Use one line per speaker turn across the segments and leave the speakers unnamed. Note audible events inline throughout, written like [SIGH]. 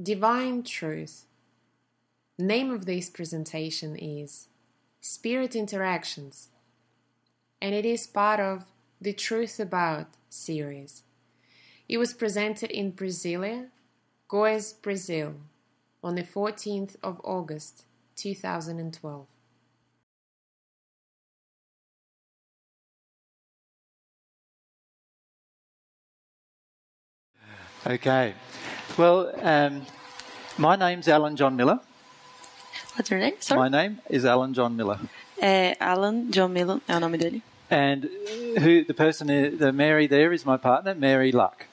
Divine Truth. Name of this presentation is Spirit Interactions, and it is part of the Truth About series. It was presented in Brasilia, Goiás, Brazil, on the 14th of August 2012.
Okay. Well, um, my name's Alan John Miller.
What's your name?
My
Sorry.
name is Alan John Miller,
É Alan John Millen é o nome dele.
and who the person, i- the Mary there is my partner, Mary Luck.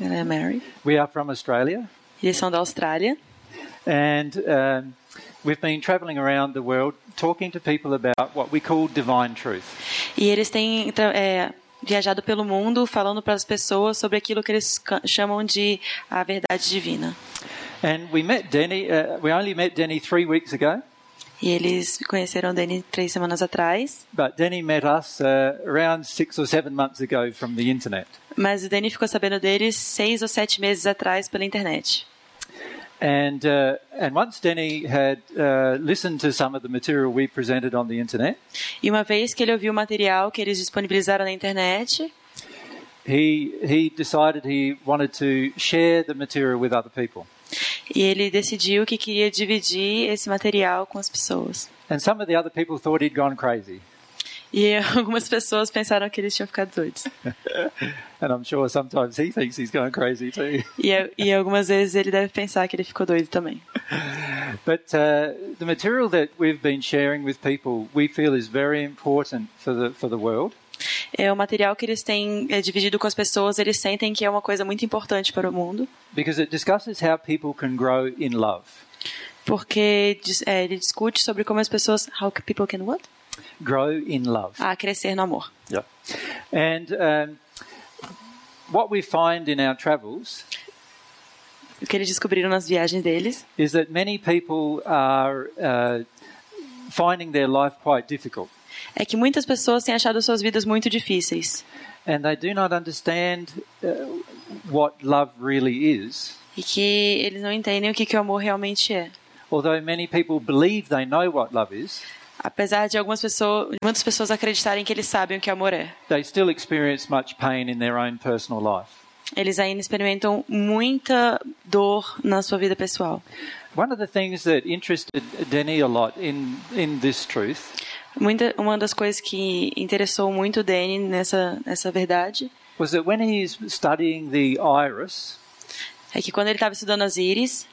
Ela é Mary.
We are from Australia,
Eles são da Austrália.
and um, we've been travelling around the world talking to people about what we call divine truth.
E eles têm tra- é, viajado pelo mundo falando para as pessoas sobre aquilo que eles ca- chamam de a verdade divina.
And we met Denny. Uh, we only met Denny three weeks ago,
E eles conheceram o Danny três semanas atrás,
but Denny met us uh, around six or seven months ago from the internet.
mas o Danny ficou sabendo deles seis ou sete meses atrás pela internet.
And uh, and once Denny had uh, listened to some of the material we presented on the internet,
E uma vez que ele ouviu o material que eles disponibilizaram na internet,
he he decided he wanted to share the material with other people.
e ele decidiu que queria dividir esse material com as pessoas.
And some of the other people thought he'd gone crazy,
E [LAUGHS] algumas pessoas pensaram que eles tinham ficado doidos.
and I'm sure sometimes he thinks he's going crazy too.
E, é, e algumas vezes ele deve pensar que ele ficou doido também.
But uh, the material that we've been sharing with people, we feel is very important for the for the world.
É o material que eles têm é, dividido com as pessoas, eles sentem que é uma coisa muito importante para o mundo,
Because it discusses how people can grow in love,
porque dis- é, ele discute sobre como as pessoas, how people can what?
grow in love.
Ah, crescer no amor.
Yeah. And um, what we find in our travels
O que eles descobriram nas viagens deles
is that many people are uh, finding their life quite difficult,
é que muitas pessoas têm achado suas vidas muito difíceis
and they do not understand uh, what love really is.
e que eles não entendem o que, que o amor realmente é.
Although many people believe they know what love is,
Apesar de algumas pessoas, muitas pessoas acreditarem que eles sabem o que amor é,
they still experience much pain in their own personal life.
eles ainda experimentam muita dor na sua vida pessoal.
One of the things that interested Denny a lot in, in this truth
Muita, uma das coisas que interessou muito o Danny nessa, nessa verdade
was that when he's studying the iris,
é que quando ele estava estudando as íris,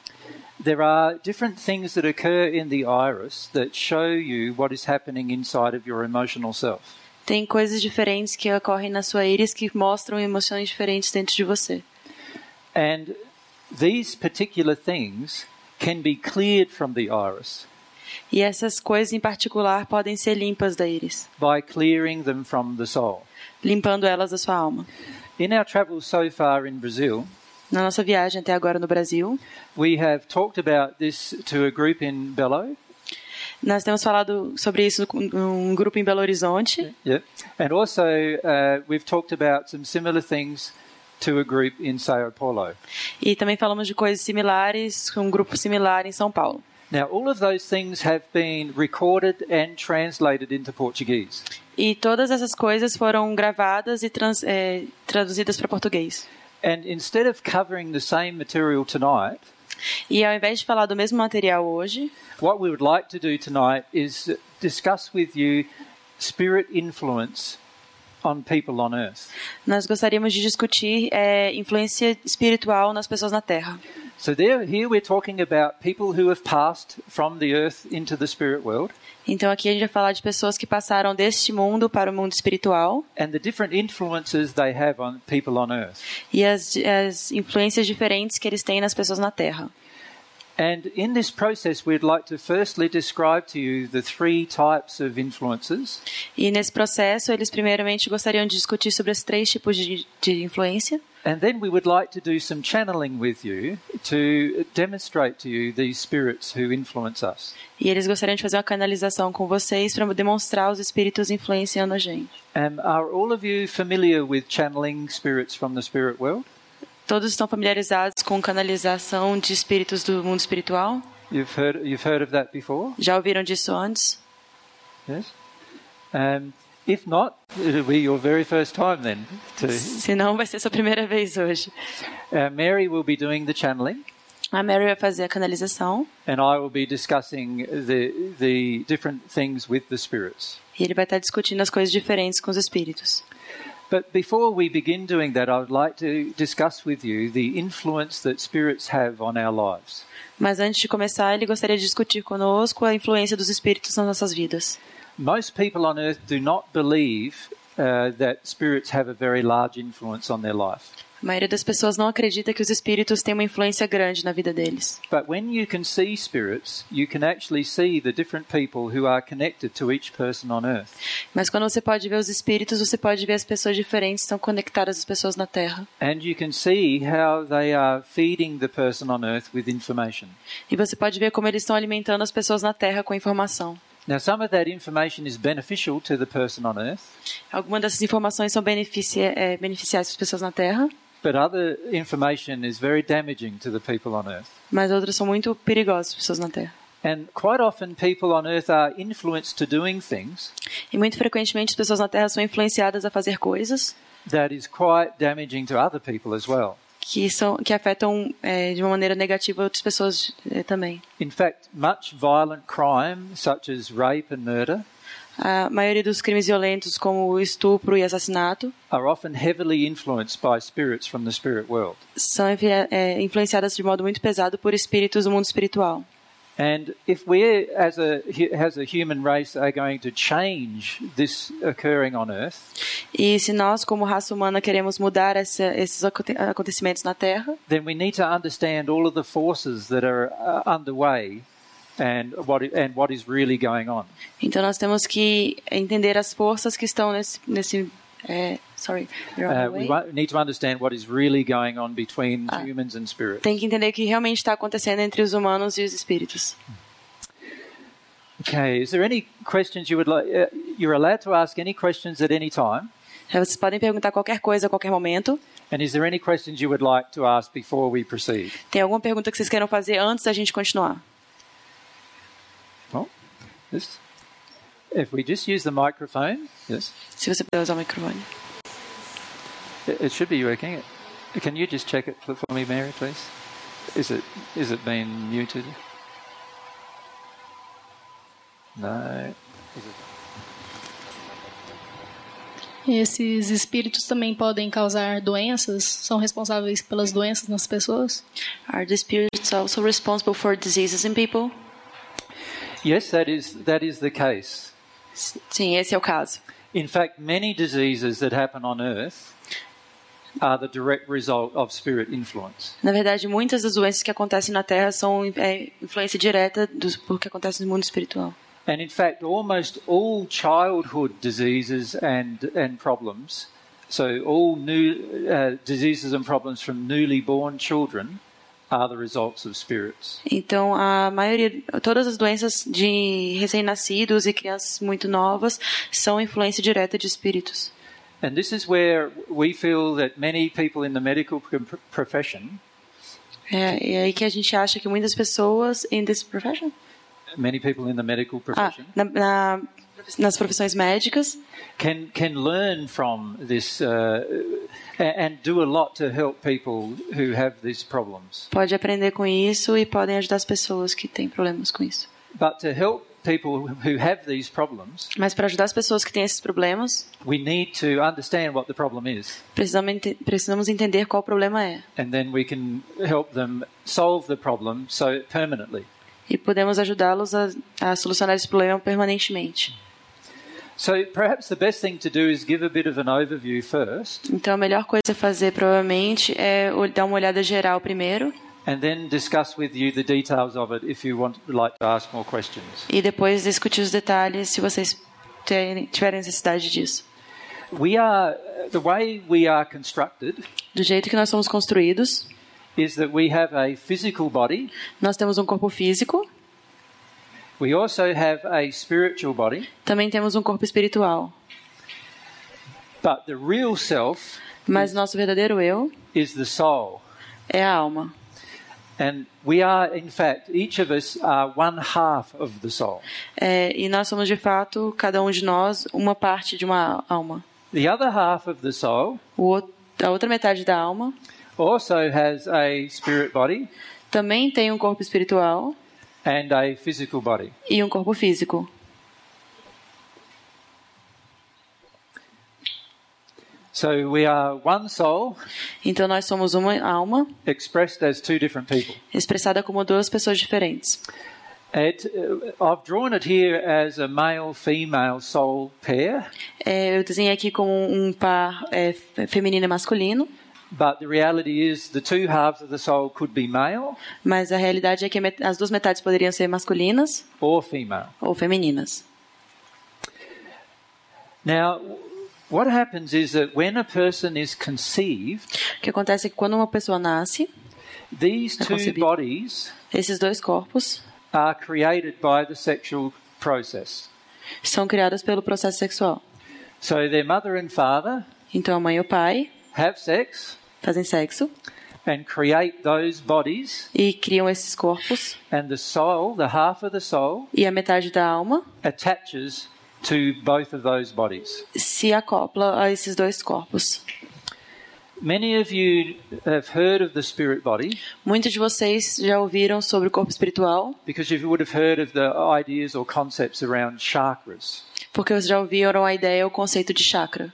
there are different things that occur in the iris that show you what is happening inside of your emotional self.
tem coisas diferentes que ocorrem na sua íris que mostram emoções diferentes dentro de você.
And these particular things can be cleared from the iris
E essas coisas em particular podem ser limpas da íris,
by clearing them from the soul.
limpando elas da sua alma.
In our travels so far in Brazil,
Na nossa viagem até agora no Brasil,
we have talked about this to a group in Belo,
nós temos falado sobre isso com um grupo em Belo Horizonte
yeah, and also uh, we've talked about some similar things to a group in Sao Paulo.
e também falamos de coisas similares com um grupo similar em São Paulo.
Now, all of those things have been recorded and translated into Portuguese.
E todas essas coisas foram gravadas e trans, é, traduzidas para português.
And instead of covering the same material tonight,
E ao invés de falar do mesmo material hoje,
what we would like to do tonight is discuss with you spirit influence on people on earth.
nós gostaríamos de discutir é, influência espiritual nas pessoas na Terra.
So, there, here we're talking about people who have passed from the earth into the spirit world
Então aqui a gente vai falar de pessoas que passaram deste mundo para o mundo espiritual
and the different influences they have on people on earth.
e as, as influências diferentes que eles têm nas pessoas na Terra.
And in this process, we'd like to firstly describe to you the three types of influences.
E nesse processo, eles primeiramente gostariam de discutir sobre os três tipos de, de influência.
And then we would like to do some channeling with you to demonstrate to you these spirits who influence us.
E eles gostariam de fazer uma canalização com vocês para demonstrar os espíritus influenciando a gente.
Um, are all of you familiar with channeling spirits from the spirit world?
Todos estão familiarizados com canalização de espíritos do mundo espiritual?
You've heard, you've heard of that before?
Já ouviram disso antes?
Yes? Um, if not, it'll be your very first time then. To,
Se não, vai ser sua primeira vez hoje.
uh, Mary will be doing the channeling,
A Mary vai fazer a canalização
and I will be discussing the, the different things with the spirits.
e ele vai estar discutindo as coisas diferentes com os espíritos.
But before we begin doing that, I would like to discuss with you the influence that spirits have on our lives.
Mas antes de começar, ele gostaria de discutir conosco a influência dos espíritos nas nossas vidas.
Most people on earth do not believe uh, that spirits have a very large influence on their life.
A maioria das pessoas não acredita que os espíritos têm uma influência grande na vida deles.
But when you can see spirits, you can actually see the different people who are connected to each person on earth.
Mas quando você pode ver os espíritos, você pode ver as pessoas diferentes, estão conectadas as pessoas na Terra.
And you can see how they are feeding the person on earth with information.
E você pode ver como eles estão alimentando as pessoas na Terra com informação.
Now, some of that information is beneficial to the person on earth,
Algumas dessas informações são beneficia, é, beneficiais para as pessoas na Terra,
but other information is very damaging to the people on earth.
mas outras são muito perigosas para as pessoas na Terra.
And quite often, people on earth are influenced to doing things
E muito frequentemente as pessoas na Terra são influenciadas a fazer coisas
that is quite damaging to other people as well.
que, são, que afetam é, de uma maneira negativa outras pessoas é, também.
In fact, much violent crime, such as rape and murder,
A maioria dos crimes violentos, como o estupro e assassinato,
are often heavily influenced by spirits from the spirit world.
são envia- é, influenciadas de modo muito pesado por espíritos do mundo espiritual.
And if we, as a, as a human race, are going to change this occurring on earth,
E se nós, como raça humana, queremos mudar essa, esses aconte- acontecimentos na Terra,
then we need to understand all of the forces that are uh, underway and what, and what is really going on.
então nós temos que entender as forças que estão nesse. nesse é, sorry, you're on
Uh,
the
we
way.
wa- need to understand what is really going on between humans and spirits.
Tem que entender o que realmente está acontecendo entre os humanos e os espíritos.
Okay, is there any questions you would like? Uh, you're allowed to ask any questions at any time.
É, Vocês podem perguntar qualquer coisa a qualquer momento.
And is there any questions you would like to ask before we proceed?
Tem alguma pergunta que vocês queiram fazer antes da gente continuar?
No? Yes. If we just use the microphone, yes,
Se você puder usar o microfone.
it, it should be working. Can you just check it for, for me, Mary, please? Is it is it being muted? No.
Esses espíritos também podem causar doenças? São responsáveis pelas doenças nas pessoas?
Are the spirits also responsible for diseases in people?
Yes, that is that is the case.
S- Sim, esse é o caso.
In fact, many diseases that happen on Earth are the direct result of spirit influence.
Na verdade, muitas das doenças que acontecem na Terra são é, influência direta do do que acontece no mundo espiritual.
And in fact, almost all childhood diseases and, and problems, so all new uh, diseases and problems from newly born children, are the results of spirits.
Então, a maioria, todas as doenças de recém-nascidos e crianças muito novas são influência direta de espíritos.
And this is where we feel that many people in the medical pr- profession,
É, e aí que a gente acha que muitas pessoas in this profession,
many people in the medical
ah,
profession,
na, na, nas profissões médicas,
can can learn from this uh, a- and do a lot to help people who have these problems.
pode aprender com isso e podem ajudar as pessoas que têm problemas com isso.
But to help people who have these problems,
Mas para ajudar as pessoas que têm esses problemas,
we need to understand what the problem is,
precisamos, ente- precisamos entender qual o problema é.
and then we can help them solve the problem so permanently.
E podemos ajudá-los a, a solucionar esse problema permanentemente.
So perhaps the best thing to do is give a bit of an overview first,
Então, a melhor coisa a fazer, provavelmente, é ol- dar uma olhada geral primeiro
and then discuss with you the details of it if you want would like to ask more questions.
e depois discutir os detalhes se vocês terem- tiverem necessidade disso.
We are the way we are constructed
Do jeito que nós somos construídos,
is that we have a physical body
nós temos um corpo físico,
We also have a spiritual body,
também temos um corpo espiritual.
but the real self
Mas nosso verdadeiro eu
is the soul.
é a alma.
And we are, in fact, each of us are one half of the soul.
É, e nós somos de fato, cada um de nós, uma parte de uma alma.
The other half of the soul
O outro, a outra metade da alma
also has a spirit body
também tem um corpo espiritual
and a physical body.
e um corpo físico.
So we are one soul
Então nós somos uma alma
expressed as two different people.
expressada como duas pessoas diferentes.
It, uh, I've drawn it here as a male female soul pair,
É, eu desenhei aqui como um par é, fe- feminino e masculino,
but the reality is the two halves of the soul could be male
mas a realidade é que met- as duas metades poderiam ser masculinas
or female.
ou femininas.
Now, what happens is that when a person is conceived,
O que acontece é que quando uma pessoa nasce,
these two
Conceived.
bodies
esses dois corpos
are created by the sexual process.
são criados pelo processo sexual.
So their mother and father
Então a mãe e o pai
have sex
fazem sexo
and create those bodies,
e criam esses corpos
and the soul, the half of the soul,
e a metade da alma
attaches to both of those bodies.
se acopla a esses dois corpos.
Many of you have heard of the spirit body
Muitos de vocês já ouviram sobre o corpo espiritual,
because you would have heard of the ideas or concepts around chakras.
porque vocês já ouviram a ideia, o conceito de chakra.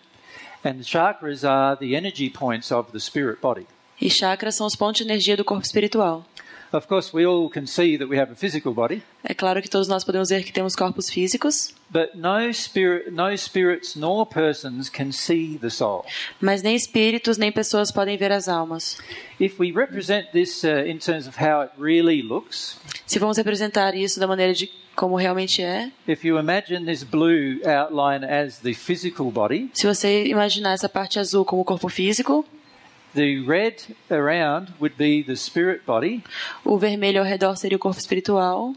And the chakras are the energy points of the spirit body.
E chakras são os pontos de energia do corpo espiritual.
Of course, we all can see that we have a physical body,
É claro que todos nós podemos ver que temos corpos físicos,
but no spirit, no spirits nor persons can see the soul.
mas nem espíritos nem pessoas podem ver as almas.
If we represent this uh, in terms of how it really looks,
Se vamos representar isso da maneira de como realmente é,
if you imagine this blue outline as the physical body,
se você imaginar essa parte azul como o corpo físico,
the red around would be the spirit body,
o vermelho ao redor seria o corpo espiritual,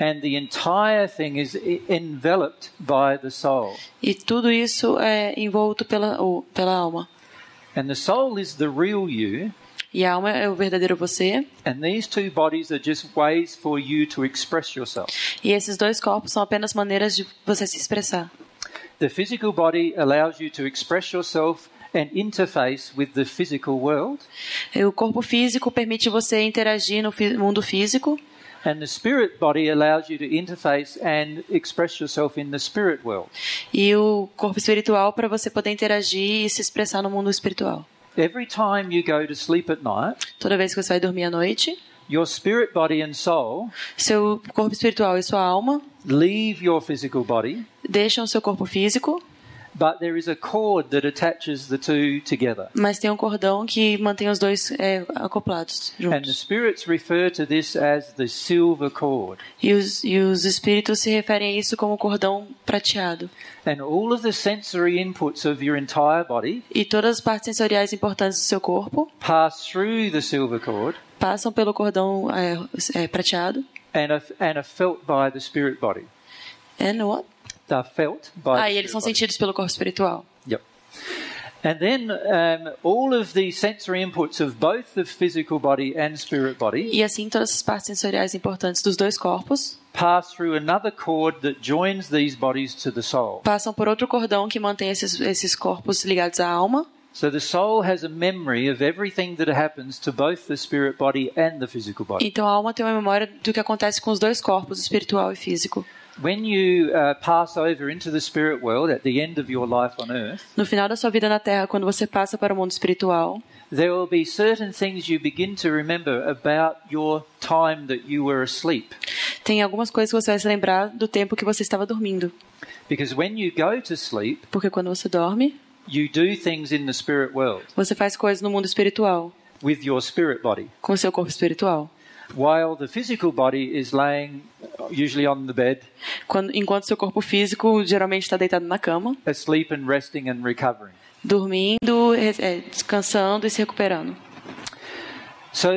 and the entire thing is e- enveloped by the soul.
e tudo isso é envolto pela, o- pela alma.
And the soul is the real you,
E a alma é o verdadeiro você,
and these two bodies are just ways for you to express yourself.
e esses dois corpos são apenas maneiras de você se expressar.
The physical body allows you to express yourself and interface with the physical world,
E O corpo físico permite você interagir no fi- mundo físico,
and the spirit body allows you to interface and express yourself in the spirit world.
e o corpo espiritual para você poder interagir e se expressar no mundo espiritual.
Every time you go to sleep at night,
Toda vez que você vai dormir à noite,
your spirit body and soul
seu corpo espiritual e sua alma
leave your physical body,
deixam seu corpo físico,
but there is a cord that attaches the two together.
mas tem um cordão que mantém os dois é, acoplados
And the
juntos.
spirits refer to this as the silver cord.
E os, e os espíritos se referem a isso como cordão prateado.
And all of the sensory inputs of your entire body
E todas as partes sensoriais importantes do seu corpo
pass through the silver cord
passam pelo cordão é, é, prateado.
and are, and are felt by the spirit body.
É, não?
They're felt by
Ah, e
the
eles são
spirit body.
sentidos pelo corpo espiritual.
Yep. And then um, all of the sensory inputs of both the physical body and spirit body
E assim, todas as partes sensoriais importantes dos dois corpos
pass through another cord that joins these bodies to the soul.
passam por outro cordão que mantém esses, esses corpos ligados à alma.
So the soul has a memory of everything that happens to both the spirit body and the physical body.
Então a alma tem uma memória do que acontece com os dois corpos, espiritual e físico.
When you uh, pass over into the spirit world at the end of your life on earth,
No final da sua vida na Terra, quando você passa para o mundo espiritual,
there will be certain things you begin to remember about your time that you were asleep.
tem algumas coisas que você vai se lembrar do tempo que você estava dormindo.
Because when you go to sleep,
Porque quando você dorme,
you do things in the spirit world
você faz coisas no mundo espiritual,
with your spirit body,
com o seu corpo espiritual.
while the physical body is laying uh, usually on the bed,
Quando, enquanto seu corpo físico geralmente está deitado na cama,
asleep and resting and recovering.
dormindo, re- é, descansando e se recuperando.
So,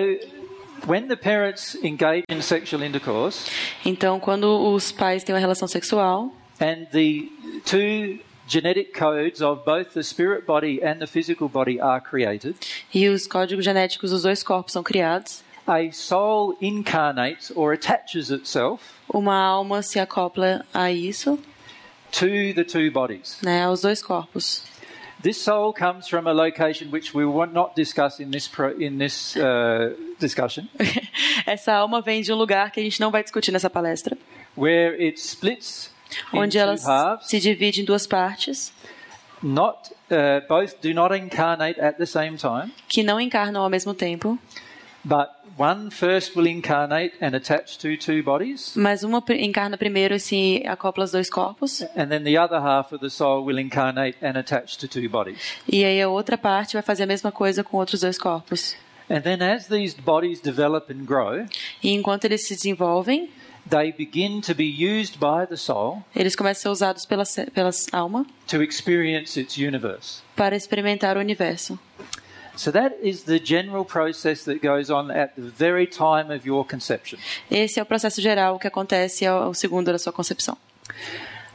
when the parents engage in sexual intercourse
Então, quando os pais têm uma relação sexual
and the two Genetic codes of both the spirit body and the physical body are created.
E os códigos genéticos dos dois corpos são criados.
A soul incarnates or attaches itself
Uma alma se acopla a isso,
to the two bodies.
né, aos dois corpos. [LAUGHS]
This soul comes from a location which we will not discuss in this, pro- in this uh, discussion,
Essa alma vem de um lugar que a gente não vai discutir nessa palestra,
where it splits into
onde ela
halves.
se divide em duas partes
Not uh, both do not incarnate at the same time,
que não encarnam ao mesmo tempo,
but one first will incarnate and attach to two bodies,
mas uma pri- encarna primeiro e se acopla aos dois corpos,
and then the other half of the soul will incarnate and attach to two bodies.
e aí a outra parte vai fazer a mesma coisa com outros dois corpos.
And then as these bodies develop and grow,
E enquanto eles se desenvolvem,
they begin to be used by the soul
eles começam a ser usados pela, se- pela alma
to experience its universe.
para experimentar o universo.
So that is the general process that goes on at the very time of your conception.
Esse é o processo geral que acontece ao ao segundo da sua concepção.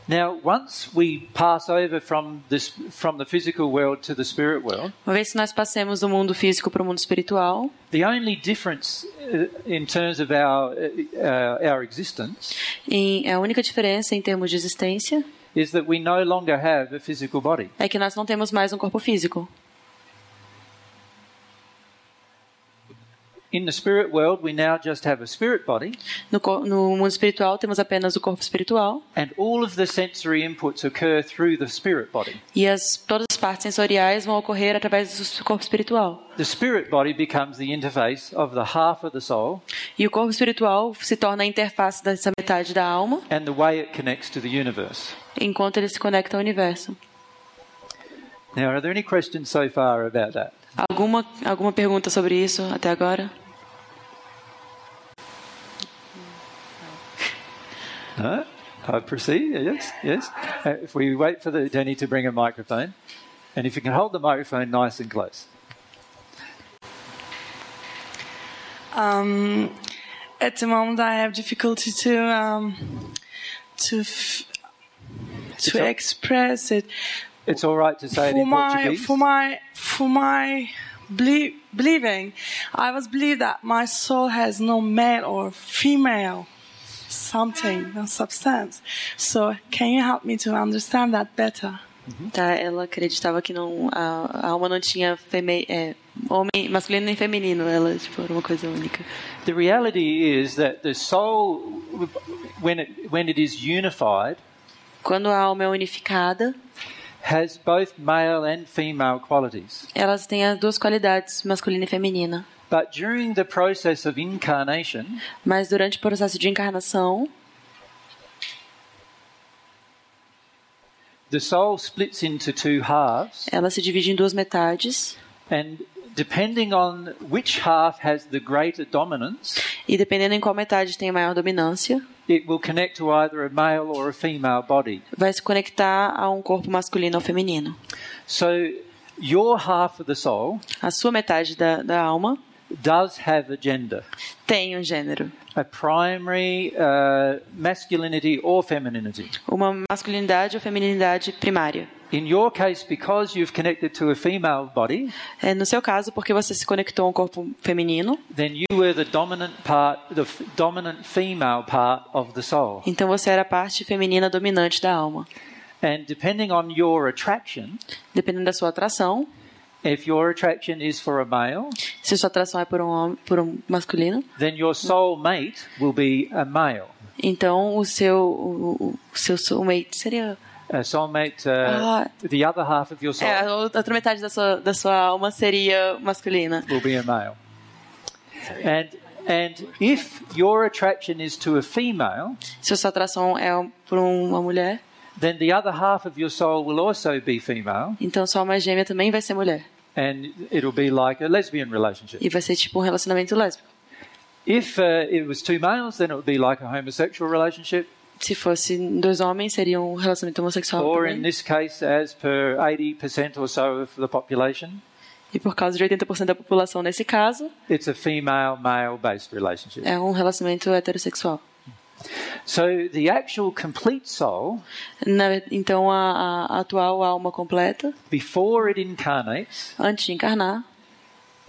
Now, once we pass over from this from the physical world to the spirit world,
Uma vez que nós passemos do mundo físico para o mundo espiritual,
The only difference uh, in terms of our, uh, uh, our existence
em- é, a única diferença em termos de existência
is that we no longer have a physical body.
é que nós não temos mais um corpo físico.
In the spirit world, we now just have a spirit body,
No, co- no mundo espiritual, temos apenas o corpo espiritual
and all of the sensory inputs occur through the spirit body.
e as, todas as partes sensoriais vão ocorrer através do corpo espiritual.
The spirit body becomes the interface of the half of the soul
E o corpo espiritual se torna a interface dessa metade da alma
and the way it connects to the universe.
enquanto ele se conecta ao universo.
Now, are there any questions so far about that?
Alguma, alguma pergunta sobre isso até agora?
No? I proceed. Yes, yes. Uh, if we wait for the Danny to bring a microphone, and if you can hold the microphone nice and close.
Um, at the moment, I have difficulty to um, to f- to
all-
express it
It's all right to say it
for
in
my
Portuguese.
for my for my belie- believing. I was believe that my soul has no male or female something, no substance. So, can you help me to understand that better?
Tá, ela acreditava que não a, a alma não tinha feme, é, homem masculino nem feminino, ela tipo, era uma coisa única.
The reality is that the soul, when it, when it is unified,
Quando a alma é unificada,
has both male and female qualities.
elas têm as duas qualidades, masculina e feminina.
But during the process of incarnation,
Mas durante o processo de encarnação,
the soul splits into two halves,
ela se divide em duas metades
and depending on which half has the greater dominance,
e dependendo em qual metade tem maior dominância,
it will connect to either a male or a female body.
vai se conectar a um corpo masculino ou feminino.
So your half of the soul
A sua metade da, da alma
does have a gender.
tem um gênero,
a primary uh, masculinity or femininity.
uma masculinidade ou feminilidade primária.
In your case, because you've connected to a female body,
É, no seu caso, porque você se conectou a um corpo feminino,
then you were the dominant part, the f- dominant female part of the soul.
então você era a parte feminina dominante da alma.
And depending on your attraction,
Dependendo da sua atração,
if your attraction is for a male,
se sua atração é por um, hom- por um masculino,
then your soul mate will be a male.
então o seu, o, o- o seu soulmate seria...
A soulmate, uh,
Ah.
the other half of your soul,
É, a outra outra metade da sua, da sua alma seria masculina.
will be a male. And and if your attraction is to a female,
Se a sua atração é um- por uma mulher,
then the other half of your soul will also be female,
então sua alma gêmea também vai ser mulher.
and it'll be like a lesbian relationship.
E vai ser tipo um relacionamento lésbico.
If uh, it was two males, then it would be like a homosexual relationship,
Se fosse dois homens, seria um relacionamento homossexual
or
também.
in this case, as per 80% or so of the population,
E por causa de 80% da população nesse caso,
it's a female male based relationship.
é um relacionamento heterossexual.
So the actual complete soul,
Na ver- então, a, a atual alma completa,
before it incarnates,
antes de encarnar,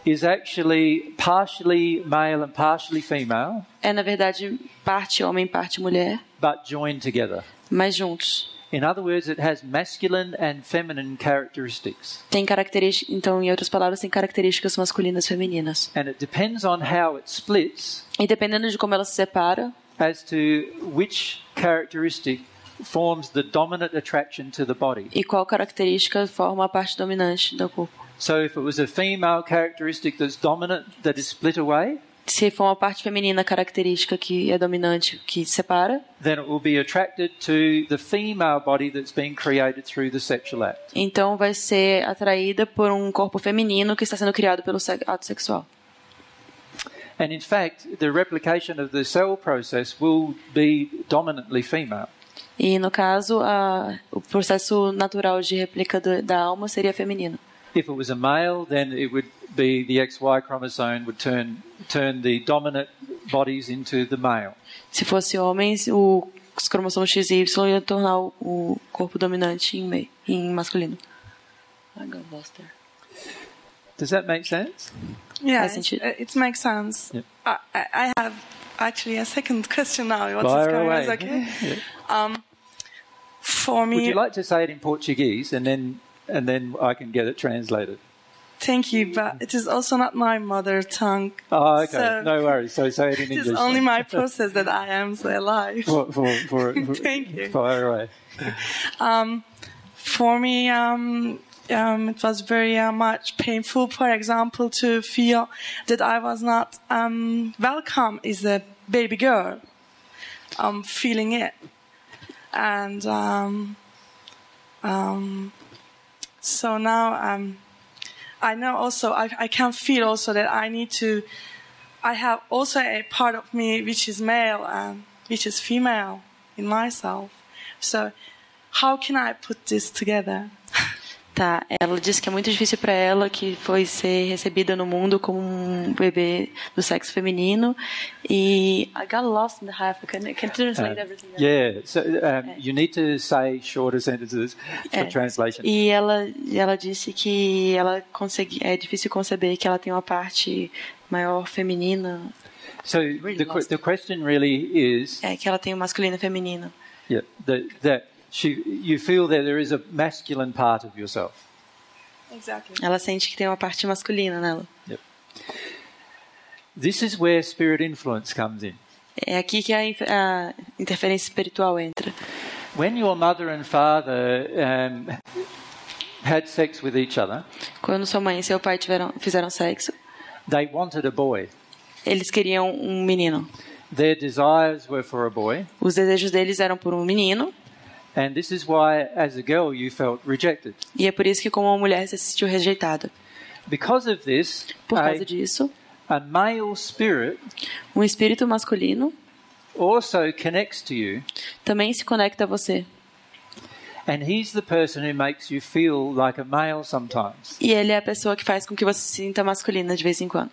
is actually partially male and partially female,
é na verdade parte homem, parte mulher,
but joined together.
mas juntos.
In other words, it has masculine and feminine characteristics,
Tem características, então, em outras palavras, tem características masculinas e femininas.
and it depends on how it splits
E dependendo de como ela se separa,
as to which characteristic forms the dominant attraction to the body.
e qual característica forma a parte dominante do corpo.
So, if it was a female characteristic that's dominant that is split away,
Se for uma parte feminina característica que é dominante, que separa,
then it will be attracted to the female body that's been created through the sexual act.
então vai ser atraída por um corpo feminino que está sendo criado pelo se- ato sexual.
And in fact, the replication of the cell process will be dominantly female.
E no caso, a, o processo natural de réplica do, da alma seria feminino.
If it was a male, then it would be the XY chromosome would turn turn the dominant bodies into the male.
Se fosse homens, o, os cromossomos XY iam tornar o, o corpo dominante em, mei, em masculino. I got lost there.
Does that make sense?
Yeah,
Faz
it, uh,
sentido.
it makes sense.
Yep.
I, I I have actually a second question now. What's
Fire
going on?
away.
It's Okay. Um, for
Would
me,
you like to say it in Portuguese, and then and then I can get it translated?
thank you, but it is also not my mother tongue.
Oh, okay.
So-
no worries. So say it in
It
English.
is only
then.
my process that I am so alive.
for, for, for,
[LAUGHS]
for,
Thank you.
Fire away.
um, for me, um, um, it was very uh, much painful, for example, to feel that I was not um, welcome as a baby girl. I'm feeling it. And um, um, so now um, I know also, I, I can feel also that I need to, I have also a part of me which is male and which is female in myself. So how can I put this together?
Tá, ela disse que é muito difícil para ela que foi ser recebida no mundo como um bebê do sexo feminino e I got lost in the half. I can, I can
É.
translate everything.
Yeah. So um, you need to say shorter sentences for
É.
translation.
E ela, ela disse que ela consegui, é difícil conceber que ela tem uma parte maior feminina,
So the, que-
lost
the question really is
é que ela tem o masculino e feminino.
Yeah, that, that she, you feel that there is a masculine part of yourself.
Exactly.
Ela sente que tem uma parte masculina nela.
This is where spirit influence comes in.
É aqui que a, inf- a interferência espiritual entra.
When your mother and father um, had sex with each other,
Quando sua mãe e seu pai tiveram, fizeram sexo,
they wanted a boy.
eles queriam um menino.
Their desires were for a boy,
Os desejos deles eram por um menino,
and this is why, as a girl, you felt rejected.
e é por isso que, como uma mulher, se sentiu rejeitada.
Because of this,
Por causa
a,
disso,
a male spirit
um espírito masculino
also connects to you,
também se conecta a você.
and he's the person who makes you feel like a male sometimes.
E ele é a pessoa que faz com que você se sinta masculina de vez em quando.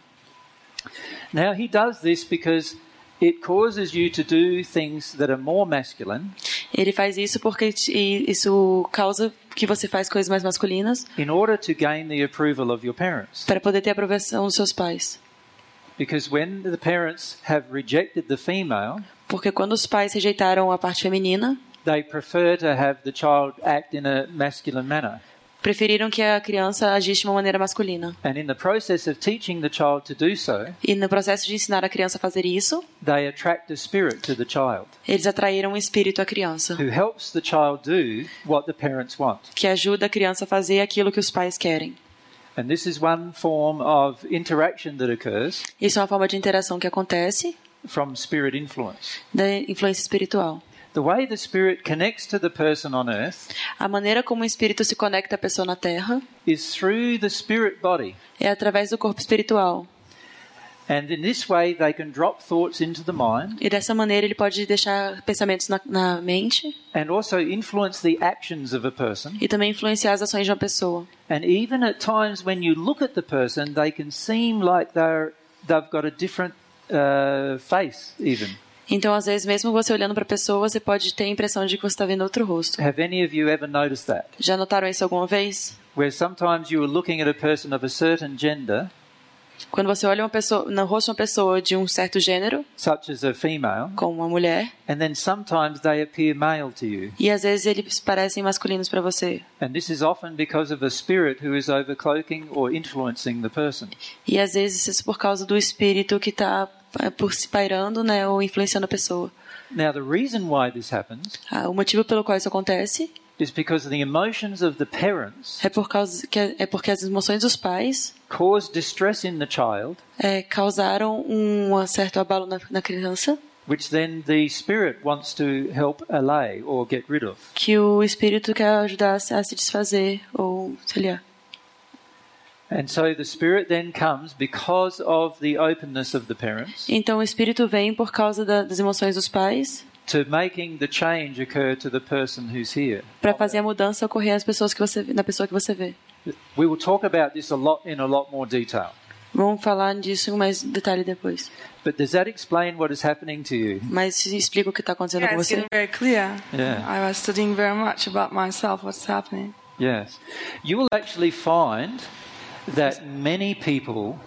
Now he does this because it causes you to do things that are more masculine
Ele faz isso porque te- e isso causa que você faz coisas mais masculinas
in order to gain the approval of your parents.
para poder ter a aprovação dos seus pais.
Because when the parents have rejected the female,
Porque quando os pais rejeitaram a parte feminina,
they prefer to have the child act in a masculine manner.
preferiram que a criança agisse de uma maneira masculina.
And in the process of teaching the child to do so,
E no processo de ensinar a criança a fazer isso,
they attract a spirit to the child
eles atraíram um espírito à criança,
who helps the child do what the parents want.
que ajuda a criança a fazer aquilo que os pais querem.
And this is one form of interaction that occurs
Isso é uma forma de interação que acontece
from spirit influence.
da influência espiritual.
The way the spirit connects to the person on earth
A maneira como o espírito se conecta à pessoa na Terra
is through the spirit body.
é através do corpo espiritual.
And in this way, they can drop thoughts into the mind
E dessa maneira ele pode deixar pensamentos na, na mente
and also influence the actions of a person.
e também influenciar as ações de uma pessoa.
And even at times when you look at the person, they can seem like they're, they've got a different uh, face, even.
Então, às vezes, mesmo você olhando para a pessoa, você pode ter a impressão de que você está vendo outro rosto.
Have any of you ever noticed that?
Já notaram isso alguma vez?
Where sometimes you are looking at a person of a certain gender,
Quando você olha uma pessoa, no rosto de uma pessoa de um certo gênero,
such as a female,
como uma mulher,
and then sometimes they appear male to you.
e às vezes eles parecem masculinos para você.
And this is often because of a spirit who is overcloaking or influencing the person.
E às vezes isso é por causa do espírito que está por se pairando, né, ou influenciando a pessoa.
Now, the reason why this happens
Ah, o motivo pelo qual isso acontece
is because the emotions of the parents
é por causa que é porque as emoções dos pais
cause distress in the child,
é, causaram um certo abalo na, na criança
which then the spirit wants to help allay or get rid of.
que o espírito quer ajudar a se a se desfazer ou sei lá.
And so the spirit then comes because of the openness of the parents
Então o espírito vem por causa da, das emoções dos pais
to making the change occur to the person who's here.
para fazer a mudança ocorrer às pessoas que você na pessoa que você vê.
We will talk about this a lot in a lot more detail.
Vamos falar disso em mais detalhe depois.
But does that explain what is happening to you?
Mas se explica o que está acontecendo
Yeah,
com
it's
você.
getting very clear.
Yeah.
I was studying very much about myself, what's happening.
Yes. You will actually find that many people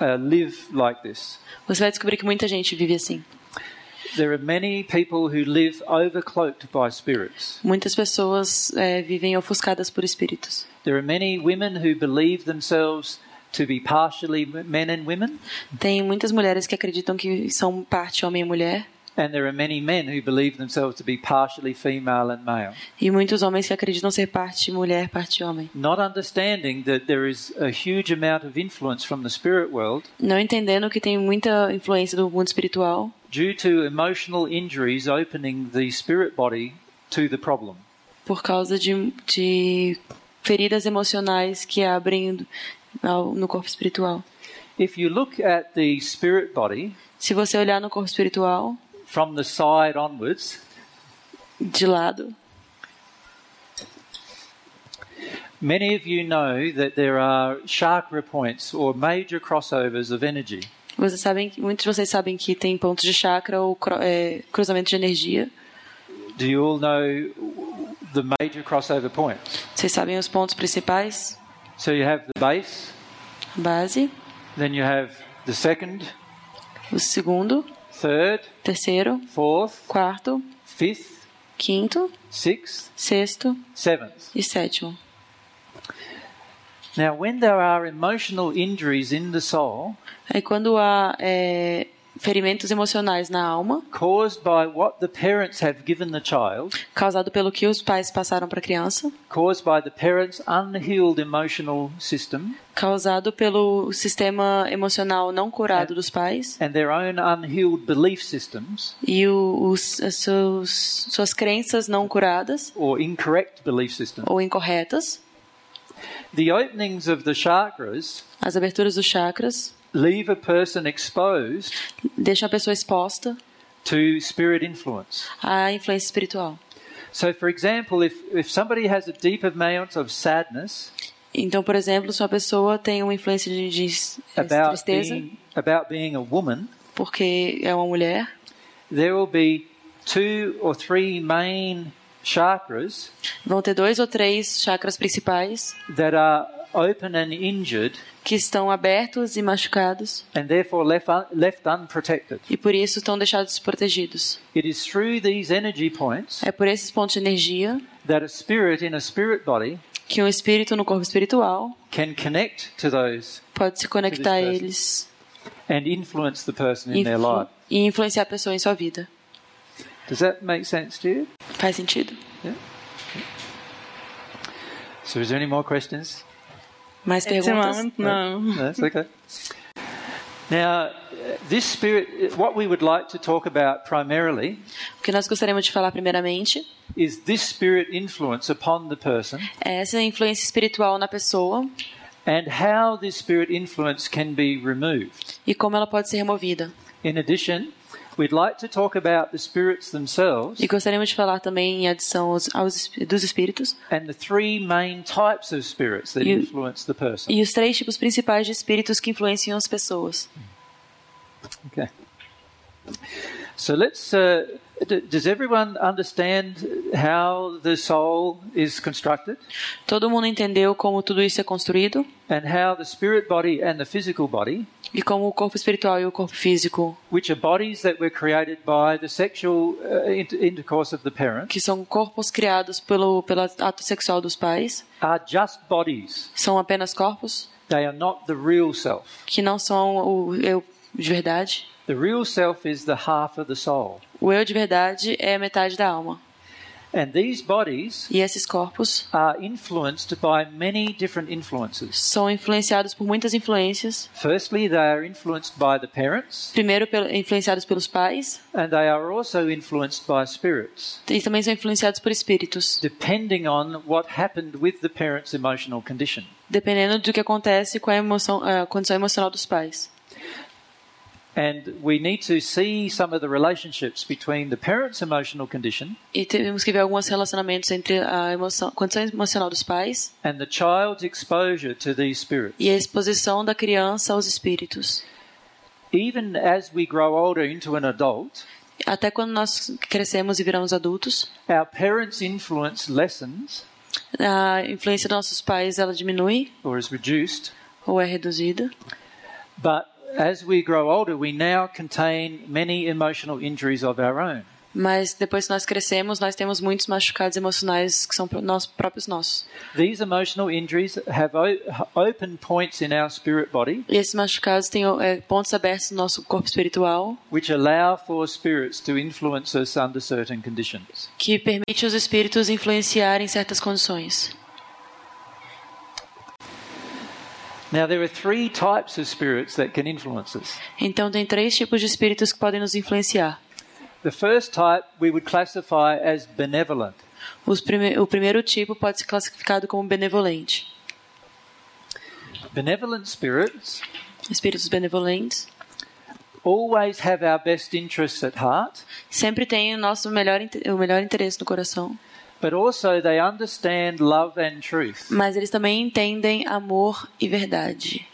uh, live like this.
Você vai descobrir que muita gente vive assim.
There are many people who live overcloaked by spirits.
Muitas pessoas é, vivem ofuscadas por espíritos.
There are many women who believe themselves to be partially men and women,
Tem muitas mulheres que acreditam que são parte homem e mulher
and there are many men who believe themselves to be partially female and male,
e muitos homens que acreditam ser parte mulher, parte homem.
not understanding that there is a huge amount of influence from the spirit world
Não entendendo que tem muita influência do mundo espiritual
due to emotional injuries opening the spirit body to the problem.
por causa de, de feridas emocionais que abrem ao- no corpo espiritual.
If you look at the spirit body
Se você olhar no corpo espiritual
from the side onwards,
de lado,
many of you know that there are chakra points or major crossovers of energy.
vocês sabem, que- muitos de vocês sabem que tem pontos de chakra ou cro- é, cruzamento de energia.
Do you all know the major crossover points?
Vocês sabem os pontos principais,
So you have the base,
a base,
then you have the second,
o segundo,
third,
terceiro,
fourth,
quarto,
fifth,
quinto,
sixth,
sexto
seventh.
e sétimo.
Now, when there are emotional injuries in the soul
Aí quando há é, ferimentos emocionais na alma,
caused by what the parents have given the child,
causado pelo que os pais passaram para a criança,
caused by the parents' unhealed emotional system
causado pelo sistema emocional não curado dos pais
and their own unhealed belief systems
e o, os, as seus, suas crenças não curadas
or incorrect belief systems,
ou incorretas,
the openings of the chakras
as aberturas dos chakras
leave a person exposed
deixam a pessoa exposta
to spirit influence.
à influência espiritual.
So, for example, if, if somebody has a deep amount of sadness
Então, por exemplo, se uma pessoa tem uma influência de, de s- eh,
about
tristeza
being, about being a woman,
porque é uma mulher,
there will be two or three main chakras
vão ter dois ou três chakras principais
that are open and injured
que estão abertos e machucados
and therefore left, un- left unprotected.
e por isso estão deixados protegidos.
It is through these energy points
É por esses pontos de energia
that a spirit in a spirit body
que um espírito no corpo espiritual
can connect to those
pode se conectar a
To this person.
eles
and influence the person in
e
their
influ-
life.
e influenciar a pessoa em sua vida.
Does that make sense to you?
Faz sentido?
So, is there any more questions?
Mais
At the
perguntas?
moment, no.
No, that's okay. Now, uh, this spirit, what we would like to talk about primarily
O que nós gostaríamos de falar primeiramente
is this spirit influence upon the person
é essa influência espiritual na pessoa
and how this spirit influence can be removed.
e como ela pode ser removida.
In addition, we'd like to talk about the spirits themselves
E gostaríamos de falar também em adição aos, aos esp- dos espíritos
and the three main types of spirits that
You-
influence the person.
e os três tipos principais de espíritos que influenciam as pessoas.
Okay. So let's. Uh, d- does everyone understand how the soul is constructed
Todo mundo entendeu como tudo isso é construído
and how the spirit body and the physical body,
e como o corpo espiritual e o corpo físico,
which are bodies that were created by the sexual uh, inter- intercourse of the parent,
que são corpos criados pelo pelo ato sexual dos pais,
are just bodies.
são apenas corpos
They are not the real self.
que não são o eu de verdade.
The real self is the half of the soul.
O eu de verdade é metade da alma.
And these bodies
E esses corpos
are influenced by many different influences.
são influenciados por muitas influências.
Firstly, they are influenced by the parents,
Primeiro, pelo- influenciados pelos pais
and they are also influenced by spirits,
e também são influenciados por espíritos,
depending on what happened with the parents' emotional condition.
dependendo do que acontece com a, emoção, a condição emocional dos pais.
And we need to see some of the relationships between the parents' emotional condition
E temos que ver alguns relacionamentos entre a emoção, condição emocional dos pais
and the child's exposure to these spirits.
e a exposição da criança aos espíritos.
Even as we grow older into an adult,
Até quando nós crescemos e viramos adultos,
our parents' influence lessens
a influência dos nossos pais ela diminui
or is reduced
ou é reduzida.
But as we grow older, we now contain many emotional injuries of our own.
Mas depois que nós crescemos, nós temos muitos machucados emocionais que são pró- nós próprios nossos.
These emotional injuries have o- open points in our spirit body,
E esses machucados têm é, pontos abertos no nosso corpo espiritual
which allow for spirits to influence us under certain conditions.
que permite os espíritos influenciarem certas condições.
Now, there are three types of spirits that can influence us.
Então tem três tipos de espíritos que podem nos influenciar.
The first type we would classify as benevolent.
Os prime- o primeiro tipo pode ser classificado como benevolente.
Benevolent spirits
Espíritos benevolentes
always have our best interests at heart,
sempre têm o nosso melhor inte- o melhor interesse no coração,
but also they understand love and truth,
mas eles também entendem amor e verdade,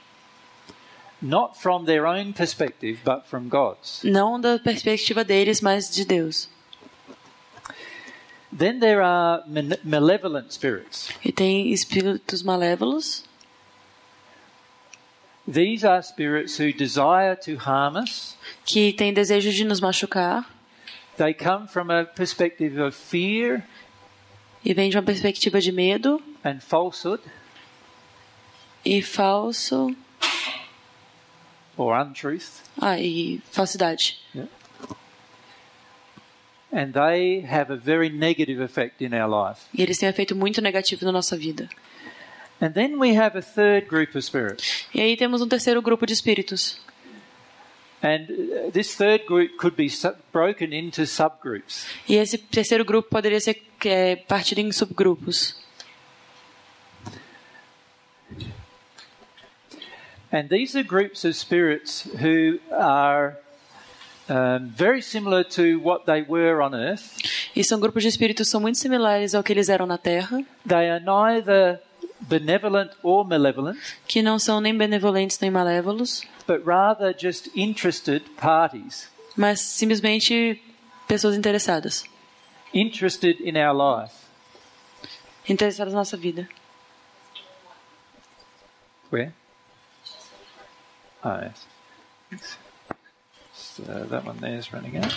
not from their own perspective, but from God's.
não da perspectiva deles, mas de Deus.
Then there are man- malevolent spirits.
E tem espíritos malévolos.
These are spirits who desire to harm us.
que têm desejo de nos machucar
They come from a perspective of fear
e vem de uma perspectiva de medo
and falsehood
e falso,
or untruth,
ah, e falsidade.
and they have a very negative effect in our life.
E eles têm um efeito muito negativo na nossa vida.
And then we have a third group of spirits.
E aí temos um terceiro grupo de espíritos.
And uh, this third group could be sub- broken into subgroups.
E esse terceiro grupo poderia ser é, partido em subgrupos.
And these are groups of spirits who are um, very similar to what they were on earth.
E são grupos de espíritos que são muito similares ao que eles eram na Terra,
They are neither benevolent or malevolent,
que não são nem benevolentes nem malévolos,
but rather just interested parties,
mas simplesmente pessoas interessadas,
interested in our life.
interessadas na nossa vida.
Where? Oh, yes. So that one there is running out.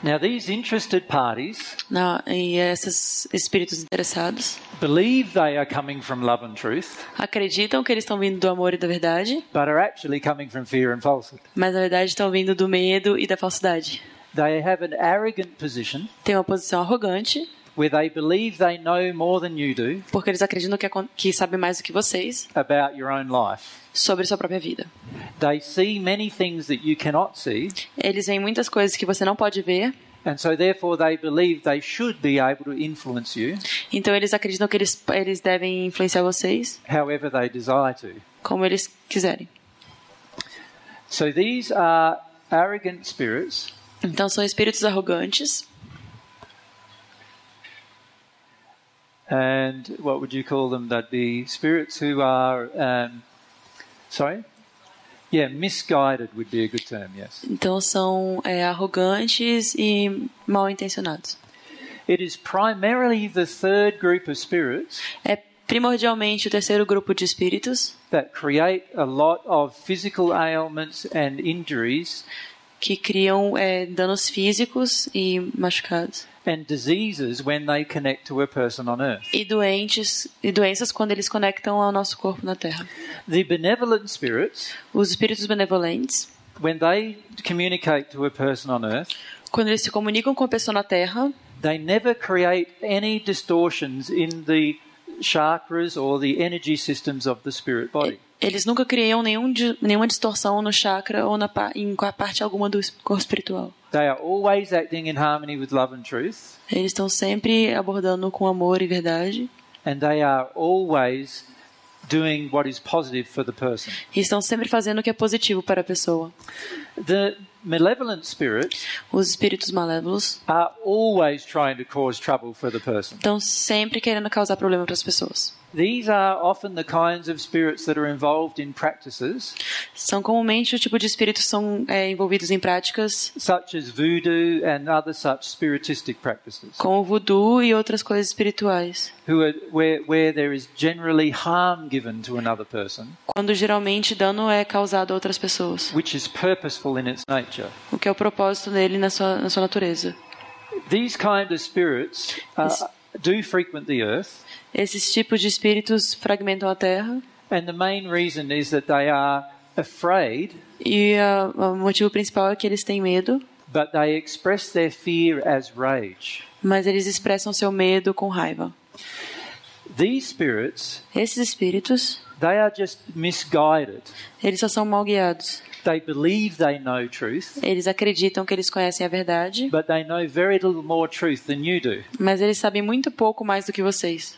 Now, these interested parties
Na, e esses espíritos interessados
believe they are coming from love and truth,
acreditam que eles estão vindo do amor e da verdade,
but are actually coming from fear and falsehood.
mas na verdade estão vindo do medo e da falsidade.
They have an arrogant position
Tem uma posição arrogante,
where they believe they know more than you do
porque eles acreditam que, acon- que sabem mais do que vocês
about your own life.
sobre sua própria vida.
They see many things that you cannot see,
Eles veem muitas coisas que você não pode ver,
and so therefore they believe they should be able to influence you
então eles acreditam que eles, eles devem influenciar vocês
however they desire to.
como eles quiserem.
So these are arrogant spirits,
Então são espíritos arrogantes,
and what would you call them? That'd be spirits who are, um, sorry, Yeah, misguided would be a good term, yes.
Então são é, arrogantes e mal intencionados.
It is primarily the third group of spirits
É primordialmente o terceiro grupo de espíritos
that create a lot of physical ailments and injuries
que criam é, danos físicos e machucados
and diseases when they connect to a person on earth.
e doentes e doenças quando eles conectam ao nosso corpo na Terra.
The benevolent spirits,
Os espíritos benevolentes,
when they communicate to a person on earth,
quando eles se comunicam com a pessoa na Terra,
they never create any distortions in the chakras or the energy systems of the spirit body.
eles nunca criam nenhum, di- nenhuma distorção no chakra ou na, pa- em qua- parte alguma do es- corpo espiritual.
They are always acting in harmony with love and truth,
Eles estão sempre abordando com amor e verdade
and they are always doing what is positive for the person.
e estão sempre fazendo o que é positivo para a pessoa.
The malevolent spirits
Os espíritos malévolos
are always trying to cause trouble for the person.
estão sempre querendo causar problema para as pessoas.
These are often the kinds of spirits that are involved in practices
São comumente o tipo de espíritos que são é, envolvidos em práticas
such as voodoo and other such spiritistic practices,
como o voodoo e outras coisas espirituais,
who are, where, where there is generally harm given to another person,
quando geralmente dano é causado a outras pessoas,
which is purposeful in its nature.
o que é o propósito dele na sua, na sua natureza.
These kind of spirits uh,
Yes.
do frequent the earth,
Esses tipos de espíritos fragmentam a Terra
and the main reason is that they are afraid,
e ah, o motivo principal é que eles têm medo,
but they express their fear as rage.
mas eles expressam seu medo com raiva.
These spirits,
Esses espíritos,
they are just misguided.
eles só são mal guiados.
They believe they know truth,
Eles acreditam que eles conhecem a verdade,
but they know very little more truth than you do.
mas eles sabem muito pouco mais do que vocês.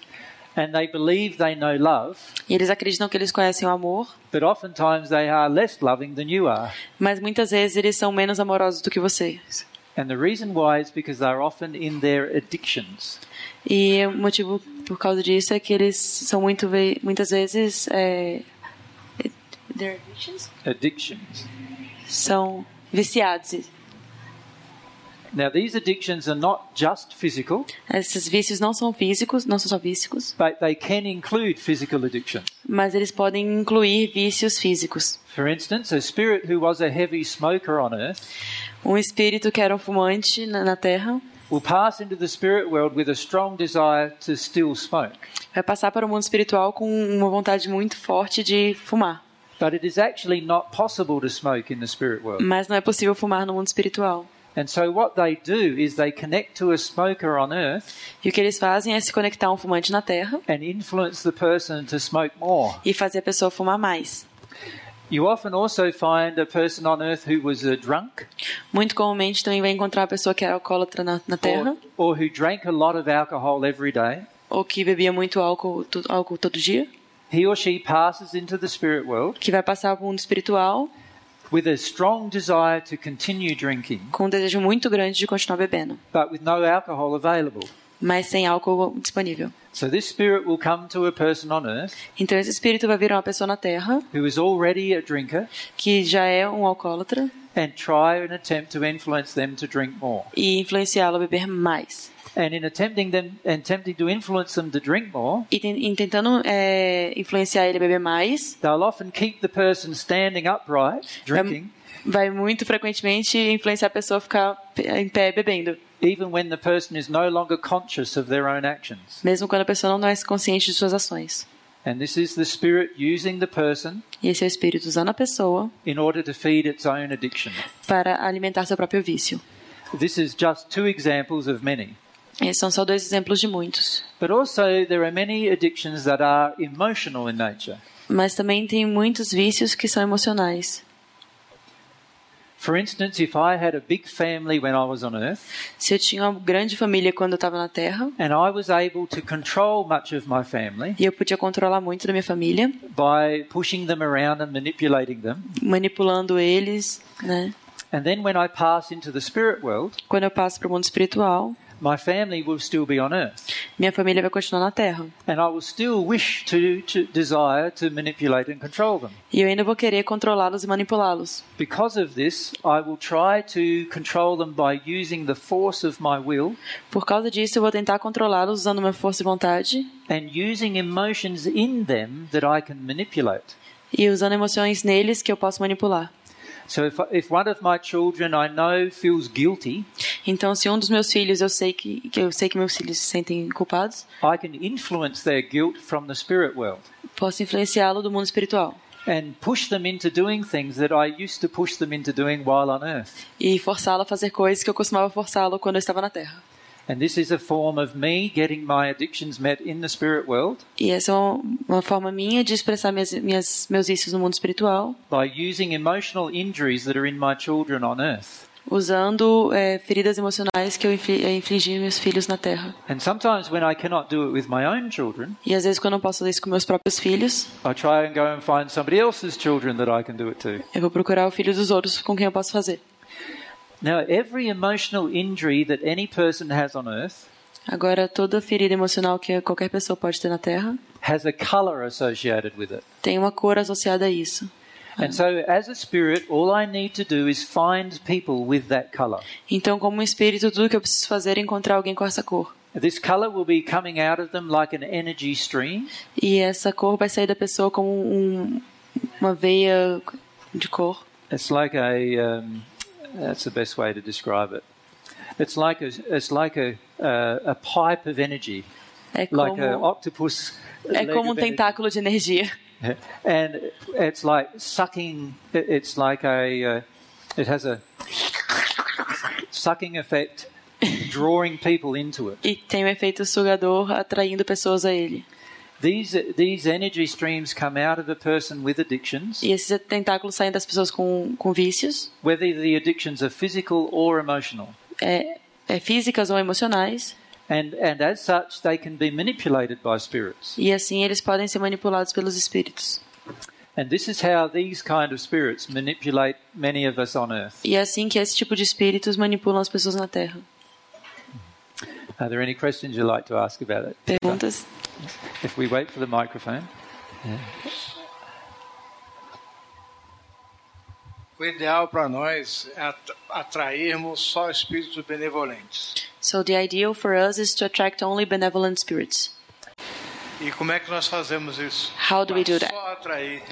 And they believe they know love,
E eles acreditam que eles conhecem o amor,
but oftentimes they are less loving than you are.
mas muitas vezes eles são menos amorosos do que vocês.
And the reason why is because they're often in their addictions.
E o motivo por causa disso é que eles são muito ve- muitas vezes é, they're vicious?
Addictions.
são viciados.
Now, these addictions are not just physical,
Esses vícios não são físicos, não são só físicos,
but they can include physical addictions.
mas eles podem incluir vícios físicos.
For instance, a spirit who was a heavy smoker on earth
Um espírito que era um fumante na, na Terra
will pass into the spirit world with a strong desire to still smoke.
vai passar para o mundo espiritual com uma vontade muito forte de fumar,
But it is actually not possible to smoke in the spirit world.
mas não é possível fumar no mundo espiritual.
And so, what they do is they connect to a smoker on earth
E o que eles fazem é se conectar a um fumante na Terra
and influence the person to smoke more.
e fazer a pessoa fumar mais.
You often also find a person on earth who was a drunk
Muito comumente também vai encontrar a pessoa que era alcoólatra na, na Terra
or, or who drank a lot of alcohol every day.
ou que bebia muito álcool, tu- álcool todo dia,
He or she passes into the spirit world
que vai passar para o mundo espiritual
with a strong desire to continue drinking,
com um desejo muito grande de continuar bebendo,
but with no alcohol available.
mas sem álcool disponível.
So, this spirit will come to a person on earth
Então esse espírito vai virar uma pessoa na Terra
who is already a drinker
que já é um alcoólatra
and try and attempt to influence them to drink more.
e influenciá-lo a beber mais.
And in attempting them, attempting to influence them to drink more,
E, ten- e tentando é, influenciar ele a beber mais,
they'll often keep the person standing upright,
vai,
drinking,
vai muito frequentemente influenciar a pessoa a ficar pe- em pé bebendo,
even when the person is no longer conscious of their own actions.
mesmo quando a pessoa não é consciente de suas ações.
And this is the spirit using the person
E esse é o espírito usando a pessoa
in order to feed its own addiction.
para alimentar seu próprio vício.
This is just two examples of many.
Esses são só dois exemplos de muitos.
But also, there are many addictions that are emotional in nature.
Mas também tem muitos vícios que são emocionais.
For instance, if I had a big family when I was on earth
Se eu tinha uma grande família quando eu estava na Terra,
and I was able to control much of my family
e eu podia controlar muito da minha família,
by pushing them around and manipulating them,
manipulando eles, né?
and then when I pass into the spirit world,
Quando eu passo para o mundo espiritual,
my family will still be on earth.
Minha família vai continuar na Terra.
And I will still wish to, to desire to manipulate and control them.
E eu ainda vou querer controlá-los e manipulá-los.
Because of this, I will try to control them by using the force of my will
Por causa disso, eu vou tentar controlá-los usando minha força e vontade
and using emotions in them that I can manipulate.
e usando emoções neles que eu posso manipular.
So if, if one of my children I know feels guilty,
Então, se um dos meus filhos eu sei que, que eu sei que meus filhos se sentem culpados,
I can influence their guilt from the spirit world
posso influenciá-lo do mundo espiritual
and push them into doing things that I used to push them into doing while on earth.
e forçá-lo a fazer coisas que eu costumava forçá-lo quando eu estava na Terra.
And this is a form of me getting my addictions met in the spirit world
E essa é uma forma minha de expressar minhas, minhas, meus vícios no mundo espiritual,
by using emotional injuries that are in my children on earth.
usando eh, feridas emocionais que eu infli- eh, infligi em meus filhos na Terra.
And sometimes when I cannot do it with my own children,
E às vezes, quando eu não posso fazer isso com meus próprios filhos,
I try and go and find somebody else's children that I can do it to.
eu vou procurar o filho dos outros com quem eu posso fazer.
Now, every emotional injury that any person has on earth
Agora, toda ferida emocional que qualquer pessoa pode ter na Terra
has a color associated with it.
tem uma cor associada a isso.
And so, as a spirit, all I need to do is find people with that color.
Então, como um espírito, tudo que eu preciso fazer é encontrar alguém com essa cor.
This color will be coming out of them like an energy stream,
E essa cor vai sair da pessoa como um, uma veia de cor.
It's like a. Um, that's the best way to describe it. It's like a. It's like a. Uh, a pipe of energy,
É
like an
como,
octopus.
é
leg
como um
of energy.
tentáculo de energia.
And it's like sucking. it- It's like a. Uh, it has a sucking effect, drawing people into it.
E tem um efeito sugador atraindo pessoas a ele.
These these energy streams come out of a person with addictions,
E esses tentáculos saem das pessoas com, com vícios,
whether the addictions are physical or emotional,
é, é físicas ou emocionais.
and and as such, they can be manipulated by spirits.
E assim eles podem ser manipulados pelos espíritos.
And this is how these kind of spirits manipulate many of us on earth.
E é assim que esse tipo de espíritos manipulam as pessoas na Terra.
Are there any questions you'd like to ask about it?
Perguntas?
If we wait for the microphone.
O ideal para nós é at- atrairmos só espíritos benevolentes.
So the ideal for us is to attract only benevolent spirits.
E como é que nós fazemos isso?
How do we do that?
Só atrair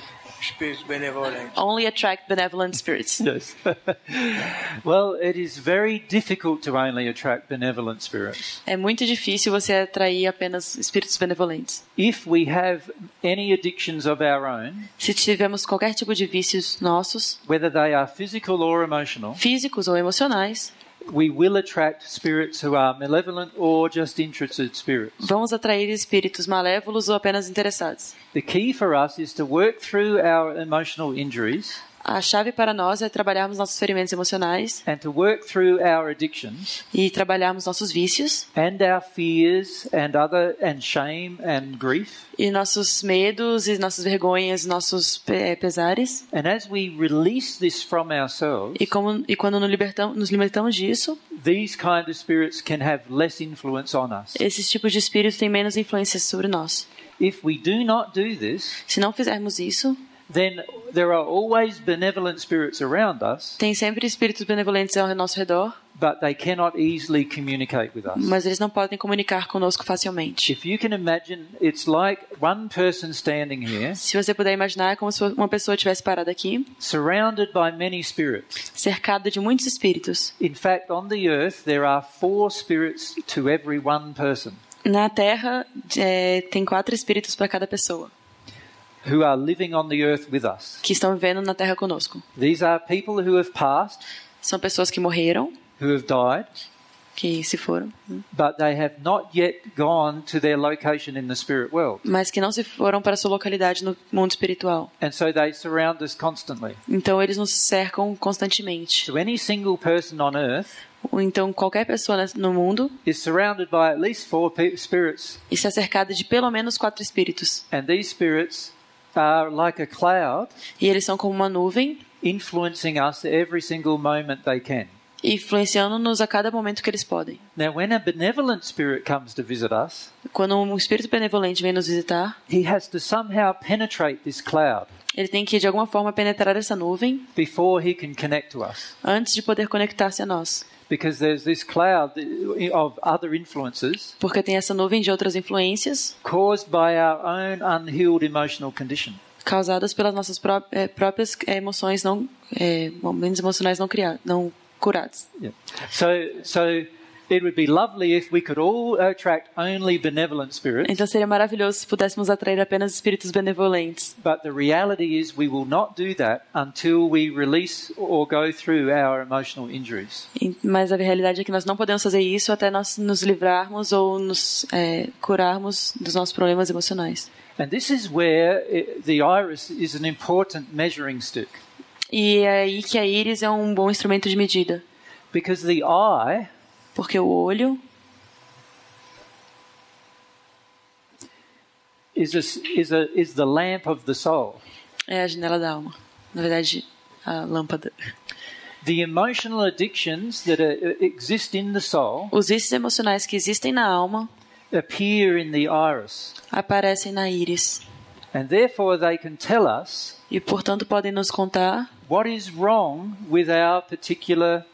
espíritos benevolentes.
Only attract benevolent spirits.
Yes. [LAUGHS] well, it is very difficult to only attract benevolent spirits.
É muito difícil você atrair apenas espíritos benevolentes.
If we have any addictions of our own,
Se tivermos qualquer tipo de vícios nossos,
whether they are physical or emotional,
físicos ou emocionais,
we will attract spirits who are malevolent or just interested spirits.
vamos atrair espíritos malévolos ou apenas interessados.
The key for us is to work through our emotional injuries
A chave para nós é trabalharmos nossos ferimentos emocionais
and to work through our addictions
e trabalharmos nossos vícios
and our fears and other and shame and grief.
e nossos medos e nossas vergonhas, nossos pe- eh, pesares.
And as we release this from ourselves,
E, como, e quando nos libertamos, nos libertamos disso,
these kind of spirits can have less influence on us.
esses tipos de espíritos têm menos influência sobre nós.
If we do not do this,
Se não fizermos isso,
then there are always benevolent spirits around us,
tem sempre espíritos benevolentes ao nosso redor,
but they cannot easily communicate with us.
mas eles não podem comunicar conosco facilmente.
If you can imagine, it's like one person standing here,
Se você puder imaginar, é como se uma pessoa estivesse parada aqui,
surrounded by many spirits.
cercada de muitos espíritos.
In fact, on the earth, there are four spirits to every one person
Na Terra, eh, tem quatro espíritos para cada pessoa
who are living on the earth with us.
que estão vivendo na Terra conosco.
These are people who have passed,
São pessoas que morreram,
who have died,
que se foram,
but they have not yet gone to their location in the spirit world.
mas que não se foram para sua localidade no mundo espiritual.
And so they surround us constantly.
Então eles nos cercam constantemente.
So any single person on earth
Ou Então qualquer pessoa nas- no mundo
is surrounded by at least four pe- spirits,
está cercada de pelo menos quatro espíritos.
and these spirits are like a cloud
E eles são como uma nuvem
influencing us every single moment they can.
e influenciando-nos a cada momento que eles podem.
Now, when a benevolent spirit comes to visit us,
Quando um espírito benevolente vem nos visitar,
he has to somehow penetrate this cloud
ele tem que de alguma forma penetrar essa nuvem
before he can connect to us.
antes de poder conectar-se a nós,
Because there's this cloud of other influences
porque tem essa nuvem de outras influências
caused by our own unhealed emotional condition.
causadas pelas nossas pró- eh, próprias eh, emoções não eh, momentos emocionais não criados, não curados.
Yeah. So, so it would be lovely if we could all attract only benevolent spirits,
Então seria maravilhoso se pudéssemos atrair apenas espíritos benevolentes,
but the reality is we will not do that until we release or go through our emotional injuries.
E- mas a realidade é que nós não podemos fazer isso até nós nos livrarmos ou nos eh, curarmos dos nossos problemas emocionais.
And this is where it, the iris is an important measuring stick
E é aí que a íris é um bom instrumento de medida,
because the eye
porque o olho
is, a, is, a, is the lamp of the soul.
é a janela da alma, na verdade a lâmpada.
The emotional addictions that are, exist in the soul
Os vícios emocionais que existem na alma
appear in the iris,
aparecem na íris
and therefore they can tell us
e portanto podem nos contar
what is wrong with our particular,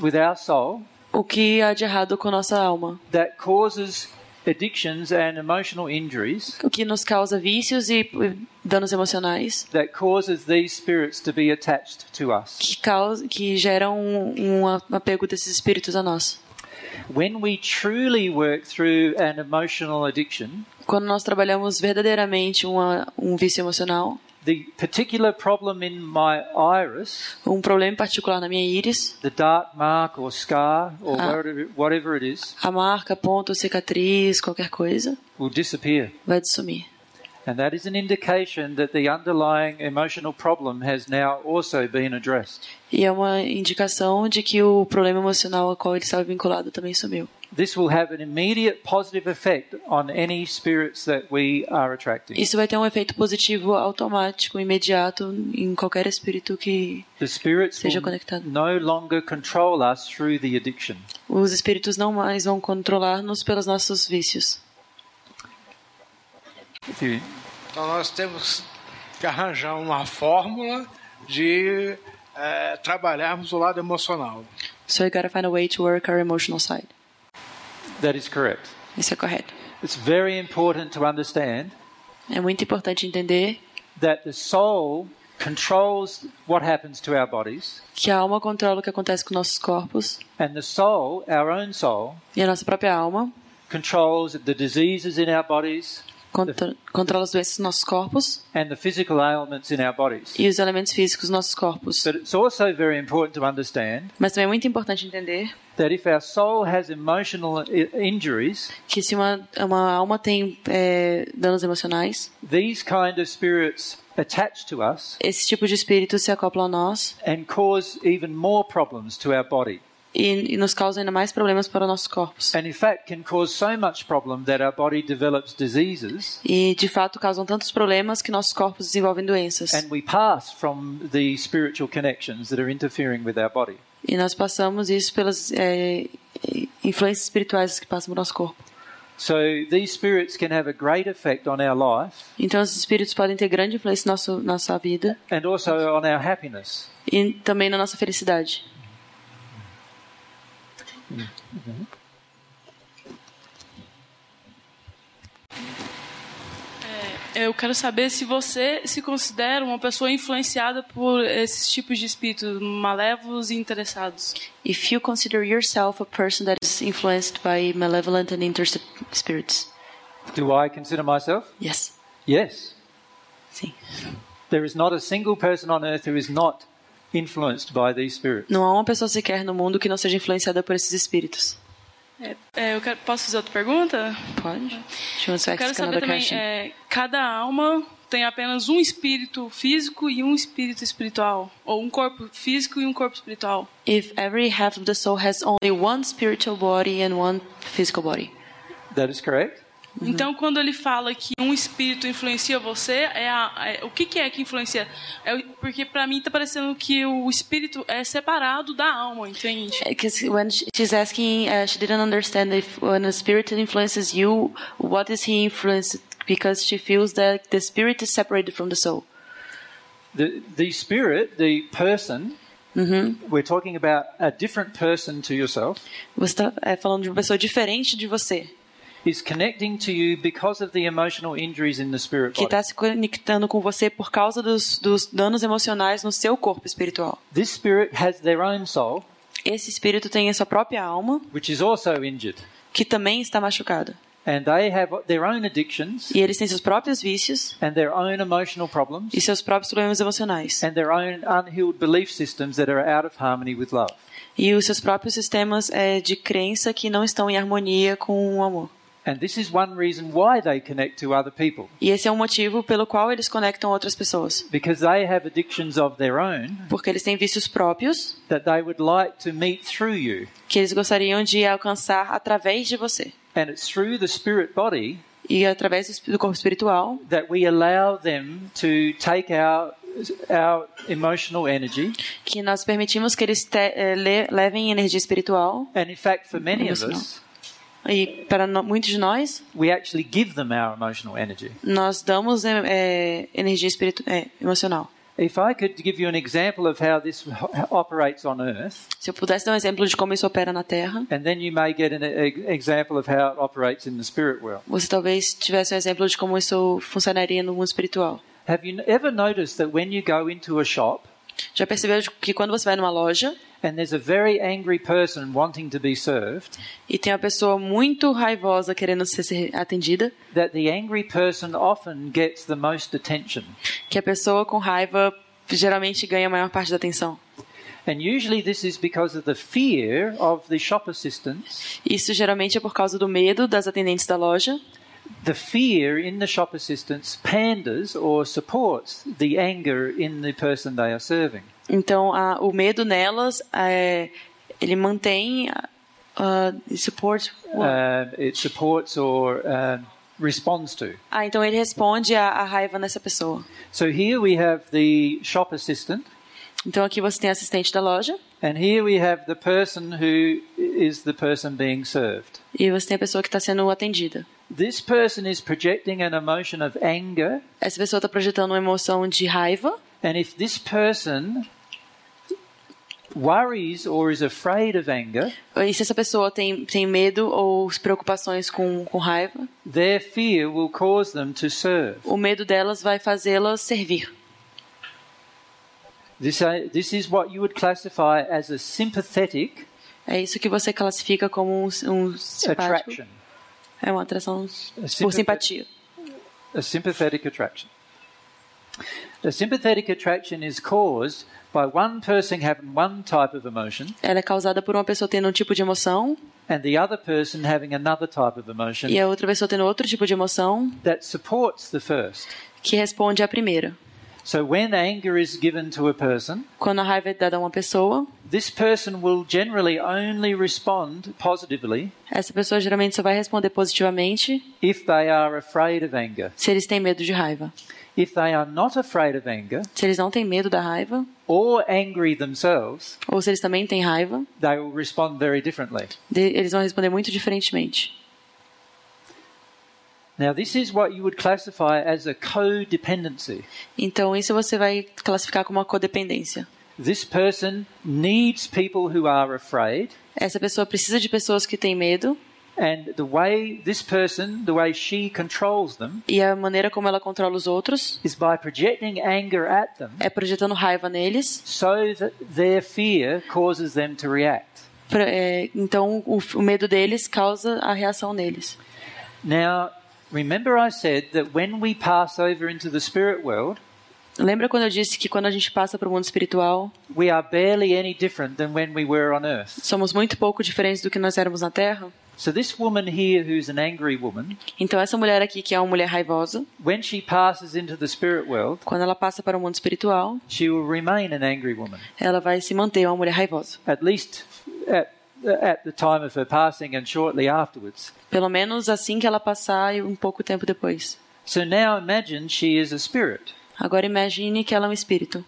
with our soul
o que há de errado com nossa alma,
that causes addictions and emotional injuries
o que nos causa vícios e e danos emocionais,
that causes these spirits to be attached to us.
que, causa, que geram um, um apego desses espíritos a nós.
When we truly work through an emotional addiction,
Quando nós trabalhamos verdadeiramente uma, um vício emocional,
the particular problem in my iris,
um problema em particular na minha íris,
the dark mark or scar or
Ah.
whatever, whatever it is,
a marca, ponto, cicatriz, qualquer coisa,
will disappear.
vai sumir.
And that is an indication that the underlying emotional problem has now also been addressed.
E é uma indicação de que o problema emocional ao qual ele estava vinculado também sumiu.
This will have an immediate positive effect on any spirits that we are attracting.
Isso vai ter um efeito positivo automático, imediato, em qualquer espírito que
the spirits
Seja
will
conectado.
no longer control us through the addiction.
Os espíritos não mais vão controlar-nos pelos nossos vícios.
If you
Então nós temos que arranjar uma fórmula de eh, trabalharmos o lado emocional.
So we gotta find a way to work our emotional side.
that is correct.
Isso é correto.
It's very important to understand
É muito importante entender
that the soul controls what happens to our bodies,
que a alma controla o que acontece com nossos corpos
and the soul, our own soul,
e a nossa própria alma
controls the diseases in our bodies
contro controla as doenças dos nossos corpos
and the physical ailments in our bodies.
e os elementos físicos dos nossos corpos.
But it's also very important to understand
Mas também é muito importante entender
that if our soul has emotional i- injuries,
que se uma, uma alma tem é, danos emocionais,
these kind of spirits attach to us
esse tipo de espírito se acopla a nós
and cause even more problems to our body.
e, e nos causa ainda mais problemas para os nossos corpos.
And in fact, can cause so much problem that our body develops diseases
E de fato causam tantos problemas que nossos corpos desenvolvem doenças.
And we pass from the spiritual connections that are interfering with our body.
E nós passamos isso pelas é, influências espirituais que passam no nosso corpo.
So these spirits can have a great effect on our life
Então, esses espíritos podem ter grande influência na nosso, nossa vida
and also on our happiness.
e também na nossa felicidade.
Eu quero saber se você se considera uma pessoa influenciada por esses tipos de espíritos malévolos e interessados.
If you consider yourself a person that is influenced by malevolent and interested spirits.
Do I consider myself?
Yes.
Yes.
Sim.
There is not a single person on earth who is not influenced by these spirits.
Não há uma pessoa sequer no mundo que não seja influenciada por esses espíritos.
É, é, eu quero- posso fazer outra pergunta?
Pode? She wants to
Eu quero
ask
saber
another
também,
question.
é, cada alma tem apenas um espírito físico e um espírito espiritual, ou um corpo físico e um corpo espiritual.
If every half of the soul has only one spiritual body and one physical body.
That is correct.
Então, quando ele fala que um espírito influencia você, é, a, é- o que, que é que influencia? É, o- porque para mim tá parecendo que o espírito é separado da alma, entende?
Because É when she- she's asking, uh, she didn't understand if when a spirit influences you, what is he influenced? Because she feels that the spirit is separated from the soul.
The, the spirit, the person, we're talking about a different person to yourself,
Você está falando de uma pessoa diferente de você,
is connecting to you because of the emotional injuries in the spirit
que
body.
está se conectando com você por causa dos, dos danos emocionais no seu corpo espiritual.
This spirit has their own soul,
Esse espírito tem a sua própria alma,
which is also injured.
que também está machucada.
And they have their own addictions
E eles têm seus próprios vícios
and their own emotional problems
e seus próprios problemas emocionais.
and their own unhealed belief systems that are out of harmony with love.
E os seus próprios sistemas eh, de crença que não estão em harmonia com o amor.
And this is one reason why they connect to other people,
E esse é um motivo pelo qual eles conectam outras pessoas.
because they have addictions of their own
Porque eles têm vícios próprios
that they would like to meet through you.
que eles gostariam de alcançar através de você.
And it's through the spirit body
E através do corpo espiritual,
that we allow them to take our, our emotional energy.
que nós permitimos que eles te, eh, le- levem energia espiritual.
And in fact, for many of us,
E para no, muitos de nós,
we actually give them our emotional energy.
nós damos eh, eh, energia espiritu, eh, emocional.
If I could give you an example of how this operates on earth,
Se eu pudesse dar um exemplo de como isso opera na Terra,
and then you may get an e- example of how it operates in the spirit world.
você talvez tivesse um exemplo de como isso funcionaria no mundo espiritual.
Have you ever noticed that when you go into a shop
Já percebeu de- que quando você vai numa loja
and there's a very angry person wanting to be served,
e tem uma pessoa muito raivosa querendo ser- ser atendida,
that the angry person often gets the most attention?
que a pessoa com raiva geralmente ganha a maior parte da atenção.
And usually this is because of the fear of the shop assistants,
Isso geralmente é por causa do medo das atendentes da loja.
the fear in the shop assistants panders or supports the anger in the person they are serving.
Então, a, o medo nelas, é, ele mantém a uh, support.
Um, it supports or um, responds to.
Ah, então ele responde à, à raiva nessa pessoa.
So here we have the shop assistant,
Então aqui você tem a assistente da loja
and here we have the person who is the person being served.
e você tem a pessoa que está sendo atendida.
This person is projecting an emotion of anger,
Essa pessoa está projetando uma emoção de raiva
and if this person worries or is afraid of anger,
E se essa pessoa tem, tem medo ou se preocupações com, com raiva,
their fear will cause them to serve.
o medo delas vai fazê-las servir.
This, uh, this is what you would classify as a sympathetic
É isso que você classifica como um, um simpático.
attraction.
É uma atração
sympathy.
por simpatia.
a sympathetic attraction. A sympathetic attraction is caused by one person having one type of emotion
Ela é causada por uma pessoa tendo um tipo de emoção
and the other person having another type of emotion
e a outra pessoa tendo outro tipo de emoção
that supports the first.
que responde à primeira.
So when anger is given to a person,
Quando a raiva é dada a uma pessoa,
this person will generally only respond positively
essa pessoa geralmente só vai responder positivamente
if they are afraid of anger.
se eles têm medo de raiva.
If they are not afraid of anger
Se eles não têm medo da raiva,
or angry themselves,
ou se eles também têm raiva,
they will respond very differently.
de- eles vão responder muito diferentemente.
Now, this is what you would classify as a codependency.
Então, isso você vai classificar como uma codependência.
This person needs people who are afraid,
Essa pessoa precisa de pessoas que têm medo,
and the way this person, the way she controls them,
e a maneira como ela controla os outros
is by projecting anger at them
é projetando raiva neles.
so that their fear causes them to react.
pra- é, então, o, f- o medo deles causa a reação neles.
Now, remember I said that when we pass over into the spirit world,
Lembra quando eu disse que quando a gente passa para o mundo espiritual,
we are barely any different than when we were on earth.
somos muito pouco diferentes do que nós éramos na Terra?
So, this woman here, who's an angry woman,
Então, essa mulher aqui, que é uma mulher raivosa,
when she passes into the spirit world,
quando ela passa para o mundo espiritual,
she will remain an angry woman.
ela vai se manter uma mulher raivosa.
at least at, at the time of her passing and shortly afterwards.
Pelo menos assim que ela passar e um pouco tempo depois.
So now imagine she is a spirit.
Agora imagine que ela é um espírito.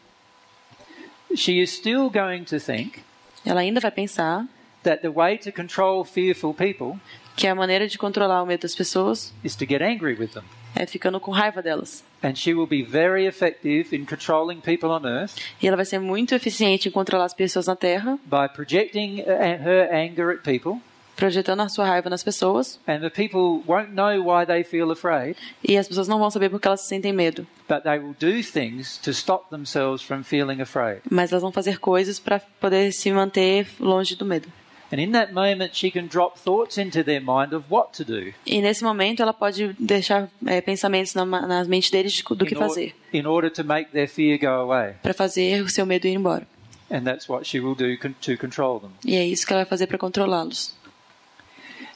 She is still going to think
Ela ainda vai pensar
that the way to control fearful people
que a maneira de controlar o medo das pessoas
is to get angry with them.
é ficando com raiva delas.
And she will be very effective in controlling people on earth
E ela vai ser muito eficiente em controlar as pessoas na Terra,
by projecting uh, her anger at people.
projetando a sua raiva nas pessoas,
And the people won't know why they feel afraid,
e as pessoas não vão saber porque elas se sentem medo,
but they will do things to stop themselves from feeling afraid.
mas elas vão fazer coisas para poder se manter longe do medo.
And in that moment, she can drop thoughts into their mind of what to do
E nesse momento ela pode deixar eh, pensamentos na, ma- na mente deles de, do que
in, or-
fazer,
in order to make their fear go away.
para fazer o seu medo ir embora.
And that's what she will do con- to control them.
E é isso que ela vai fazer para controlá-los.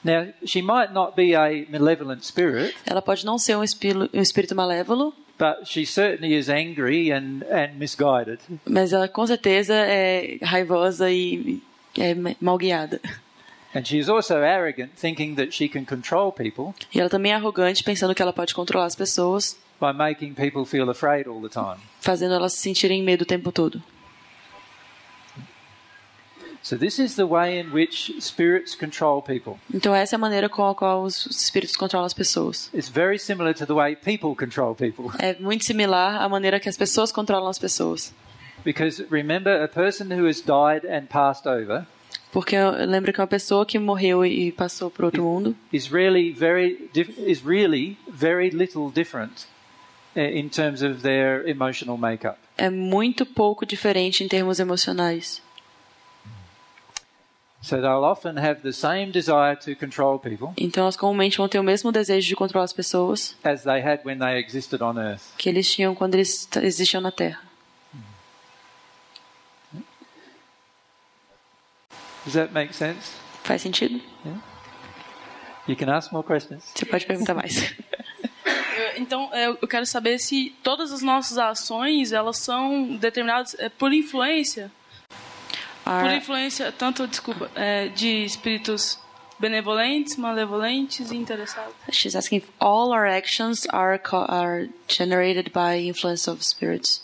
Now, she might not be a malevolent spirit,
Ela pode não ser um, espírito, um espírito malévolo,
but she certainly is angry and, and misguided.
mas ela com certeza é raivosa e é ma- mal guiada.
And she is also arrogant, thinking that she can control people
E ela também é arrogante, pensando que ela pode controlar as pessoas,
by making people feel afraid all the time.
fazendo elas se sentirem medo o tempo todo.
So, this is the way in which spirits control people.
Então essa é a maneira com a qual os espíritos controlam as pessoas.
It's very similar to the way people control people. [LAUGHS]
É muito similar à maneira que as pessoas controlam as pessoas.
Because remember, a person who has died and passed over
Porque eu lembro que uma pessoa que morreu e passou para outro mundo
is really very diff- is really very little different uh, in terms of their emotional makeup.
é muito pouco diferente em termos emocionais.
So they'll often have the same desire to control people
Então elas comumente vão ter o mesmo desejo de controlar as pessoas
as they had when they existed on Earth.
que eles tinham quando eles t- existiam na Terra.
Does that make sense?
Faz sentido?
You can ask more questions.
Você pode perguntar mais.
Eu- Então, é, eu quero saber se todas as nossas ações elas são determinadas é, por influência, por
Are,
influência tanto desculpa é, de espíritos benevolentes, malevolentes e interessados.
she's asking if all our actions are co- are generated by influence of spirits.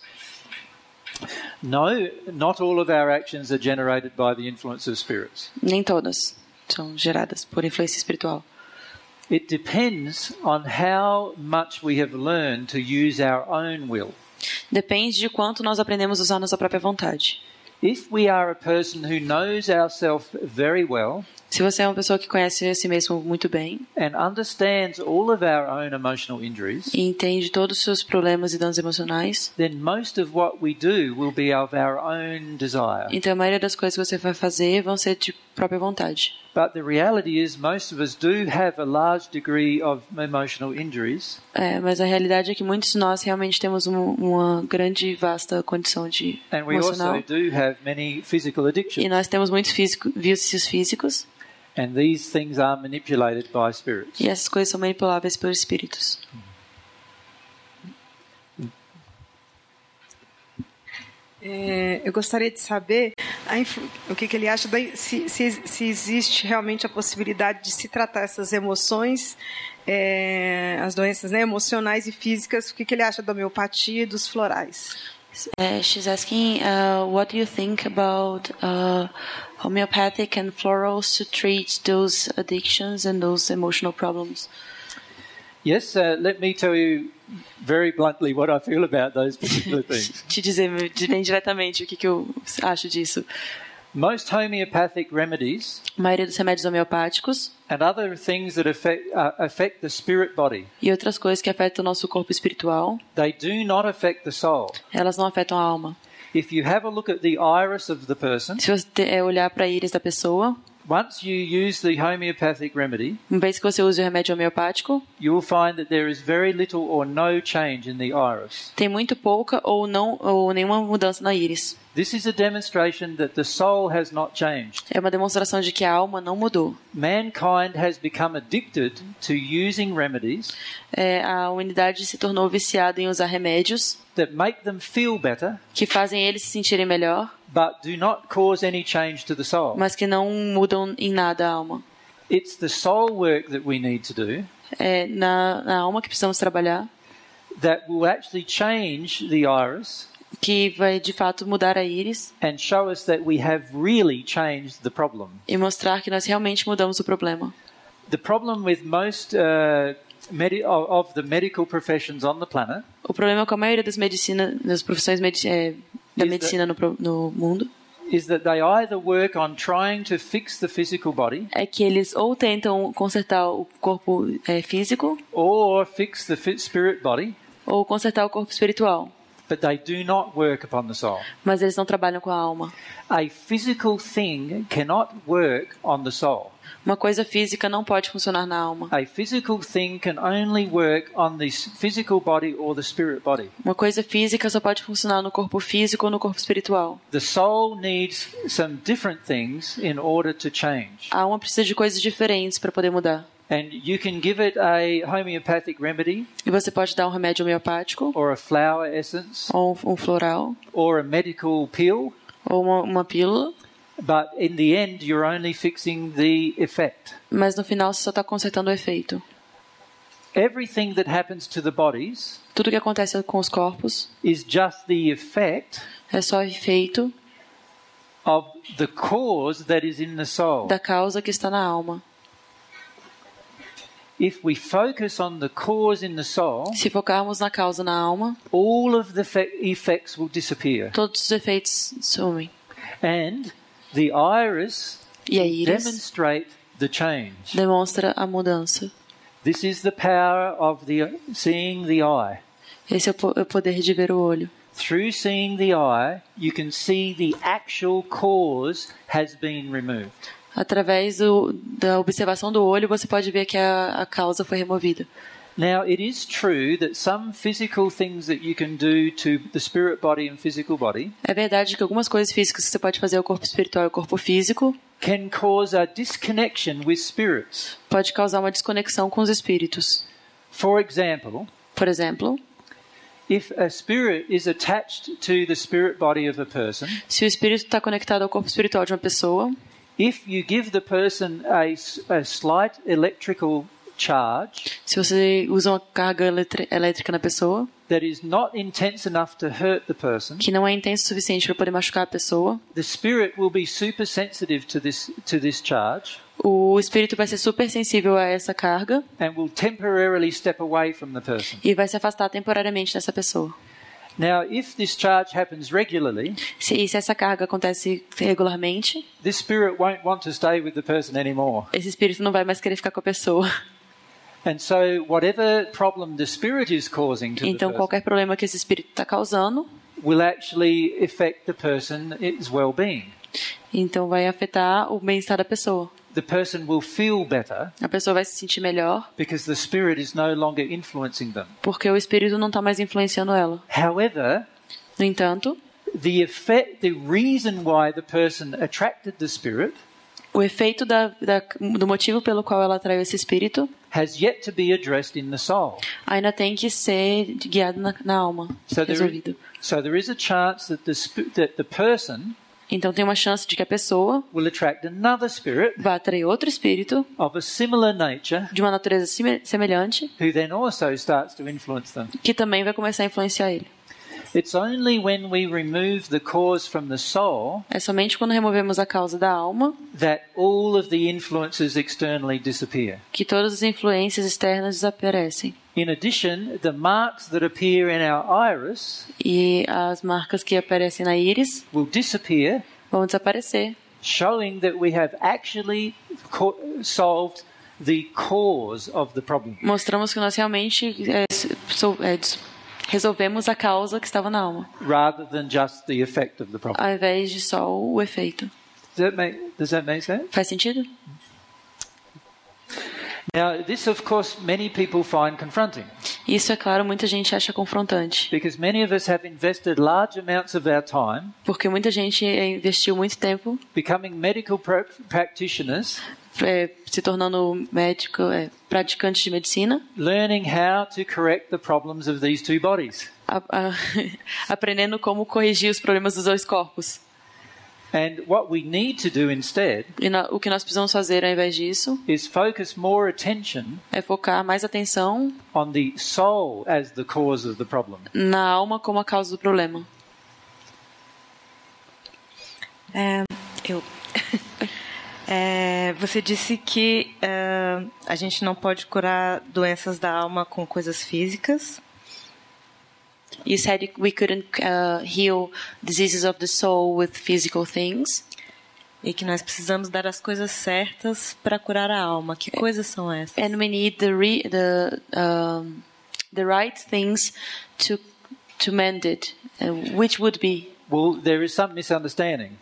No, not all of our actions are generated by the influence of spirits.
Nem todas são geradas por influência espiritual.
It depends on how much we have learned to use our own will.
Depende de quanto nós aprendemos a usar nossa própria vontade.
If we are a person who knows ourselves very well
Se você é uma pessoa que conhece a si mesmo muito bem
and understands all of our own emotional injuries,
e entende todos os seus problemas e danos emocionais,
then most of what we do will be of our own desire.
então a maioria das coisas que você vai fazer vão ser de própria vontade.
But the reality is, most of us do have a large degree of emotional injuries,
É, mas a realidade é que muitos de nós realmente temos um, uma grande e vasta condição de
and we also
emocional.
do have many physical
E
addictions,
nós temos muitos físico, vícios físicos
and these things are manipulated by spirits.
e essas coisas são manipuláveis pelos espíritos.
É, eu gostaria de saber a influ- o que, que ele acha da, se, se- se existe realmente a possibilidade de se tratar essas emoções, é, as doenças né, emocionais e físicas, o que, que ele acha da homeopatia e dos florais.
Uh, she's asking, uh, what do you think about uh, homeopathic and florals to treat those addictions and those emotional problems?
Yes, uh, let me tell you very bluntly what I feel about those particular things.
Te dizer bem diretamente o que, que eu acho disso.
Most homeopathic remedies
A maioria dos remédios homeopáticos
and other things that affect, uh, affect the spirit body,
e outras coisas que afetam o nosso corpo espiritual,
they do not affect the soul.
elas não afetam a alma.
If you have a look at the iris of the person,
Se você te- é, olhar para a íris da pessoa,
once you use the homeopathic remedy,
uma vez que você usa o remédio homeopático,
you will find that there is very little or no change in the iris.
tem muito pouca ou não ou nenhuma mudança na íris.
This is a demonstration that the soul has not changed.
É uma demonstração de que a alma não mudou.
Mankind has become addicted to using remedies
É, a unidade se tornou viciada em usar remédios
that make them feel better
que fazem eles se sentirem melhor,
but do not cause any change to the soul.
mas que não mudam em nada a alma.
It's the soul work that we need to do
É na, na alma que precisamos trabalhar,
that will actually change the iris
que vai de fato mudar a íris
and show us that we have really changed the problem.
e mostrar que nós realmente mudamos o problema.
The problem with most uh, medi- of of the medical professions on the planet
O problema com a maioria das medicinas, das profissões medi é, da
Is
medicina no, pro- no mundo
is that they either work on trying to fix the physical body
é que eles ou tentam consertar o corpo é, físico
or fix the fit spirit body,
ou consertar o corpo espiritual,
but they do not work upon the soul.
mas eles não trabalham com a alma.
A physical thing cannot work on the soul.
Uma coisa física não pode funcionar na alma.
A physical thing can only work on the s- physical body or the spirit body.
Uma coisa física só pode funcionar no corpo físico ou no corpo espiritual.
The soul needs some different things in order to change.
A alma precisa de coisas diferentes para poder mudar.
And you can give it a homeopathic remedy
E você pode dar um remédio homeopático,
or a flower essence
ou um floral,
or a medical pill,
ou uma, uma pílula,
but in the end, you're only fixing the effect.
mas no final você só está consertando o efeito.
Everything that happens to the bodies
Tudo que acontece com os corpos
is just the effect
é só efeito
of the cause that is in the soul.
da causa que está na alma.
If we focus on the cause in the soul,
Se focarmos na causa na alma,
all of the fe- effects will disappear.
todos os efeitos sumem.
And the iris
E a íris
demonstrate the change.
demonstra a mudança.
This is the power of the seeing the eye.
Esse é o po- o poder de ver o olho.
Through seeing the eye, you can see the actual cause has been removed.
Através do, da observação do olho, você pode ver que a, a causa foi removida.
Now, it is true that some physical things that you can do to the spirit body and physical body
É verdade que algumas coisas físicas que você pode fazer ao corpo espiritual e ao corpo físico
can cause a disconnection with spirits.
pode causar uma desconexão com os espíritos.
For example,
Por exemplo,
if a spirit is attached to the spirit body of a person,
se o espírito está conectado ao corpo espiritual de uma pessoa,
if you give the person a, s- a slight electrical charge
se você usa uma carga eletri- elétrica na pessoa,
that is not intense enough to hurt the person,
que não é intenso o suficiente para poder machucar a pessoa,
the spirit will be super sensitive to this to this charge
o espírito vai ser super sensível a essa carga
and will temporarily step away from the person.
e vai se afastar temporariamente dessa pessoa.
Now, if this charge happens regularly,
Se, e se essa carga acontece regularmente,
this spirit won't want to stay with the person anymore.
esse espírito não vai mais querer ficar com a pessoa.
And so, whatever problem the spirit is causing to
[LAUGHS] Então,
the person
qualquer problema que esse espírito está causando,
will actually affect the person's well-being.
então vai afetar o bem-estar da pessoa.
The person will feel better
A pessoa vai se sentir melhor
because the spirit is no longer influencing them.
porque o espírito não está mais influenciando ela.
However,
No entanto,
the effect, the reason why the person attracted the spirit
o efeito da, da, do motivo pelo qual ela atraiu esse espírito
has yet to be addressed in the soul.
ainda tem que ser guiado na, na alma,
So there,
resolvido.
so there is a chance that the sp- that the person
Então tem uma chance de que a pessoa
will attract another spirit
vá atrair outro espírito
of a similar nature,
de uma natureza sime- semelhante
who then also starts to influence them.
que também vai começar a influenciar ele.
It's only when we remove the cause from the soul
É somente quando removemos a causa da alma
that all of the influences externally disappear.
que todas as influências externas desaparecem.
In addition, the marks that appear in our iris
E as marcas que aparecem na íris
will disappear,
vão desaparecer,
showing that we have actually co- solved the cause of the problem.
mostramos que nós realmente é, s- sou- é, des- resolvemos a causa que estava na alma,
rather than just the effect of the problem.
ao invés de só o efeito.
Does that make, does that make sense?
Faz sentido?
Now, this, of course, many people find confronting
Isso, é claro, muita gente acha confrontante,
because many of us have invested large amounts of our time
porque muita gente é, investiu muito tempo
becoming medical pro- practitioners,
é, se tornando médico, é, praticante de medicina,
learning how to correct the problems of these two bodies.
[LAUGHS] a- a- aprendendo como corrigir os problemas dos dois corpos.
And what we need to do instead
E no- o que nós precisamos fazer ao invés disso
is focus more attention
é focar mais atenção
on the soul as the cause of the problem.
na alma como a causa do problema.
Eu. [LAUGHS] É, você disse que é, a gente não pode curar doenças da alma com coisas físicas.
You said we couldn't uh, heal diseases of the soul with physical things.
E que nós precisamos dar as coisas certas para curar a alma. Que coisas são essas?
and we need the re, the um, the right things to to mend it, uh, which would be
Well, there is some misunderstanding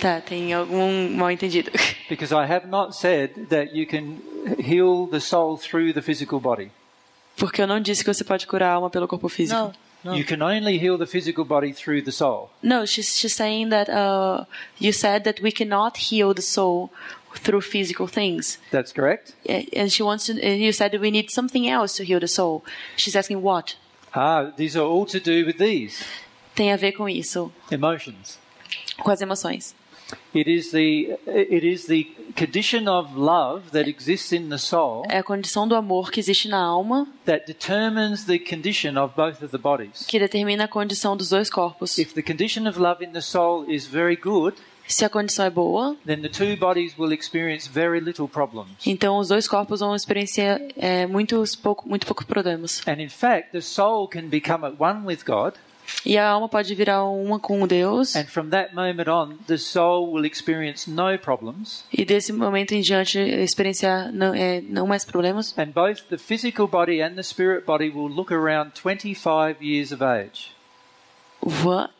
tá tem algum mal entendido [LAUGHS]
because I have not said that you can heal the soul through the physical body.
porque eu não disse que você pode curar a alma pelo corpo físico.
Não, não.
You can only heal the physical body through the soul.
No, she's she's saying that uh, you said that we cannot heal the soul through physical things,
That's correct?
A- and she wants to. And you said that we need something else to heal the soul. She's asking what
Ah, these are all to do with these
tem a ver com isso,
emotions.
com as emoções.
It is the it is the condition of love that exists in the soul
É a condição do amor que existe na alma
that determines the condition of both of the bodies.
que determina a condição dos dois corpos.
If the condition of love in the soul is very good,
Se a condição é boa,
then the two bodies will experience very little problems.
então os dois corpos vão experienciar é, muitos pouco, muito poucos problemas.
And in fact, the soul can become at one with God,
E a alma pode virar uma com Deus,
and from that moment on, the soul will experience no problems,
e desse momento em diante experienciar não, é, não mais problemas.
and both the physical body and the spirit body will look around 25 years of age.
What?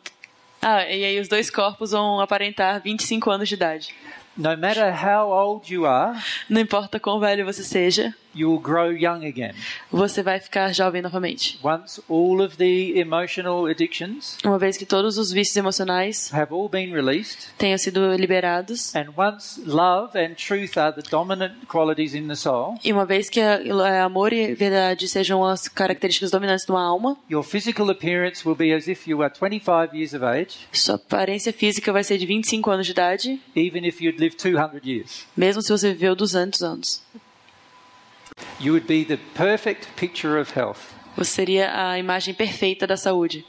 Ah, e aí os dois corpos vão aparentar 25 anos de idade.
No matter how old you are,
Não importa quão velho você seja,
you will grow young again.
você vai ficar jovem novamente.
Once all of the emotional addictions
Uma vez que todos os vícios emocionais
have all been released,
tenham sido liberados,
and once love and truth are the dominant qualities in the soul,
e uma vez que é, amor e verdade sejam as características dominantes de uma alma,
your physical appearance will be as if you are 25 years of age,
Sua aparência física vai ser de 25 anos de idade,
even if you'd lived 200 years.
mesmo se você viveu 200 anos.
You would be the perfect picture of health.
Você seria a imagem perfeita da saúde.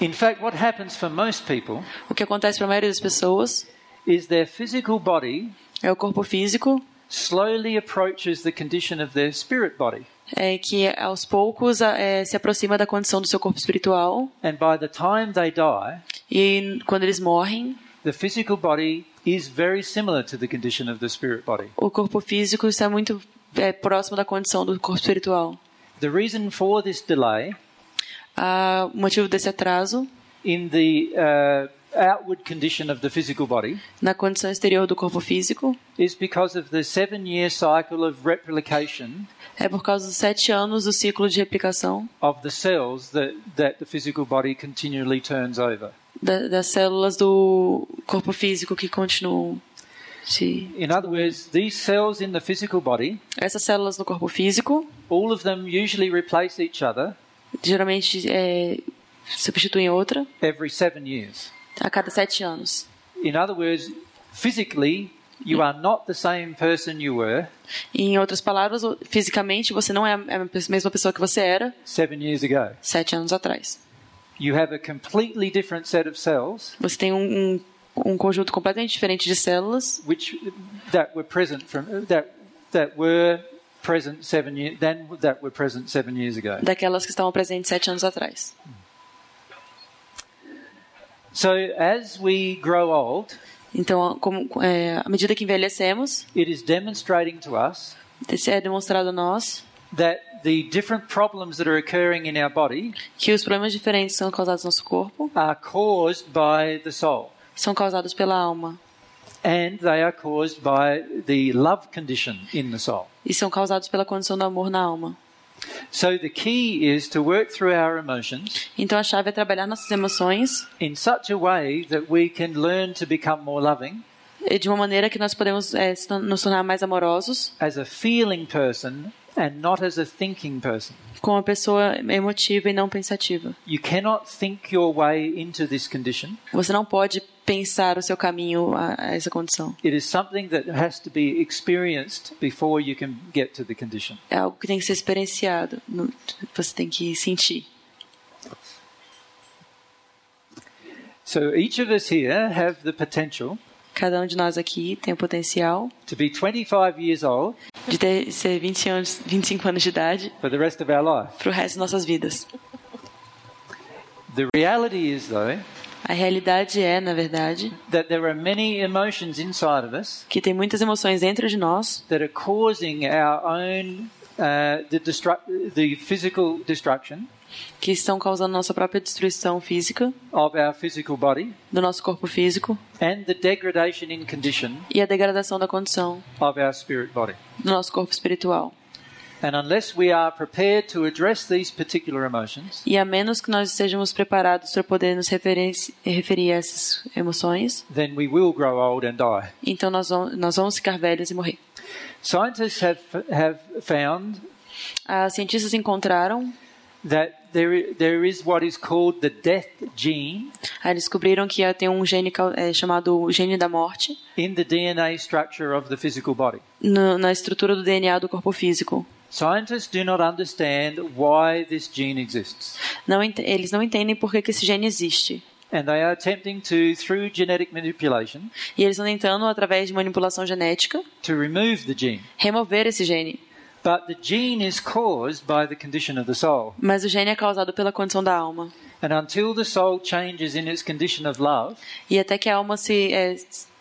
In fact, what happens for most people
O que acontece para a maioria das pessoas
is their physical body
é o corpo físico,
slowly approaches the condition of their spirit body.
é que aos poucos a- é, se aproxima da condição do seu corpo espiritual,
And by the time they die,
e quando eles morrem,
the physical body is very similar to the condition of the spirit body.
o corpo físico está muito é, próximo da condição do corpo espiritual.
The reason for this delay
Ah, O motivo desse atraso
in the uh, outward condition of the physical body
na condição exterior do corpo físico
is because of the seven year cycle of replication
é por causa dos sete anos do ciclo de replicação
of the cells that, that the physical body continually turns over.
da, das células do corpo físico que continuam. se-
In other words, these cells in the physical body,
Essas células no corpo físico
all of them usually replace each other
geralmente é, substituem outra
every seven years.
a cada sete anos.
In other words, physically, you are not the same person you were
Em outras palavras, o- fisicamente você não é a- é a mesma pessoa que você era
seven years ago.
sete anos atrás.
You have a completely different set of cells
Você tem um, um, um conjunto completamente diferente de células
which that were present from that that were present seven years then that were present seven years ago.
daquelas que estavam presentes sete anos atrás.
So as we grow old,
Então, como, é, à medida que envelhecemos,
it is demonstrating to us
isso é demonstrado a nós
that the different problems that are occurring in our body
que os problemas diferentes são causados no nosso corpo
are caused by the soul
são causados pela alma
and they are caused by the love condition in the soul.
e são causados pela condição do amor na alma.
So the key is to work through our emotions
Então a chave é trabalhar nossas emoções
in such a way that we can learn to become more loving.
é, eh, de uma maneira que nós podemos eh, se tor- nos tornar mais amorosos
As a feeling person and not as a thinking person.
com a pessoa emotiva e não pensativa.
You cannot think your way into this condition.
Você não pode pensar o seu caminho a, a essa condição.
It is something that has to be experienced before you can get to the condition.
É algo que tem que ser experienciado. não- Você tem que sentir.
So each of us here have the potential
Cada um de nós aqui tem o potencial
to be 25 years old
de ter, ser 20 anos, 25 anos de idade
for the rest of our life.
para o resto de nossas vidas.
The reality is, though,
A realidade é, na verdade,
that there are many emotions inside of us
que tem muitas emoções dentro de nós
that are causing our own uh, the, destruct- the physical destruction
que estão causando nossa própria destruição física
of our physical body
do nosso corpo físico
and the degradation in condition
e a degradação da condição
of our spirit body.
do nosso corpo espiritual.
And unless we are prepared to address these particular emotions,
E a menos que nós estejamos preparados para poder nos referenci- referir a essas emoções,
then we will grow old and die.
então nós vamos, nós vamos ficar velhos e morrer.
Scientists have, have found
Ah, cientistas encontraram,
that there, i- there is what is called the death gene
ah, eles descobriram que ah, tem um gene cau- eh, chamado gene da morte
in the DNA structure of the physical body.
no- na estrutura do DNA do corpo físico.
Scientists do not understand why this gene exists,
Não ent- eles não entendem por que, que esse gene existe.
and they are attempting to, through genetic manipulation,
E eles estão tentando, através de manipulação genética,
to remove the gene.
remover esse gene.
But the gene is caused by the condition of the soul,
Mas o gene é causado pela condição da alma.
and until the soul changes in its condition of love,
E até que a alma se, eh,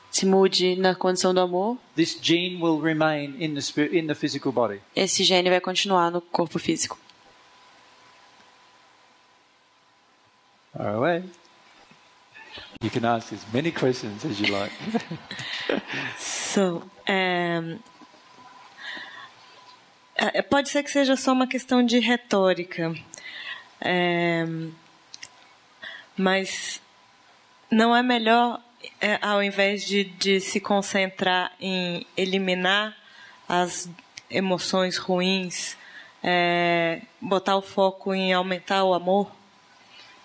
se mude na condição do amor,
this gene will remain in the spirit, in the physical body.
esse gene vai continuar no corpo físico.
Far away. You can ask as many questions as you like.
So, um, eh, pode ser que seja só uma questão de retórica, Um, mas não é melhor, eh, ao invés de, de se concentrar em eliminar as emoções ruins, eh, botar o foco em aumentar o amor?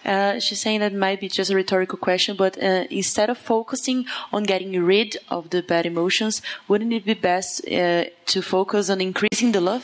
Uh, she's saying that might be just a rhetorical question, but uh, instead of focusing on getting rid of the bad emotions, wouldn't it be best uh, to focus on increasing the love?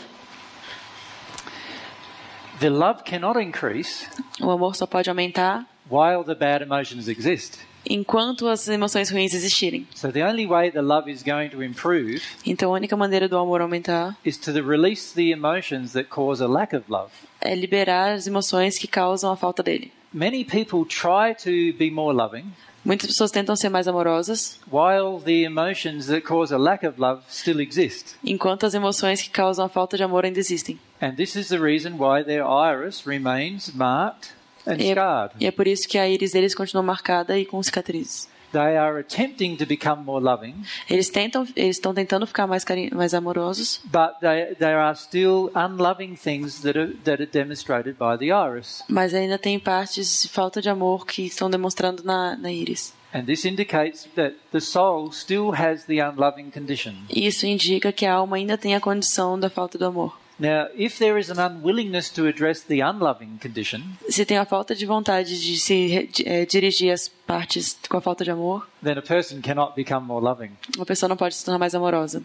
The love cannot increase
O amor só pode aumentar
while the bad emotions exist.
enquanto as emoções ruins existirem.
So the only way the love is going to improve
Então a única maneira do amor aumentar
is to the release the emotions that cause a lack of love.
é liberar as emoções que causam a falta dele.
Many people try to be more loving
Muitas pessoas tentam ser mais amorosas,
while the emotions that cause a lack of love still exist.
enquanto as emoções que causam a falta de amor ainda existem.
And this is the reason why their iris remains marked and
E é,
scarred.
e é por isso que a íris deles continua marcada e com cicatrizes.
They are attempting to become more loving,
Eles tentam, eles estão tentando ficar mais carin- mais amorosos,
but they, there are still unloving things that are, that are demonstrated by the iris.
mas ainda tem partes de falta de amor que estão demonstrando na, na íris.
And this indicates that the soul still has the unloving condition.
E Isso indica que a alma ainda tem a condição da falta do amor.
Now, if there is an unwillingness to address the unloving condition,
Se tem a falta de vontade de se re- de, eh, dirigir às partes com a falta de amor,
then a person cannot become more loving.
uma pessoa não pode se tornar mais amorosa.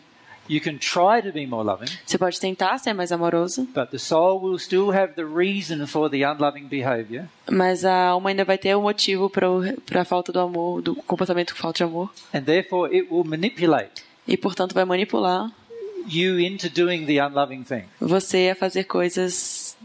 You can try to be more loving,
Você pode tentar ser mais amoroso,
but the soul will still have the reason for the unloving behavior,
mas a alma ainda vai ter o motivo para a falta do amor, do comportamento com falta de amor,
and therefore it will manipulate
e portanto vai manipular
you into doing the unloving thing.
você a fazer coisas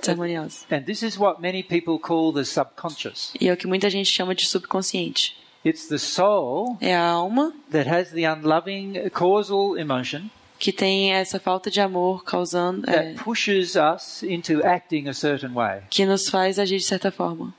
desarmoniosas.
And this is what many people call the subconscious.
E é o que muita gente chama de subconsciente.
It's the soul
É a alma
that has the unloving causal emotion
que tem essa falta de amor causando.
that
é,
pushes us into acting a certain way.
que nos faz agir de certa forma.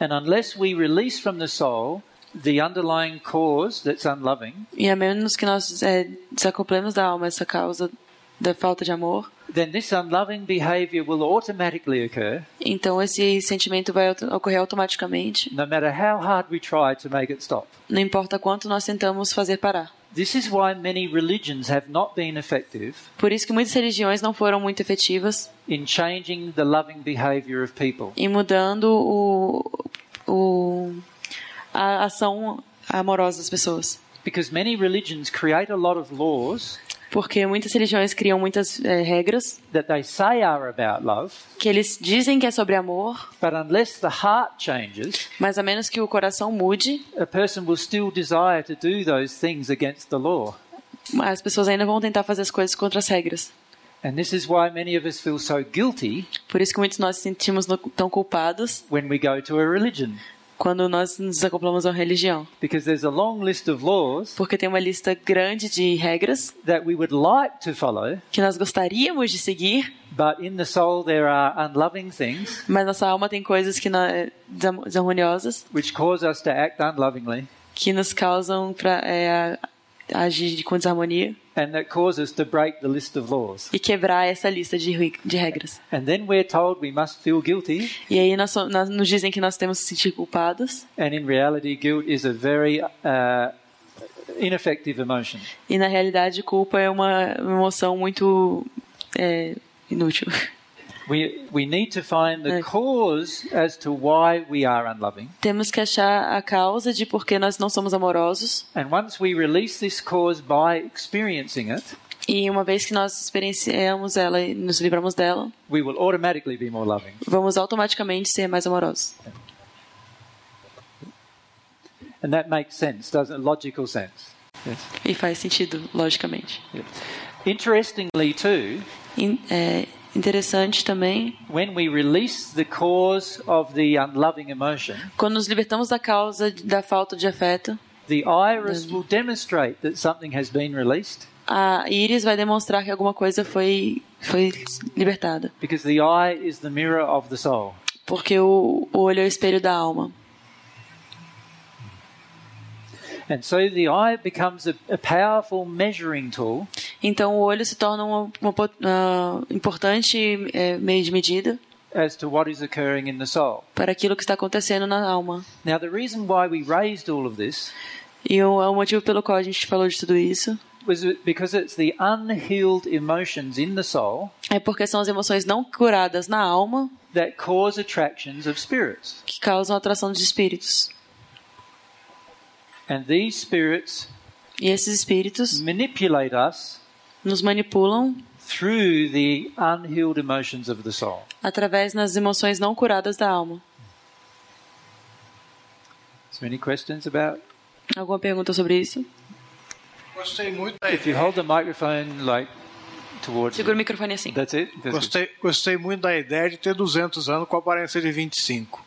And unless we release from the soul the underlying cause that's unloving,
E a menos que nós é, desacoplemos da alma essa causa da falta de amor,
then this unloving behavior will automatically occur
então esse sentimento vai auto- ocorrer automaticamente,
no matter how hard we try to make it stop.
não importa quanto nós tentamos fazer parar.
This is why many religions have not been effective
Por isso que muitas religiões não foram muito efetivas
in changing the loving behavior of people.
em mudando o, o, a ação amorosa das pessoas.
Because many religions create a lot of laws
Porque muitas religiões criam muitas eh, regras
that they say are about love,
que eles dizem que é sobre amor,
but unless the heart changes,
mas a menos que o coração mude,
a person will still desire to do those things against the law.
as pessoas ainda vão tentar fazer as coisas contra as regras.
And this is why many of us feel so guilty
Por isso que muitos de nós nos sentimos no- tão culpados
when we go to a religion,
quando nós nos acoplamos a uma religião.
because there's a long list of laws
Porque tem uma lista grande de regras
that we would like to follow,
que nós gostaríamos de seguir,
but in the soul there are unloving things
mas nossa alma tem coisas que nó- desam- desarmoniosas
which cause us to act unlovingly
que nos causam pra, é, a- agir com desarmonia
and that cause us to break the list of laws.
e quebrar essa lista de, ri- de regras.
And then we're told we must feel guilty,
E aí nós, so- nós- nos dizem que nós temos que nos sentir culpados
and in reality, guilt is a very uh, ineffective emotion.
e na realidade culpa é uma emoção muito é, inútil. [LAUGHS]
We, we need to find the cause as to why we are unloving.
Temos que achar a causa de por que nós não somos amorosos
And once we release this cause by experiencing it,
E uma vez que nós experienciamos ela e nos livramos dela,
we will automatically be more loving.
vamos automaticamente ser mais amorosos.
And that makes sense, doesn't it? Logical sense. Yes.
E faz sentido, logicamente.
Interestingly, too,
In- é interessante também,
when we release the cause of the unloving emotion,
quando nos libertamos da causa da falta de afeto,
the iris will demonstrate that something has been released
a íris vai demonstrar que alguma coisa foi, foi libertada.
because the eye is the mirror of the soul.
Porque o, o olho é o espelho da alma.
And so the eye becomes a, a powerful measuring tool
Então o olho se torna uma, uma po- uma importante é, meio de medida
as to what is occurring in the soul.
para aquilo que está acontecendo na alma.
Now, the reason why we raised all of this
E o, o motivo pelo qual a gente falou de tudo isso
was because it's the unhealed emotions in the soul
É porque são as emoções não curadas na alma
that cause attractions of spirits.
que causam a atração dos espíritos.
And these spirits
E esses espíritos
manipulate us
nos manipulam
through the unhealed emotions of the soul.
através das emoções não curadas da alma.
So, any questions about?
Alguma pergunta sobre isso?
Gostei muito da
If you hold the microphone like towards,
Segura o microfone assim.
that's it. That's good.
Gostei, gostei muito da ideia de ter 200 anos com aparência de 25.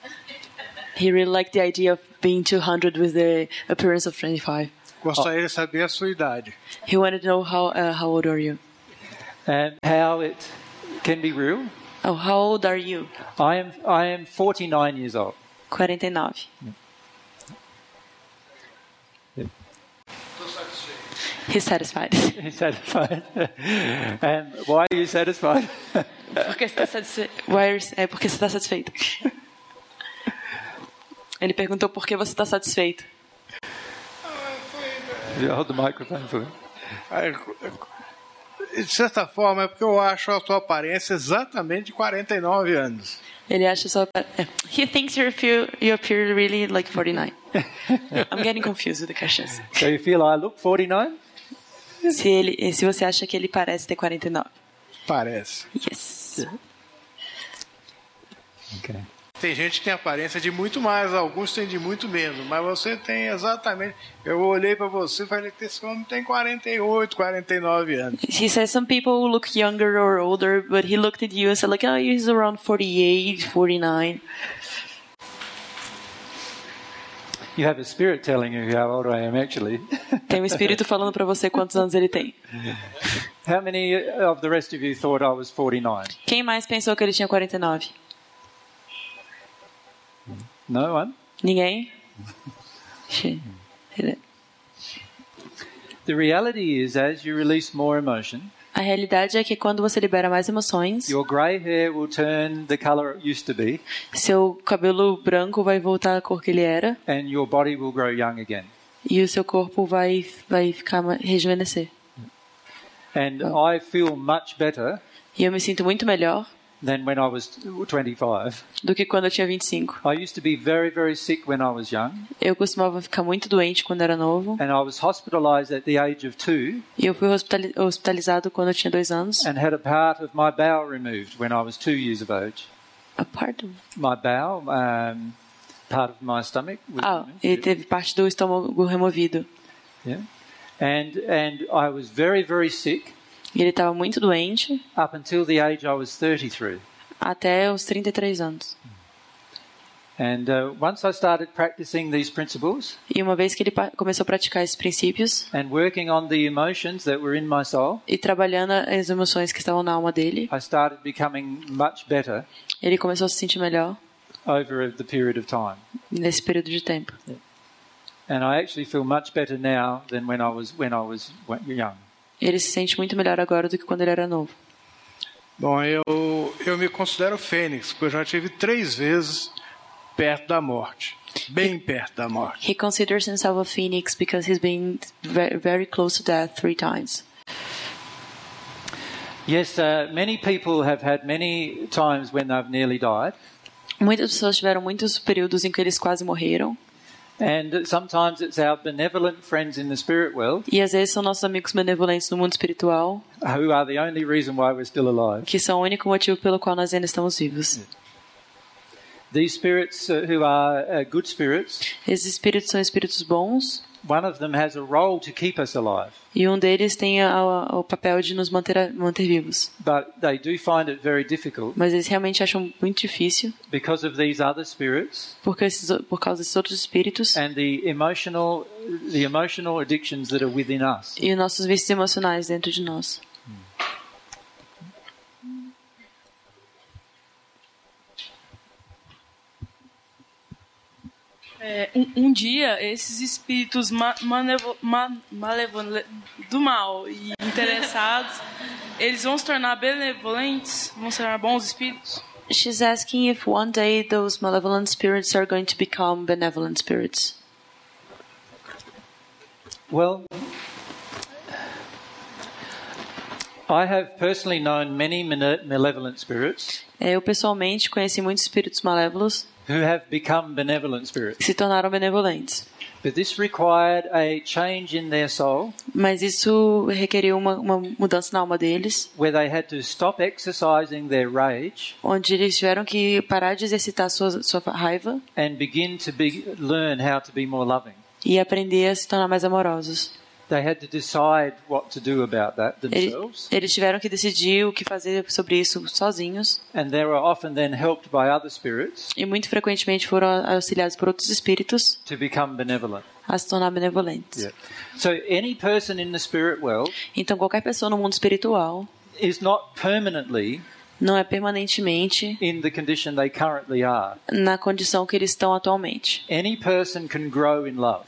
He really liked the idea of being 200 with the appearance of 25.
Gostaria de saber a sua idade.
He wanted to know how uh, how old are you?
And how it can be real.
Oh, how old are you?
I am I am 49 years old. [LAUGHS]
49. He's [LAUGHS] satisfied.
Is satisfied? [LAUGHS] and why are you satisfied? [LAUGHS]
Porque você tá está satisfe... Why are- é porque você está [LAUGHS] satisfeito. Ele perguntou por que você está satisfeito.
Ah,
You hold the microphone for me.
Aí, De certa forma, é porque eu acho a sua aparência exatamente de 49 anos.
Ele acha só. é. He thinks you appear, you appear really like [LAUGHS] 49. I'm getting confused with the questions.
So you feel I look 49?
Se, ele, se você acha que ele parece ter 49.
Parece.
Yes.
Okay.
Tem gente que tem aparência de muito mais, alguns têm de muito menos, mas você tem exatamente. Eu olhei pra você e falei que esse homem tem 48, 49 anos.
He says some people look younger or older, but he looked at you and said, like, oh, he's around 48, 49.
You have a spirit telling you how old I am actually. [LAUGHS]
Tem um espírito falando pra você quantos anos ele tem.
How many of the rest of you thought I was 49?
Quem mais pensou que ele tinha 49?
No one?
Ninguém? Shit. Ele-
The reality is, as you release more emotion,
A realidade é que quando você libera mais emoções,
your grey hair will turn the colour it used to be,
seu cabelo branco vai voltar à cor que ele era
and your body will grow young again.
e o seu corpo vai vai ficar ma- rejuvenescer.
And I feel much better
E eu me sinto muito melhor
than when I was 25.
do que quando eu tinha 25.
I used to be very, very sick when I was young,
Eu costumava ficar muito doente quando era novo
and I was hospitalized at the age of two
e eu fui hospitali- hospitalizado quando eu tinha dois anos.
and had a part of my bowel removed when I was two years of age.
A parte?
My bowel, um, part of my stomach was
Ah,
removed.
ele teve parte do estômago removido.
Yeah. And, and I was very, very sick
E ele estava muito doente
up until the age I was 33.
até os 33 anos.
And uh, once I started practicing these principles
E uma vez que ele pa- começou a praticar esses princípios
and working on the emotions that were in my soul,
e trabalhando as emoções que estavam na alma dele,
I started becoming much better
ele começou a se sentir melhor
over the period of time.
nesse período de tempo.
And I actually feel much better now than when I was when I was w- young.
Ele se sente muito melhor agora do que quando ele era novo.
Bom, eu, eu me considero fênix, porque eu já tive três vezes perto da morte. Bem perto da morte.
He considers himself a phoenix because he's been very, very close to death three times.
Yes, uh, many people have had many times when they've nearly died,
Muitas pessoas tiveram muitos períodos em que eles quase morreram.
and sometimes it's our benevolent friends in the spirit world
E às vezes são nossos amigos benevolentes no mundo espiritual
who are the only reason why we're still alive.
que são o único motivo pelo qual nós ainda estamos vivos.
These spirits uh, who are uh, good spirits,
Esses espíritos são espíritos bons
one of them has a role to keep us alive,
e um deles tem a, a, o papel de nos manter, a- manter vivos.
but they do find it very difficult
Mas eles realmente acham muito difícil
because of these other spirits
porque esses, o- por causa desses outros espíritos
and the emotional the emotional addictions that are within us.
e os nossos vícios emocionais dentro de nós.
É, um, um dia, esses espíritos ma manevo- ma malevole- do mal e interessados, eles vão se tornar benevolentes, vão se tornar bons espíritos.
She's asking if one day those malevolent spirits are going to become benevolent spirits.
Well, I have personally known many male- malevolent spirits
É, Eu pessoalmente conheci muitos espíritos malévolos
who have become benevolent spirits,
que se tornaram benevolentes,
but this required a change in their soul
mas isso requeriu uma, uma mudança na alma deles,
where they had to stop exercising their rage
onde eles tiveram que parar de exercitar sua, sua raiva
and begin to be, learn how to be more loving.
e aprender a se tornar mais amorosos.
They had to decide what to do about that
Eles,
themselves,
eles tiveram que decidir o que fazer sobre isso sozinhos
and they were often then helped by other spirits
e muito frequentemente foram auxiliados por outros espíritos
to become benevolent.
a se tornar benevolentes.
So any person in the spirit world
Então qualquer pessoa no mundo espiritual
is not permanently
não é permanentemente
in the condition they currently are.
na condição que eles estão atualmente.
Any person can grow in love.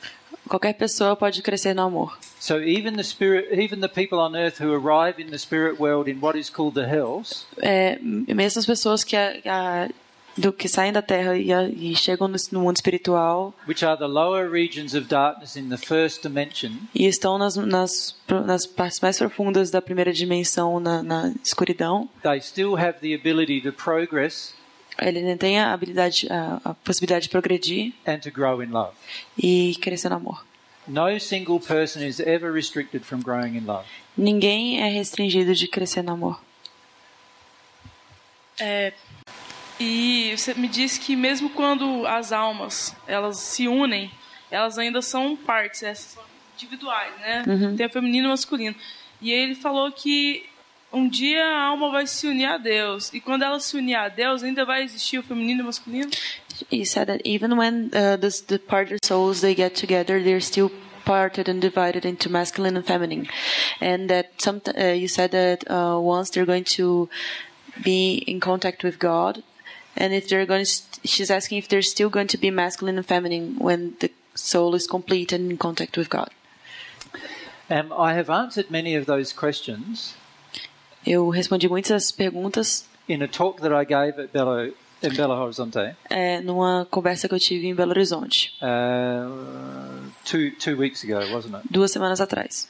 Qualquer pessoa pode crescer no amor.
So even the spirit, even the people on earth who arrive in the spirit world in what is called the hells,
É, mesmo as pessoas que, a, a- do, que saem da Terra e, a- e chegam no, no mundo espiritual
which are the lower regions of darkness in the first dimension,
e estão nas, nas, nas partes mais profundas da primeira dimensão, na, na escuridão,
they still have the ability to progress
ele nem tem a habilidade, a, a possibilidade de progredir
and to grow in love.
e crescer no amor.
No single person is ever restricted from growing in love.
Ninguém é restringido de crescer no amor.
É, e você me disse que mesmo quando as almas elas se unem, elas ainda são partes, né? essas são individuais, né? Tem o feminino e o masculino. E ele falou que um dia a alma vai se unir a Deus. E quando ela se unir a Deus, ainda vai existir o feminino e o masculino?
He said that even when uh, the, the parted souls they get together, they're still parted and divided into masculine and feminine, and that some uh, you said that uh, once they're going to be in contact with God, and if they're going, to, she's asking if they're still going to be masculine and feminine when the soul is complete and in contact with God.
Um, I have answered many of those questions
Eu respondi muitas perguntas
in a talk that I gave at Belo, in Belo Horizonte
eh, numa conversa que eu tive em Belo Horizonte.
uh, two two weeks ago, wasn't it?
duas semanas atrás.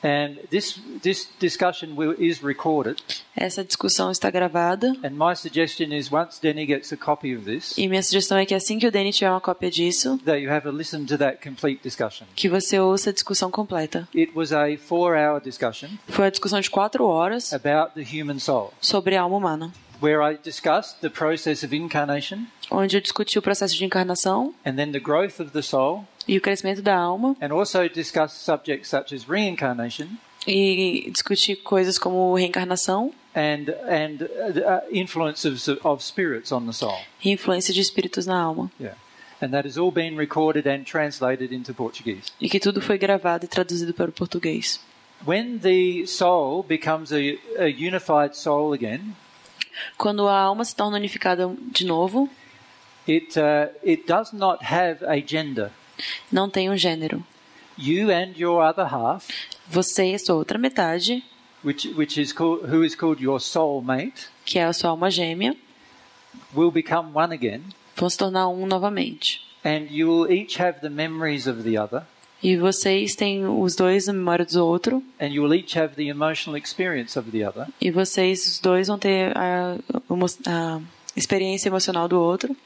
And this this discussion will, is recorded.
Essa discussão está gravada
And my suggestion is, once Denny gets a copy of this,
e minha sugestão é que assim que o Danny tiver uma cópia disso,
that you have a listen to that complete discussion.
que você ouça a discussão completa.
It was a four-hour discussion
Foi uma discussão de quatro horas
about the human soul,
sobre a alma humana,
where I discussed the process of incarnation
onde eu discuti o processo de encarnação
and then the growth of the soul,
e o crescimento da alma
and also discussed subjects such as reincarnation
e discuti coisas como reencarnação
and and uh, the, uh, influence of, of spirits on the soul.
e influência de espíritos na alma.
Yeah, and that has all been recorded and translated into Portuguese.
E que tudo foi gravado e traduzido para o português.
When the soul becomes a, a unified soul again,
Quando a alma se torna unificada de novo,
it uh, it does not have a gender.
não tem um gênero.
You and your other half,
Você e a sua outra metade,
which which is called who is called your soul mate,
que é a sua alma gêmea,
will become one again,
vão se tornar um novamente.
and you will each have the memories of the other,
E vocês têm os dois na memória do outro,
and you will each have the emotional experience of the other.
e vocês os dois vão ter a, emo- a experiência emocional do outro.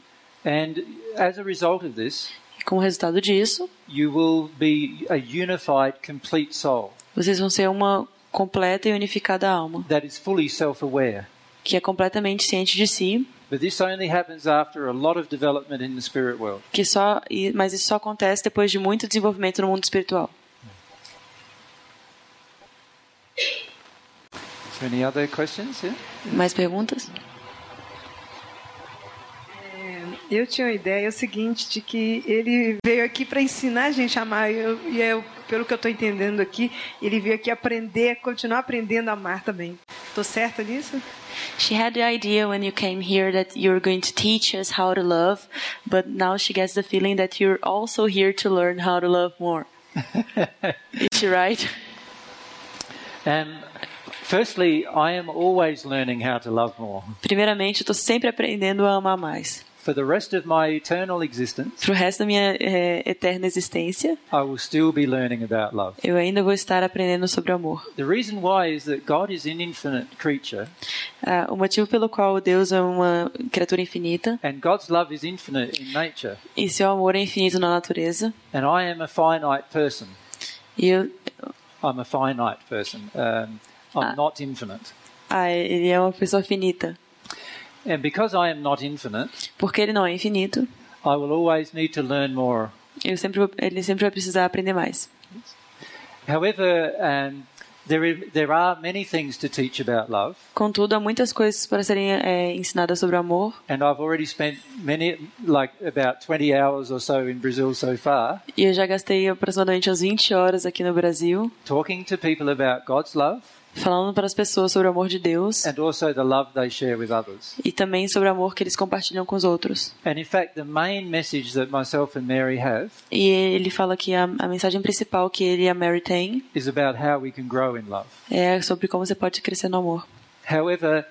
And as a result of this,
E como resultado disso,
you will be a unified, complete soul
vocês vão ser uma completa e unificada alma,
that is fully self-aware.
que é completamente ciente de si,
But this only happens after a lot of development in the spirit world.
que só e- mas isso só acontece depois de muito desenvolvimento no mundo espiritual.
Is there any other questions here?
Mais perguntas?
Eu tinha uma ideia é o seguinte de que ele veio aqui para ensinar a gente a amar. Eu- e eu, pelo que eu estou entendendo aqui, ele veio aqui aprender, continuar aprendendo a amar também. Estou certa nisso?
She had the idea when you came here that you're going to teach us how to love, but now she gets the feeling that you're also here to learn how to love more. Is she right?
Um, firstly, I am always learning how to love more.
Primeiramente, eu estou sempre aprendendo a amar mais.
For the rest of my eternal existence,
Pro resto da minha eh, eterna existência,
I will still be learning about love.
eu ainda vou estar aprendendo sobre o amor.
The reason why is that God is an infinite creature,
Ah, o motivo pelo qual Deus é uma criatura infinita
and God's love is infinite in nature,
e seu amor é infinito na natureza,
and I am a finite person.
e eu,
I'm a finite person. Um, I'm not infinite.
ah, ele é uma pessoa finita.
And because I am not infinite,
Porque ele não é infinito,
I will always need to learn more
eu sempre, vou- ele sempre vai precisar aprender mais.
However, um, there, i- there are many things to teach about love,
Contudo, há muitas coisas para serem eh, ensinadas sobre o amor.
and I've already spent many, like about 20 hours or so in Brazil so far,
E eu já gastei aproximadamente umas 20 horas aqui no Brasil
talking to people about God's love
falando para as pessoas sobre o amor de Deus
and also the love they share with others.
e também sobre o amor que eles compartilham com os outros.
And in fact, the main message that myself and Mary have
E ele fala que a, a mensagem principal que ele e a Mary têm
is about how we can grow in love.
é sobre como você pode crescer no amor.
However,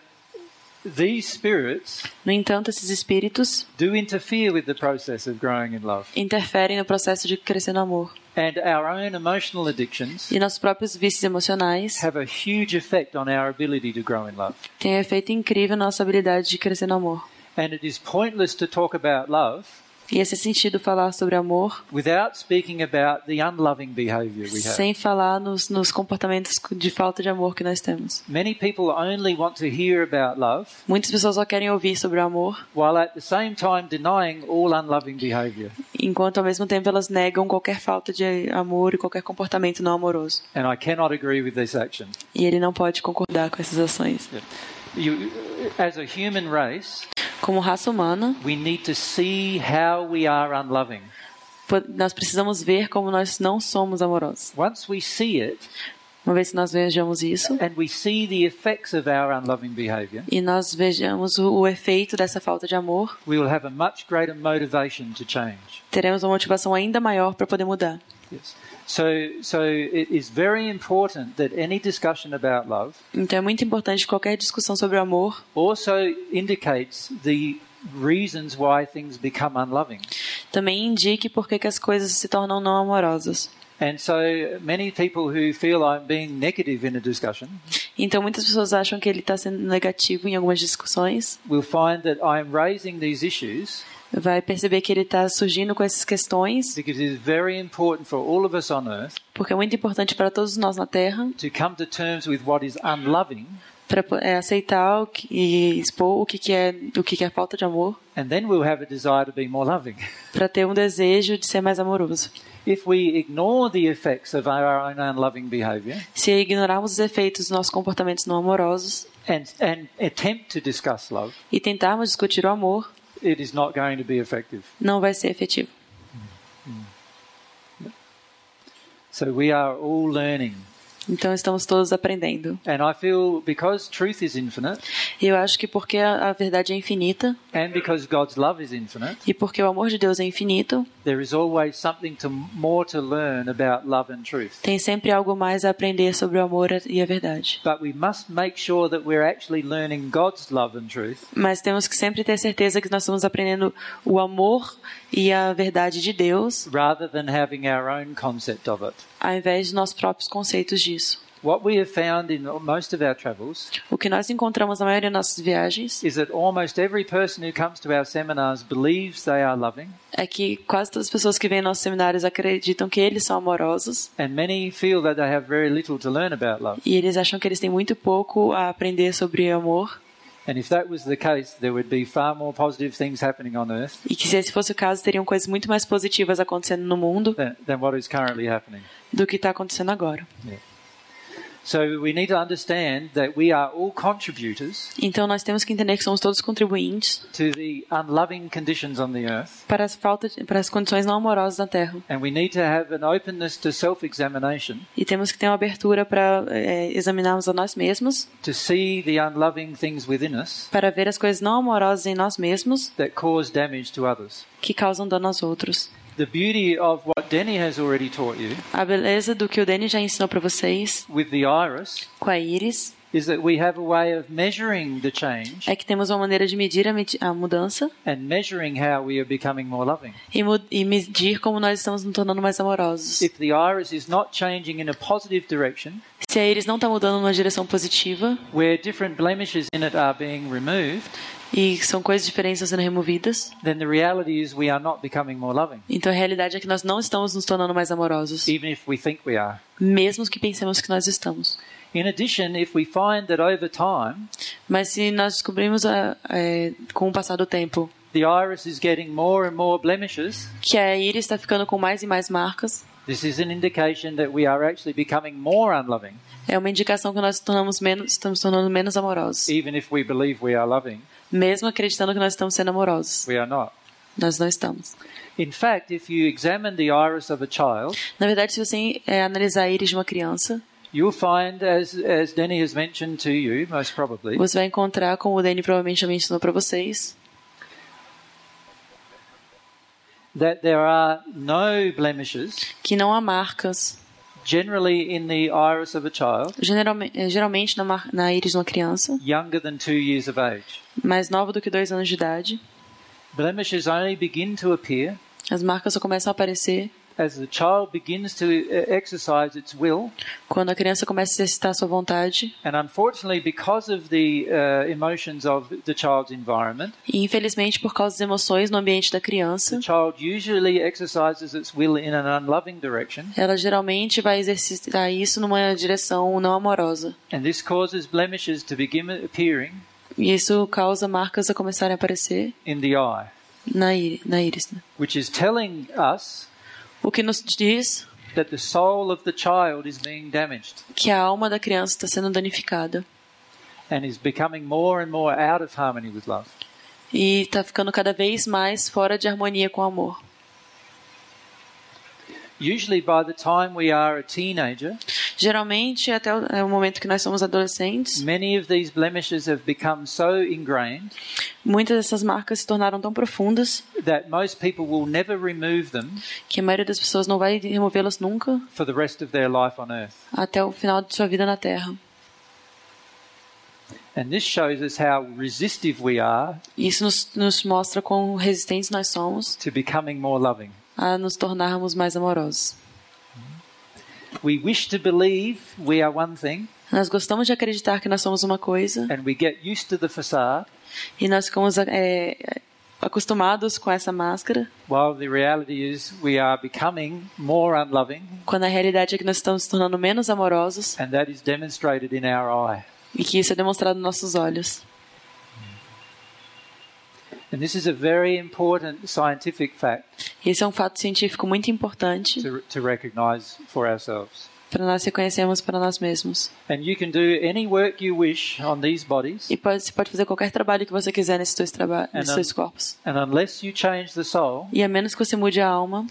these spirits
No entanto, esses espíritos
do interfere with the process of growing in love,
interferem no processo de crescer no amor.
and our own emotional addictions
E nossos próprios vícios emocionais
have a huge effect on our ability to grow in love.
têm um efeito incrível na nossa habilidade de crescer no amor.
And it is pointless to talk about love
E esse é sentido falar sobre amor
without speaking about the unloving behavior we have.
sem falar nos, nos comportamentos de falta de amor que nós temos.
Many people only want to hear about love
Muitas pessoas só querem ouvir sobre o amor,
while at the same time denying all unloving behavior.
enquanto ao mesmo tempo elas negam qualquer falta de amor e qualquer comportamento não amoroso.
And I cannot agree with this action.
E ele não pode concordar com essas ações.
You, as a human race,
Como raça humana,
we need to see how we are unloving.
po- nós precisamos ver como nós não somos amorosos.
Once we see it
Uma vez que nós vejamos isso
and we see the effects of our unloving behavior,
e nós vejamos o, o efeito dessa falta de amor,
we will have a much greater motivation to change.
teremos uma motivação ainda maior para poder mudar.
Yes. So, so it is very important that any discussion about love
Então é muito importante que qualquer discussão sobre o amor
also indicates the reasons why things become unloving.
também indique por que que as coisas se tornam não amorosas.
And so many people who feel I'm being negative in a discussion
Então muitas pessoas acham que ele está sendo negativo em algumas discussões.
will find that I'm raising these issues
Vai perceber que ele está surgindo com essas questões,
because it is very important for all of us on earth
porque é muito importante para todos nós na Terra,
to come to terms with what is unloving,
para é, aceitar o que, e expor o que, que é o que, que é falta de amor,
and then we'll have a desire to be more loving. [LAUGHS]
para ter um desejo de ser mais amoroso.
If we ignore the effects of our own unloving behaviour
Se ignorarmos os efeitos dos nossos comportamentos não amorosos
and, and attempt to discuss love,
e tentarmos discutir o amor,
it is not going to be effective.
não vai ser efetivo.
So we are all learning.
Então estamos todos aprendendo.
And I feel because truth is infinite
E eu acho que porque a a verdade é infinita
and because God's love is infinite,
e porque o amor de Deus é infinito,
there is always something to, more to learn about love and truth.
tem sempre algo mais a aprender sobre o amor e a verdade.
But we must make sure that we're actually learning God's love and truth
Mas temos que sempre ter certeza que nós estamos aprendendo o amor e a verdade de Deus,
rather than having our own concept of it.
ao invés dos nossos próprios conceitos disso.
What we have found in most of our travels
O que nós encontramos na maioria das nossas viagens
is that almost every person who comes to our seminars believes they are loving,
é que quase todas as pessoas que vêm em nossos seminários acreditam que eles são amorosos
and many feel that they have very little to learn about love.
e eles acham que eles têm muito pouco a aprender sobre amor
And if that was the case, there would be far more positive things happening on earth
e que se esse fosse o caso teriam coisas muito mais positivas acontecendo no mundo
than, than what is currently happening.
do que está acontecendo agora.
So we need to understand that we are all contributors
Então nós temos que entender que somos todos contribuintes
to the unloving conditions on the earth,
para as falta de- para as condições não amorosas da Terra
and we need to have an openness to self examination
e temos que ter uma abertura para é, examinarmos a nós mesmos
to see the unloving things within us
para ver as coisas não amorosas em nós mesmos
that cause damage to others.
que causam dano aos outros.
The beauty of what Denny has already taught you
A beleza do que o Danny já ensinou para vocês
with the iris
com a Iris
is that we have a way of measuring the change
é que temos uma maneira de medir a, medi- a mudança
and measuring how we are becoming more loving.
e, mu- e medir como nós estamos nos tornando mais amorosos.
If the iris is not changing in a positive direction,
Se a Iris não está mudando numa direção positiva
where different blemishes in it are being removed,
e são coisas diferentes sendo removidas,
then the reality is we are not becoming more loving,
então a realidade é que nós não estamos nos tornando mais amorosos,
even if we think we are.
mesmo que pensemos que nós estamos.
In addition, if we find that over time
Mas se nós descobrimos a- é, com o passar do tempo
the iris is getting more and more blemishes,
que a Iris está ficando com mais e mais marcas,
this is an indication that we are actually becoming more unloving,
é uma indicação que nós nos tornamos menos, estamos nos tornando menos amorosos,
even if we believe we are loving.
mesmo acreditando que nós estamos sendo amorosos.
We are not.
Nós não estamos.
In fact, if you examine the iris of a child,
Na verdade, se você é, analisar a íris de uma criança,
You'll find, as, as Denny has mentioned to you, most probably,
você vai encontrar, como o Danny provavelmente já mencionou para vocês,
that there are no blemishes
que não há marcas,
generally in the iris of a child
generalme- eh, geralmente na, mar- na íris de uma criança,
younger than two years of age.
mais nova do que dois anos de idade.
Blemishes only begin to appear
As marcas só começam a aparecer
as the child begins to uh, exercise its will,
quando a criança começa a exercitar sua vontade.
and unfortunately, because of the uh, emotions of the child's environment,
E, infelizmente, por causa das emoções no ambiente da criança,
the child usually exercises its will in an unloving direction,
ela geralmente vai exercitar isso numa direção não amorosa.
and this causes blemishes to begin appearing
E isso causa marcas a começarem a aparecer
in the eye,
na, í- na íris. né?
which is telling us
O que nos diz
that the soul of the child is being damaged
que a alma da criança está sendo danificada
and is becoming more and more out of harmony with love.
e está ficando cada vez mais fora de harmonia com o amor.
Usually, by the time we are a teenager,
Geralmente, até o é o momento que nós somos adolescentes,
many of these blemishes have become so ingrained
muitas dessas marcas se tornaram tão profundas
that most people will never remove them
que a maioria das pessoas não vai removê-las nunca
for the rest of their life on earth.
até o final de sua vida na Terra.
And this shows us how resistive we are
Isso nos, nos mostra quão resistentes nós somos
to becoming more loving.
a nos tornarmos mais amorosos.
We wish to believe we are one thing,
Nós gostamos de acreditar que nós somos uma coisa
and we get used to the facade,
e nós ficamos é, acostumados com essa máscara,
while the reality is we are becoming more unloving,
quando a realidade é que nós estamos nos tornando menos amorosos
and that is demonstrated in our eye.
e que isso é demonstrado nos nossos olhos.
And this is a very important scientific fact
Esse é um fato científico muito importante
to, to recognize for ourselves.
para nós reconhecermos para nós mesmos.
And you can do any work you wish on these bodies,
E pode, você pode fazer qualquer trabalho que você quiser nesses dois, traba
É,
nesses
não.
dois corpos.
and unless you change the soul,
E a menos que você mude a alma,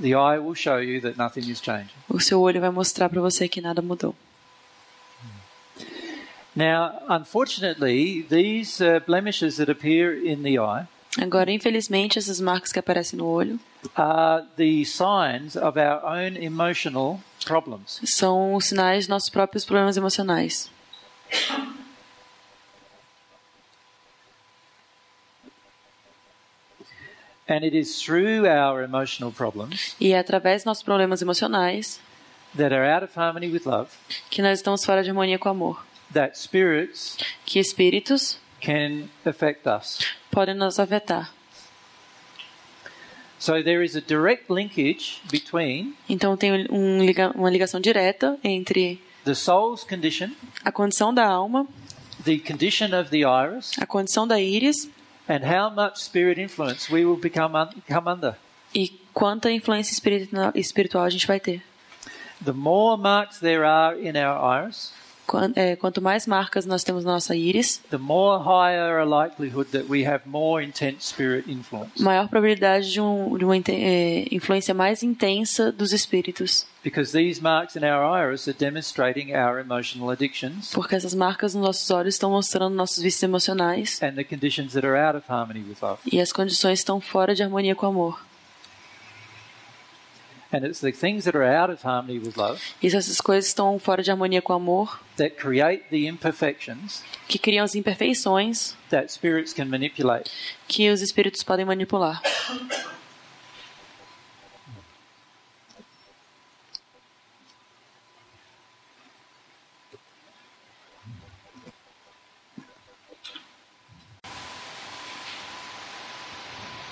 the eye will show you that nothing is changing.
o seu olho vai mostrar para você que nada mudou.
Now, unfortunately, these uh, blemishes that appear in the eye
Agora, infelizmente, essas marcas que aparecem no olho
are the signs of our own emotional problems.
são os sinais dos nossos próprios problemas emocionais.
And it is through our emotional problems
E é através dos nossos problemas emocionais
that are out of harmony with love
que nós estamos fora de harmonia com o amor.
that spirits
Que espíritos
can affect us.
podem nos afetar.
So there is a direct linkage between
Então, tem um liga- uma ligação direta entre
the soul's condition,
a condição da alma,
the condition of the iris,
a condição da íris
and how much spirit influence we will become un- come under.
e quanta influência espiritu- espiritual a gente vai ter.
The more marks there are in our iris,
Quan- é, Quanto mais marcas nós temos na nossa íris,
the more higher a likelihood that we have more intense spirit influence
maior probabilidade de, um, de uma inten- é, influência mais intensa dos espíritus,
because these marks in our iris are demonstrating our emotional addictions
porque essas marcas nos nossos olhos estão mostrando nossos vícios emocionais
and the conditions that are out of harmony with love.
e as condições estão fora de harmonia com o amor.
And it's the things that are out of harmony with love
E se essas coisas estão fora de harmonia com o amor,
that create the imperfections
que criam as imperfeições
that spirits can manipulate.
que os espíritos podem manipular.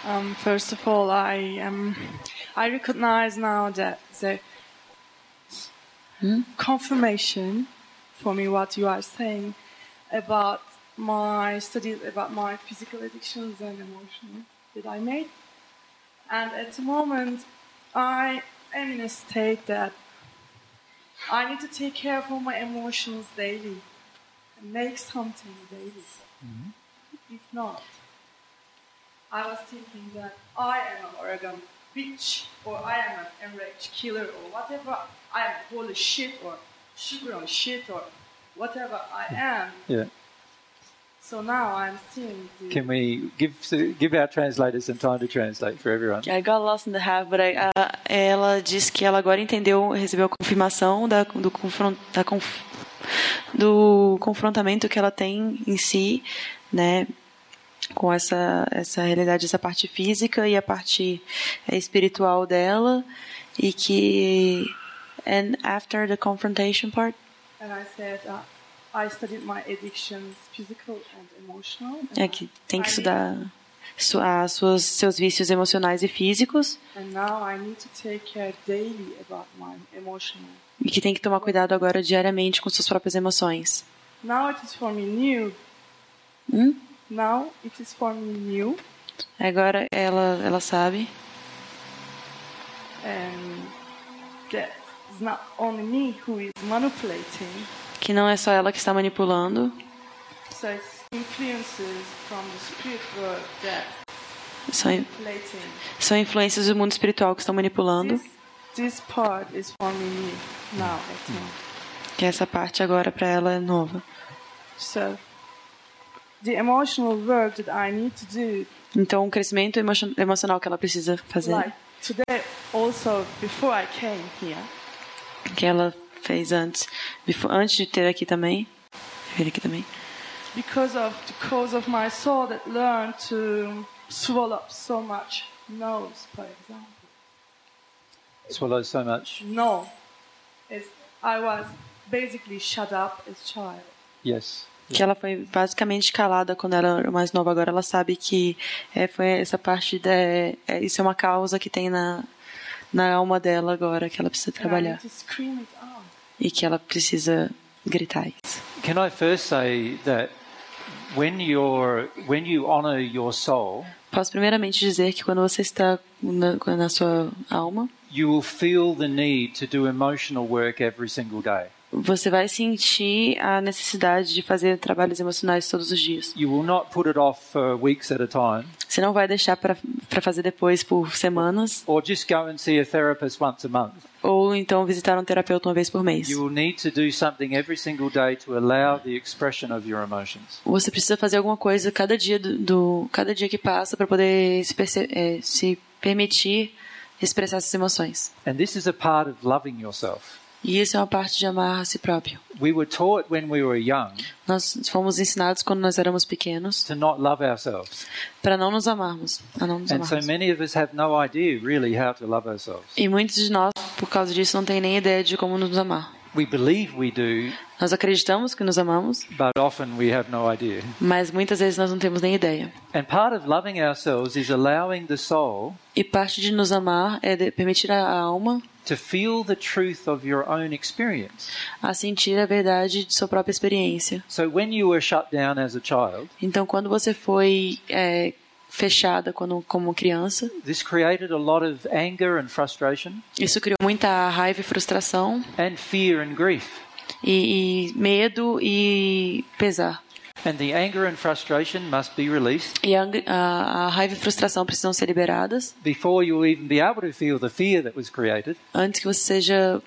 Um, first of all, I um, I recognize now that the confirmation for me what you are saying about my studies about my physical addictions and emotional that I made, and at the moment I am in a state that I need to take care of all my emotions daily and make something daily. If not, I was thinking that I am an Oregon bitch, or I am an enraged killer, or whatever. I am holy shit, or sugar on shit, or whatever I am.
Yeah.
So now I'm seeing the
Can we give give our translators some time to translate for everyone?
I got lost in the half, but I, a- ela diz que ela agora entendeu, recebeu a confirmação da, do, confron, da conf, do confrontamento que ela tem em si, né, com essa essa realidade, essa parte física e a parte eh, espiritual dela, e que and after the confrontation part,
and I said uh, I studied my addictions, physical and emotional. And,
é que tem que
I need-
estudar su- as suas seus vícios emocionais e físicos
and now I need to take care daily about my emotional.
e que tem que tomar cuidado agora diariamente com suas próprias emoções.
Now it is for me new.
Hmm?
Now it is for me new.
Agora ela, ela sabe
and that it's not only me who is manipulating.
que não é só ela que está manipulando,
So it's influences from the spirit world that
são,
manipulating.
são influências do mundo espiritual que estão manipulando,
This, this part is for me now, I think.
que é essa parte agora para ela é nova.
So the emotional work that I need to do,
Então, o crescimento emocion- emocional que ela precisa fazer,
like today, also before I came here,
que ela fez antes, befo- antes de ter aqui também, vir aqui também,
because of the cause of my soul that learned to swallow up so much no's, for example.
Swallow so much.
No. It's, I was basically shut up as child.
Yes.
Que ela foi basicamente calada quando ela era mais nova. Agora ela sabe que é, foi essa parte da. é, isso é uma causa que tem na, na alma dela agora que ela precisa
And I need
trabalhar
to scream it out.
e que ela precisa gritar isso.
Can I first say that when you're when you honor your soul,
Posso primeiramente dizer que quando você está na, na sua alma,
you will feel the need to do emotional work every single day.
você vai sentir a necessidade de fazer trabalhos emocionais todos os dias.
You will not put it off for weeks at a time,
Você não vai deixar para fazer depois por semanas,
or just go and see a therapist once a month.
ou então visitar um terapeuta uma vez por mês.
You will need to do something every single day to allow the expression of your emotions.
Você precisa fazer alguma coisa cada dia do, do- cada dia que passa para poder se, perce- eh, se permitir expressar essas emoções.
And this is a part of loving yourself.
E isso é uma parte de amar a si próprio.
We were taught when we were young
Nós fomos ensinados quando nós éramos pequenos
to not love ourselves.
para não nos amarmos, a não nos
And so
amarmos.
many of us have no idea really how to love ourselves.
E muitos de nós, por causa disso, não tem nem ideia de como nos amar.
We believe we do,
Nós acreditamos que nos amamos,
but often we have no idea.
mas muitas vezes nós não temos nem ideia.
And part of loving ourselves is allowing the soul
E parte de nos amar é de permitir à alma
to feel the truth of your own experience.
a sentir a verdade de sua própria experiência.
So when you were shut down as a child,
Então, quando você foi é, fechada quando, como criança,
this created a lot of anger and frustration
isso criou muita raiva e frustração,
and fear and grief.
e, e medo e pesar.
And the anger and frustration must be released
E a, ang- a- a raiva e frustração precisam ser liberadas
before you'll even be able to feel the fear that was created,
antes que você seja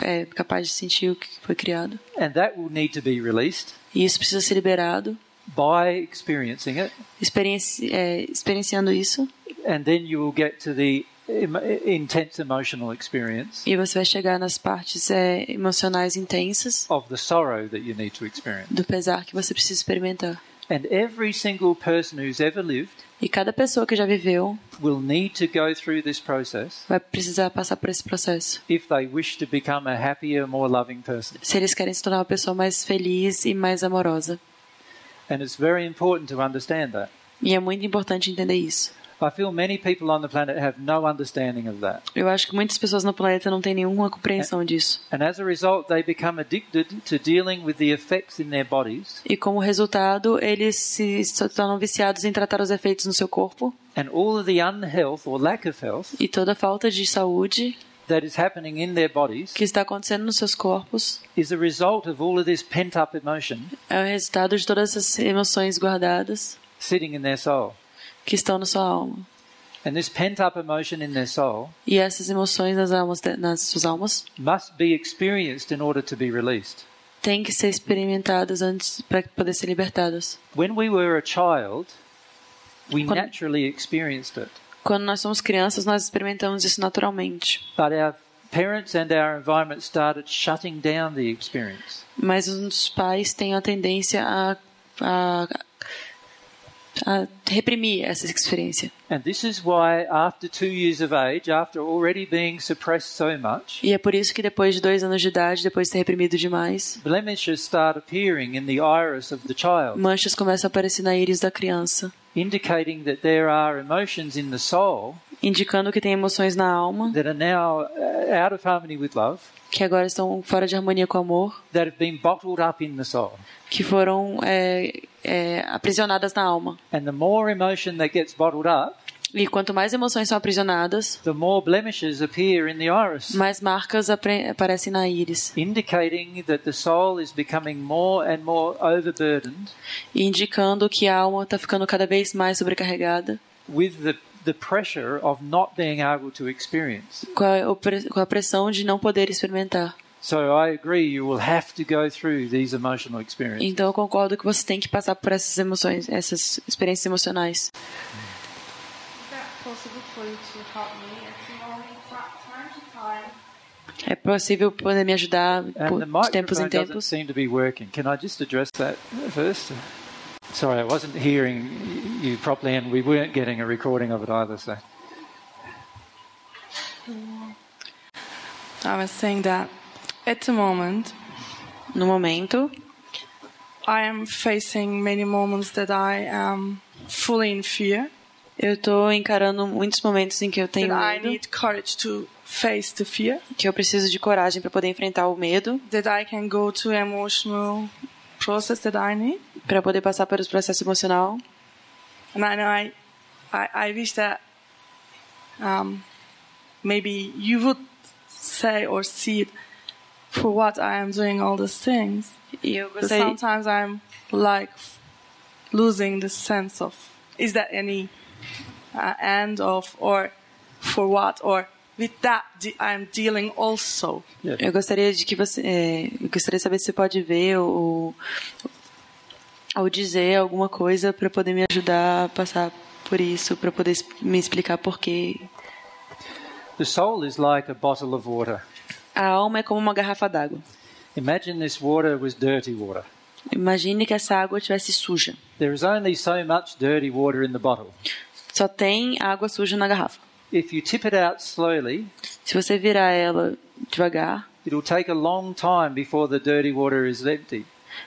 é, capaz de sentir o que foi criado.
and that will need to be released
E isso precisa ser liberado,
by experiencing it,
experienci- é, experienciando isso,
and then you will get to the em- intense emotional experience
e você vai chegar nas partes é, emocionais intensas
of the sorrow that you need to experience.
do pesar que você precisa experimentar.
And every single person who's ever lived
E cada pessoa que já viveu
will need to go through this process
vai precisar passar por esse processo.
if they wish to become a happier, more loving person.
Se eles querem se tornar uma pessoa mais feliz e mais amorosa.
And it's very important to understand that.
E é muito importante entender isso.
I feel many people on the planet have no understanding of that.
Eu acho que muitas pessoas no planeta não têm nenhuma compreensão disso.
And as a result, they become addicted to dealing with the effects in their bodies
E como resultado, eles se se tornam viciados em tratar os efeitos no seu corpo
and all of the unhealth or lack of health
e toda a falta de saúde
that is happening in their bodies
que está acontecendo nos seus corpos
is a result of all of this pent up emotion
é o resultado de todas essas emoções guardadas
sitting in their soul.
que estão na sua alma.
And this pent up emotion in their soul
E essas emoções nas, almas de- nas suas almas
must be experienced in order to be released.
têm que ser experimentadas antes para poder ser libertadas.
When we were a child, we
Quando-
naturally experienced it.
Quando nós somos crianças, nós experimentamos isso naturalmente.
But our parents and our environment started shutting down the experience.
Mas os pais têm a tendência a, a, a reprimir essa experiência.
And this is why, after two years of age, after already being suppressed so much,
E é por isso que depois de dois anos de idade, depois de ter reprimido demais,
blemishes start appearing in the iris of the child,
manchas começam a aparecer na íris da criança,
indicating that there are emotions in the soul
indicando que tem emoções na alma,
that are now uh, out of harmony with love,
que agora estão fora de harmonia com o amor,
that have been bottled up in the soul.
que foram é, é, aprisionadas na alma.
And the more emotion that gets bottled up,
E quanto mais emoções são aprisionadas,
the more blemishes appear in the iris,
mais marcas apre- aparecem na íris,
indicating that the soul is becoming more and more overburdened
indicando que a alma está ficando cada vez mais sobrecarregada
with the, the pressure of not being able to experience.
com a, opre- com a pressão de não poder experimentar.
So I agree, you will have to go through these emotional experiences.
Então eu concordo que você tem que passar por essas emoções, essas experiências emocionais.
Is that possible for you to help me? It's only fra- time to time.
É possível poder me ajudar
And
por-
the
de tempos
microphone
em
doesn't
tempos.
seem to be working. Can I just address that first? Sorry, I wasn't hearing you properly, and we weren't getting a recording of it either. So,
I was saying that at the moment,
No momento,
I am facing many moments that I am fully in fear,
eu estou encarando muitos momentos em que eu
that
tenho
I
medo,
need courage to face the fear,
que eu preciso de coragem para poder enfrentar o medo,
that I can go to emotional process that I need.
para poder passar pelos processos emocional.
And I know I, I, I wish that um, maybe you would say or see it for what I am doing all these things.
E eu
But
gostaria,
sometimes I'm like losing the sense of is that any uh, end of or for what or with that de- I'm dealing also.
eu gostaria de que você, é, eu gostaria de saber se você pode ver ou ou dizer alguma coisa para poder me ajudar a passar por isso, para poder es- me explicar por quê.
the soul is like a bottle of water.
A alma é como uma garrafa d'água.
Imagine this water was dirty water.
Imagine que essa água estivesse suja.
There is only so much dirty water in the bottle.
Só tem água suja na garrafa.
If you tip it out slowly,
Se você virar ela devagar,
it'll take a long time before the dirty water is empty.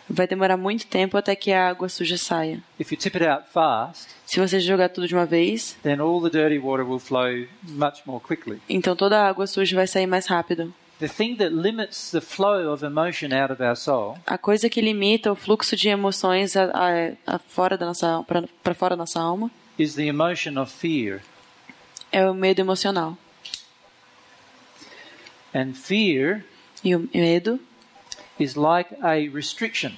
vai demorar muito tempo até que a água suja saia.
If you tip it out fast,
Se você jogar tudo de uma vez,
then all the dirty water will flow much more quickly.
então toda a água suja vai sair mais rápido.
The thing that limits the flow of emotion out of our soul
A coisa que limita o fluxo de emoções a, a- a fora da nossa para fora da nossa alma
is the emotion of fear.
é o medo emocional.
And fear
E o medo
is like a restriction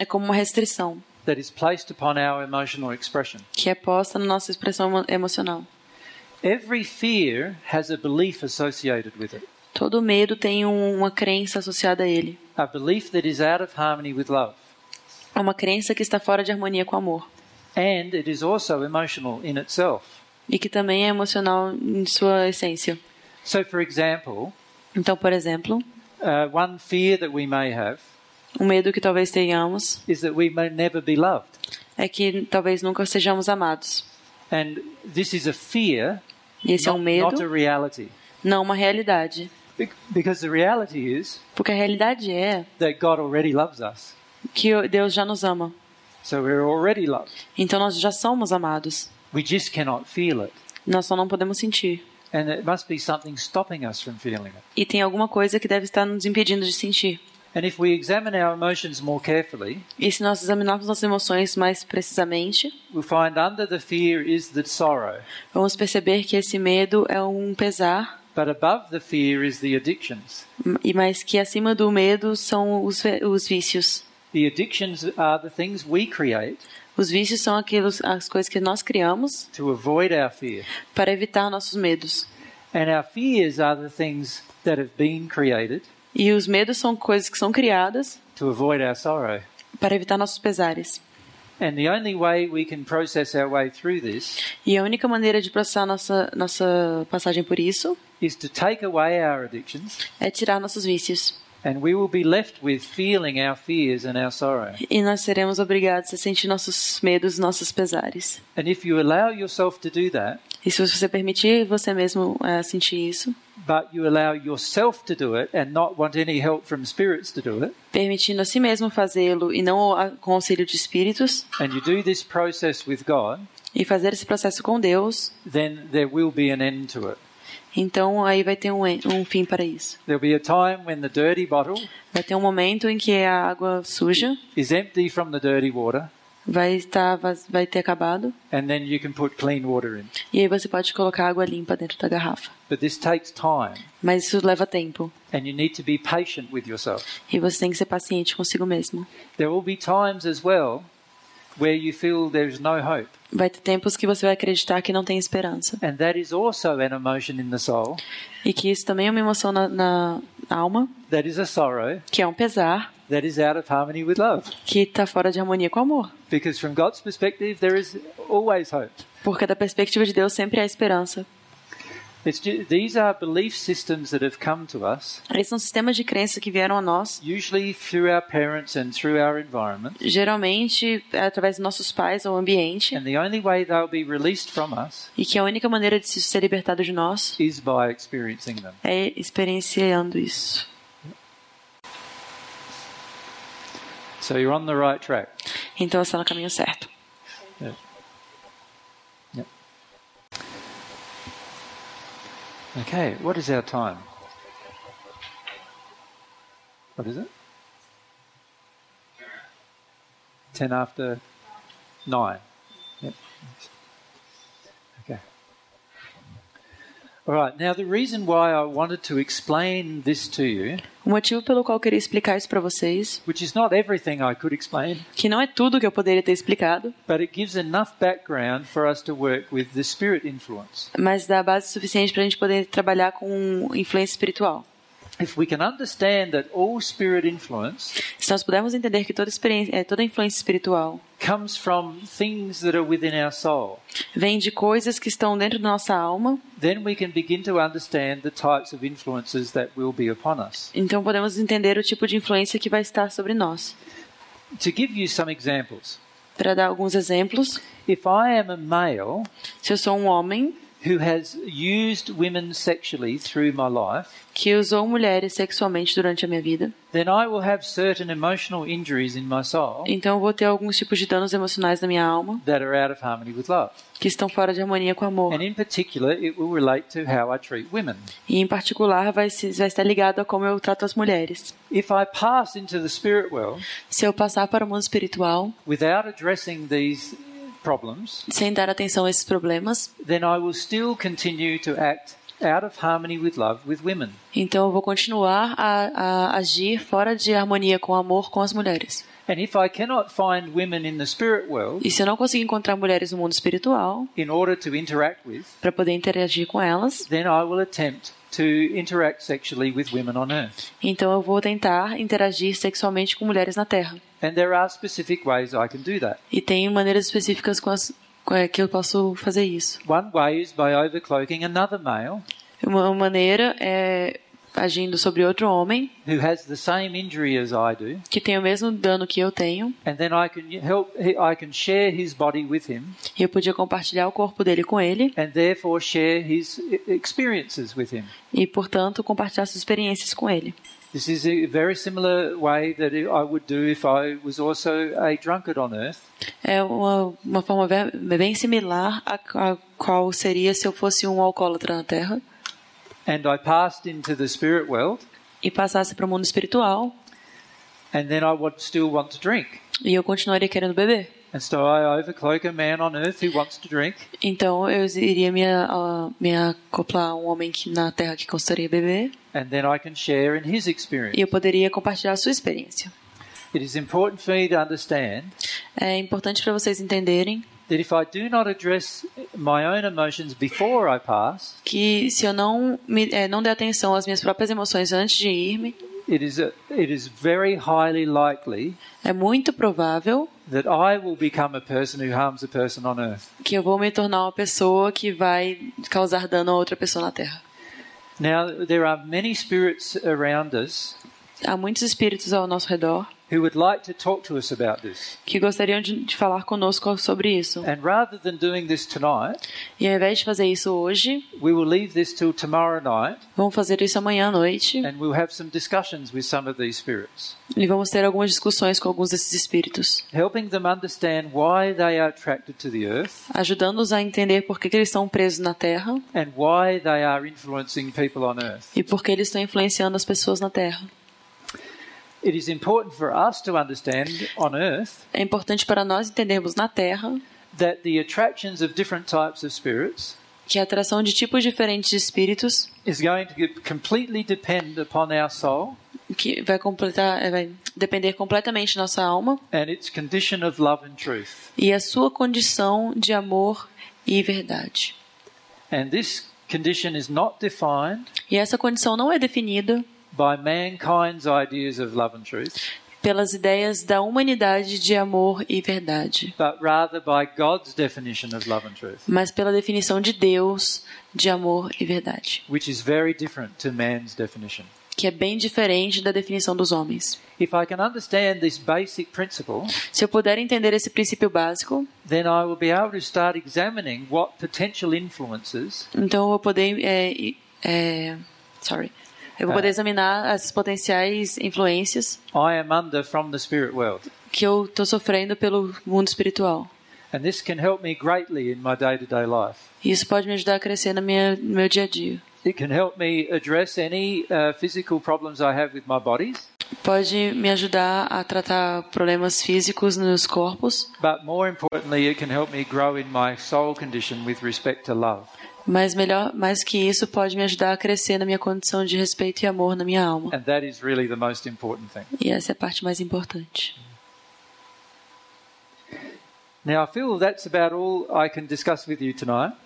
é como uma restrição
that is placed upon our emotional expression.
que é posta na nossa expressão emo- emocional.
Every fear has a belief associated with it,
Todo medo tem um- uma crença associada a ele.
a belief that is out of harmony with love.
É uma crença que está fora de harmonia com o amor
And it is also emotional in itself.
e que também é emocional em sua essência.
So, for example,
Então, por exemplo,
uh, one fear that we may have
o medo que talvez tenhamos
is that we may never be loved.
é que talvez nunca sejamos amados.
And this is a fear,
E esse é um
not a
medo,
reality.
não uma realidade.
Bec- Because the reality is
Porque a realidade é
that God already loves us.
que o- Deus já nos ama.
So we're already loved.
Então nós já somos amados.
We just cannot feel it.
Nós só não podemos sentir.
And it must be something stopping us from feeling it.
E tem alguma coisa que deve estar nos impedindo de sentir.
And if we examine our emotions more carefully,
E se nós examinarmos nossas emoções mais precisamente,
we'll find under the fear is the sorrow,
vamos perceber que esse medo é um pesar,
but above the fear is the addictions.
e mas que acima do medo são os, ve- os vícios.
The addictions are the things we create
Os vícios são aqueles, as coisas que nós criamos
to avoid our fear.
para evitar nossos medos.
And our fears are the things that have been created
E os medos são coisas que são criadas
to avoid our sorrow.
para evitar nossos pesares.
And the only way we can process our way through this
E a única maneira de processar nossa, nossa passagem por isso
is to take away our addictions,
é tirar nossos vícios.
and we will be left with feeling our fears and our sorrow.
E nós seremos obrigados a sentir nossos medos, nossos pesares.
And if you allow yourself to do that,
E se você permitir você mesmo eh, sentir isso,
but you allow yourself to do it and not want any help from spirits to do it,
permitindo a si mesmo fazê-lo e não a- com auxílio de espíritos,
and you do this process with God,
e fazer esse processo com Deus,
then there will be an end to it.
então aí vai ter um, en- um fim para isso.
There'll be a time when the dirty bottle
Vai ter um momento em que a água suja
is empty from the dirty water,
vai estar vaz- vai ter acabado
and then you can put clean water in.
e aí você pode colocar água limpa dentro da garrafa.
But this takes time,
Mas isso leva tempo
and you need to be patient with yourself.
e você tem que ser paciente consigo mesmo.
There will be times as well where you feel there's no hope.
Vai ter tempos que você vai acreditar que não tem esperança.
And that is also an emotion in the soul.
E que isso também é uma emoção na, na alma,
That is a sorrow
que é um pesar,
that is out of harmony with love.
que está fora de harmonia com o amor.
Because from God's perspective, there is always hope.
Porque da perspectiva de Deus sempre há esperança.
It's ju- these are belief systems that have come to us,
Esses são sistemas de crença que vieram a nós,
usually through our parents and through our environment.
geralmente é através dos nossos pais ou ambiente,
And the only way they'll be released from us
e que a única maneira de se ser libertado de nós
is by experiencing them.
é experienciando isso.
So you're on the right track.
Então você está no caminho certo.
Okay, what is our time? What is it? Ten after nine. Yep. Okay. All right, now the reason why I wanted to explain this to you,
O motivo pelo qual eu queria explicar isso para vocês,
which is not everything I could explain,
que não é tudo que eu poderia ter explicado,
but it gives enough background for us to work with the spirit influence.
mas dá base suficiente para a gente poder trabalhar com influência espiritual.
If we can understand that all spirit influence
Se nós pudermos entender que toda experiência, eh, toda influência espiritual
comes from things that are within our soul,
vem de coisas que estão dentro da nossa alma,
then we can begin to understand the types of influences that will be upon us.
então podemos entender o tipo de influência que vai estar sobre nós.
To give you some examples,
Para dar alguns exemplos,
if I am a male
se eu sou um homem
who has used women sexually through my life,
que usou mulheres sexualmente durante a minha vida,
then I will have certain emotional injuries in my soul
então eu vou ter alguns tipos de danos emocionais na minha alma
that are out of harmony with love.
que estão fora de harmonia com o amor.
And in particular, it will relate to how I treat women.
E em particular vai, se, vai estar ligado a como eu trato as mulheres.
If I pass into the spirit world
Se eu passar para o mundo espiritual
without addressing these problems,
sem dar atenção a esses problemas,
then I will still continue to act out of harmony with love with women.
então eu vou continuar a, a agir fora de harmonia com o amor com as mulheres.
And if I cannot find women in the spirit world
E se eu não conseguir encontrar mulheres no mundo espiritual
in order to interact with,
para poder interagir com elas,
then I will attempt to interact sexually with women on earth.
então eu vou tentar interagir sexualmente com mulheres na Terra.
And there are specific ways I can do that.
E tem maneiras específicas com as com- é, que eu posso fazer isso.
One way is by overcloaking another male
Uma maneira é agindo sobre outro homem
who has the same injury as I do,
que tem o mesmo dano que eu tenho
and then I can help I can share his body with him
e eu podia compartilhar o corpo dele com ele
and therefore share his e- experiences with him.
e, portanto, compartilhar suas experiências com ele.
This is a very similar way that I would do if I was also a drunkard on earth.
É uma, uma forma ve- bem similar à à qual seria se eu fosse um alcoólatra na Terra
and I passed into the spirit world,
e passasse para o mundo espiritual
and then I would still want to drink.
e eu continuaria querendo beber.
And so I overcloak a man on earth who wants to drink,
Então eu iria me, ah, me acoplar a um homem que, na Terra que gostaria de beber
and then I can share in his experience.
e eu poderia compartilhar a sua experiência.
It is important for me to understand
É importante para vocês entenderem
that if I do not address my own emotions before I pass,
que se eu não me, eh, não der atenção às minhas próprias emoções antes de irme,
it is, a, it is very highly likely
é muito provável
that I will become a person who harms a person on earth.
que eu vou me tornar uma pessoa que vai causar dano a outra pessoa na Terra.
Now, there are many spirits around us
Há muitos espíritos ao nosso redor
who would like to talk to us about this.
que gostariam de, de falar conosco sobre isso.
And rather than doing this tonight,
E ao invés de fazer isso hoje,
We will leave this till tomorrow night
vamos fazer isso amanhã à noite
and we'll have some discussions with some of these spirits,
e vamos ter algumas discussões com alguns desses espíritos,
helping them understand why they are attracted to the earth
ajudando-os a entender por que, que eles estão presos na Terra
and why they are influencing people on earth.
e por que eles estão influenciando as pessoas na Terra.
It is important for us to understand on earth
É importante para nós entendermos na Terra
that the attractions of different types of spirits
que a atração de tipos diferentes de espíritos
is going to completely depend upon our soul
que vai completar, é, vai depender completamente da nossa alma
and its condition of love and truth.
e a sua condição de amor e verdade.
And this condition is not defined
E essa condição não é definida
by mankind's ideas of love and truth.
pelas ideias da humanidade de amor e verdade,
but rather by God's definition of love and truth,
mas pela definição de Deus de amor e verdade,
which is very different to man's definition.
que é bem diferente da definição dos homens.
If I can understand this basic principle,
Se eu puder entender esse princípio básico,
then I will be able to start examining what potential influences
então eu vou poder, é, e- é, sorry, eu vou poder examinar as potenciais influências
I am under from the spirit world.
que eu estou sofrendo pelo mundo espiritual.
And this can help me greatly in my day to day life.
E isso pode me ajudar a crescer na minha, no meu dia a dia.
It can help me address any uh, physical problems I have with my bodies,
Pode me ajudar a tratar problemas físicos nos corpos,
but more importantly, it can help me grow in my soul condition with respect to love.
mas melhor, mais que isso, pode me ajudar a crescer na minha condição de respeito e amor na minha alma.
And that is really the most important thing.
E essa é a parte mais importante.
Now, I feel that's about all I can discuss with you tonight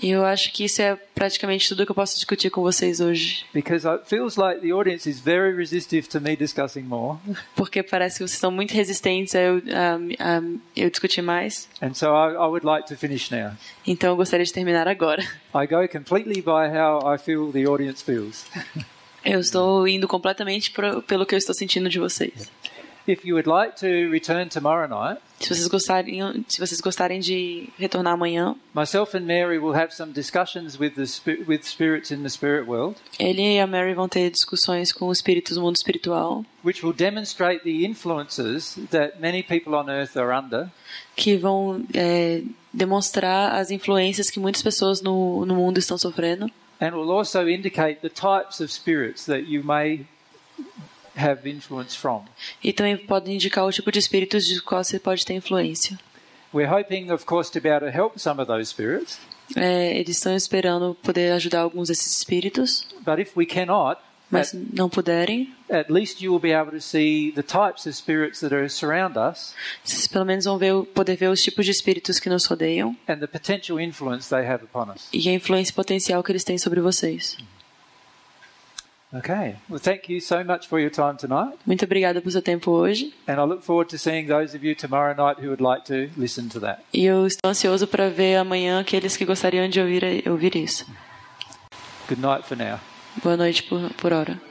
E eu acho que isso é praticamente tudo que eu posso discutir com vocês hoje,
because it feels like the audience is very resistive to me discussing more.
porque parece que vocês estão muito resistentes a eu, a- a eu discutir mais.
And so I, I would like to finish now.
Então eu gostaria de terminar agora. [LAUGHS]
I go completely by how I feel the audience feels.
Eu estou indo completamente pro, pelo que eu estou sentindo de vocês.
If you would like to return tomorrow night,
Se vocês gostarem, se vocês gostarem de retornar amanhã,
myself and Mary will have some discussions with the spi- with spirits in the spirit world,
Ele e a Mary vão ter discussões com espíritos do mundo espiritual
which will demonstrate the influences that many people on earth are under,
que vão é, demonstrar as influências que muitas pessoas no, no mundo estão sofrendo
and will also indicate the types of spirits that you may have influence from.
e também podem indicar o tipo de espíritos de qual você pode ter influência.
We're hoping, of course, to be able to help some of those spirits,
É, eles estão esperando poder ajudar alguns desses espíritos,
but if we cannot,
mas não puderem,
at least you will be able to see the types of spirits that are surround us
vocês pelo menos vão ver, o- poder ver os tipos de espíritos que nos rodeiam
and the potential influence they have upon us.
e a influência potencial que eles têm sobre vocês.
Okay. Well, thank you so much for your time tonight.
Muito obrigada pelo seu tempo hoje
And I look forward to seeing those of you tomorrow night who would like to listen to that.
e eu estou ansioso para ver amanhã aqueles que gostariam de ouvir, ouvir isso.
Good night for now.
Boa noite por, por hora.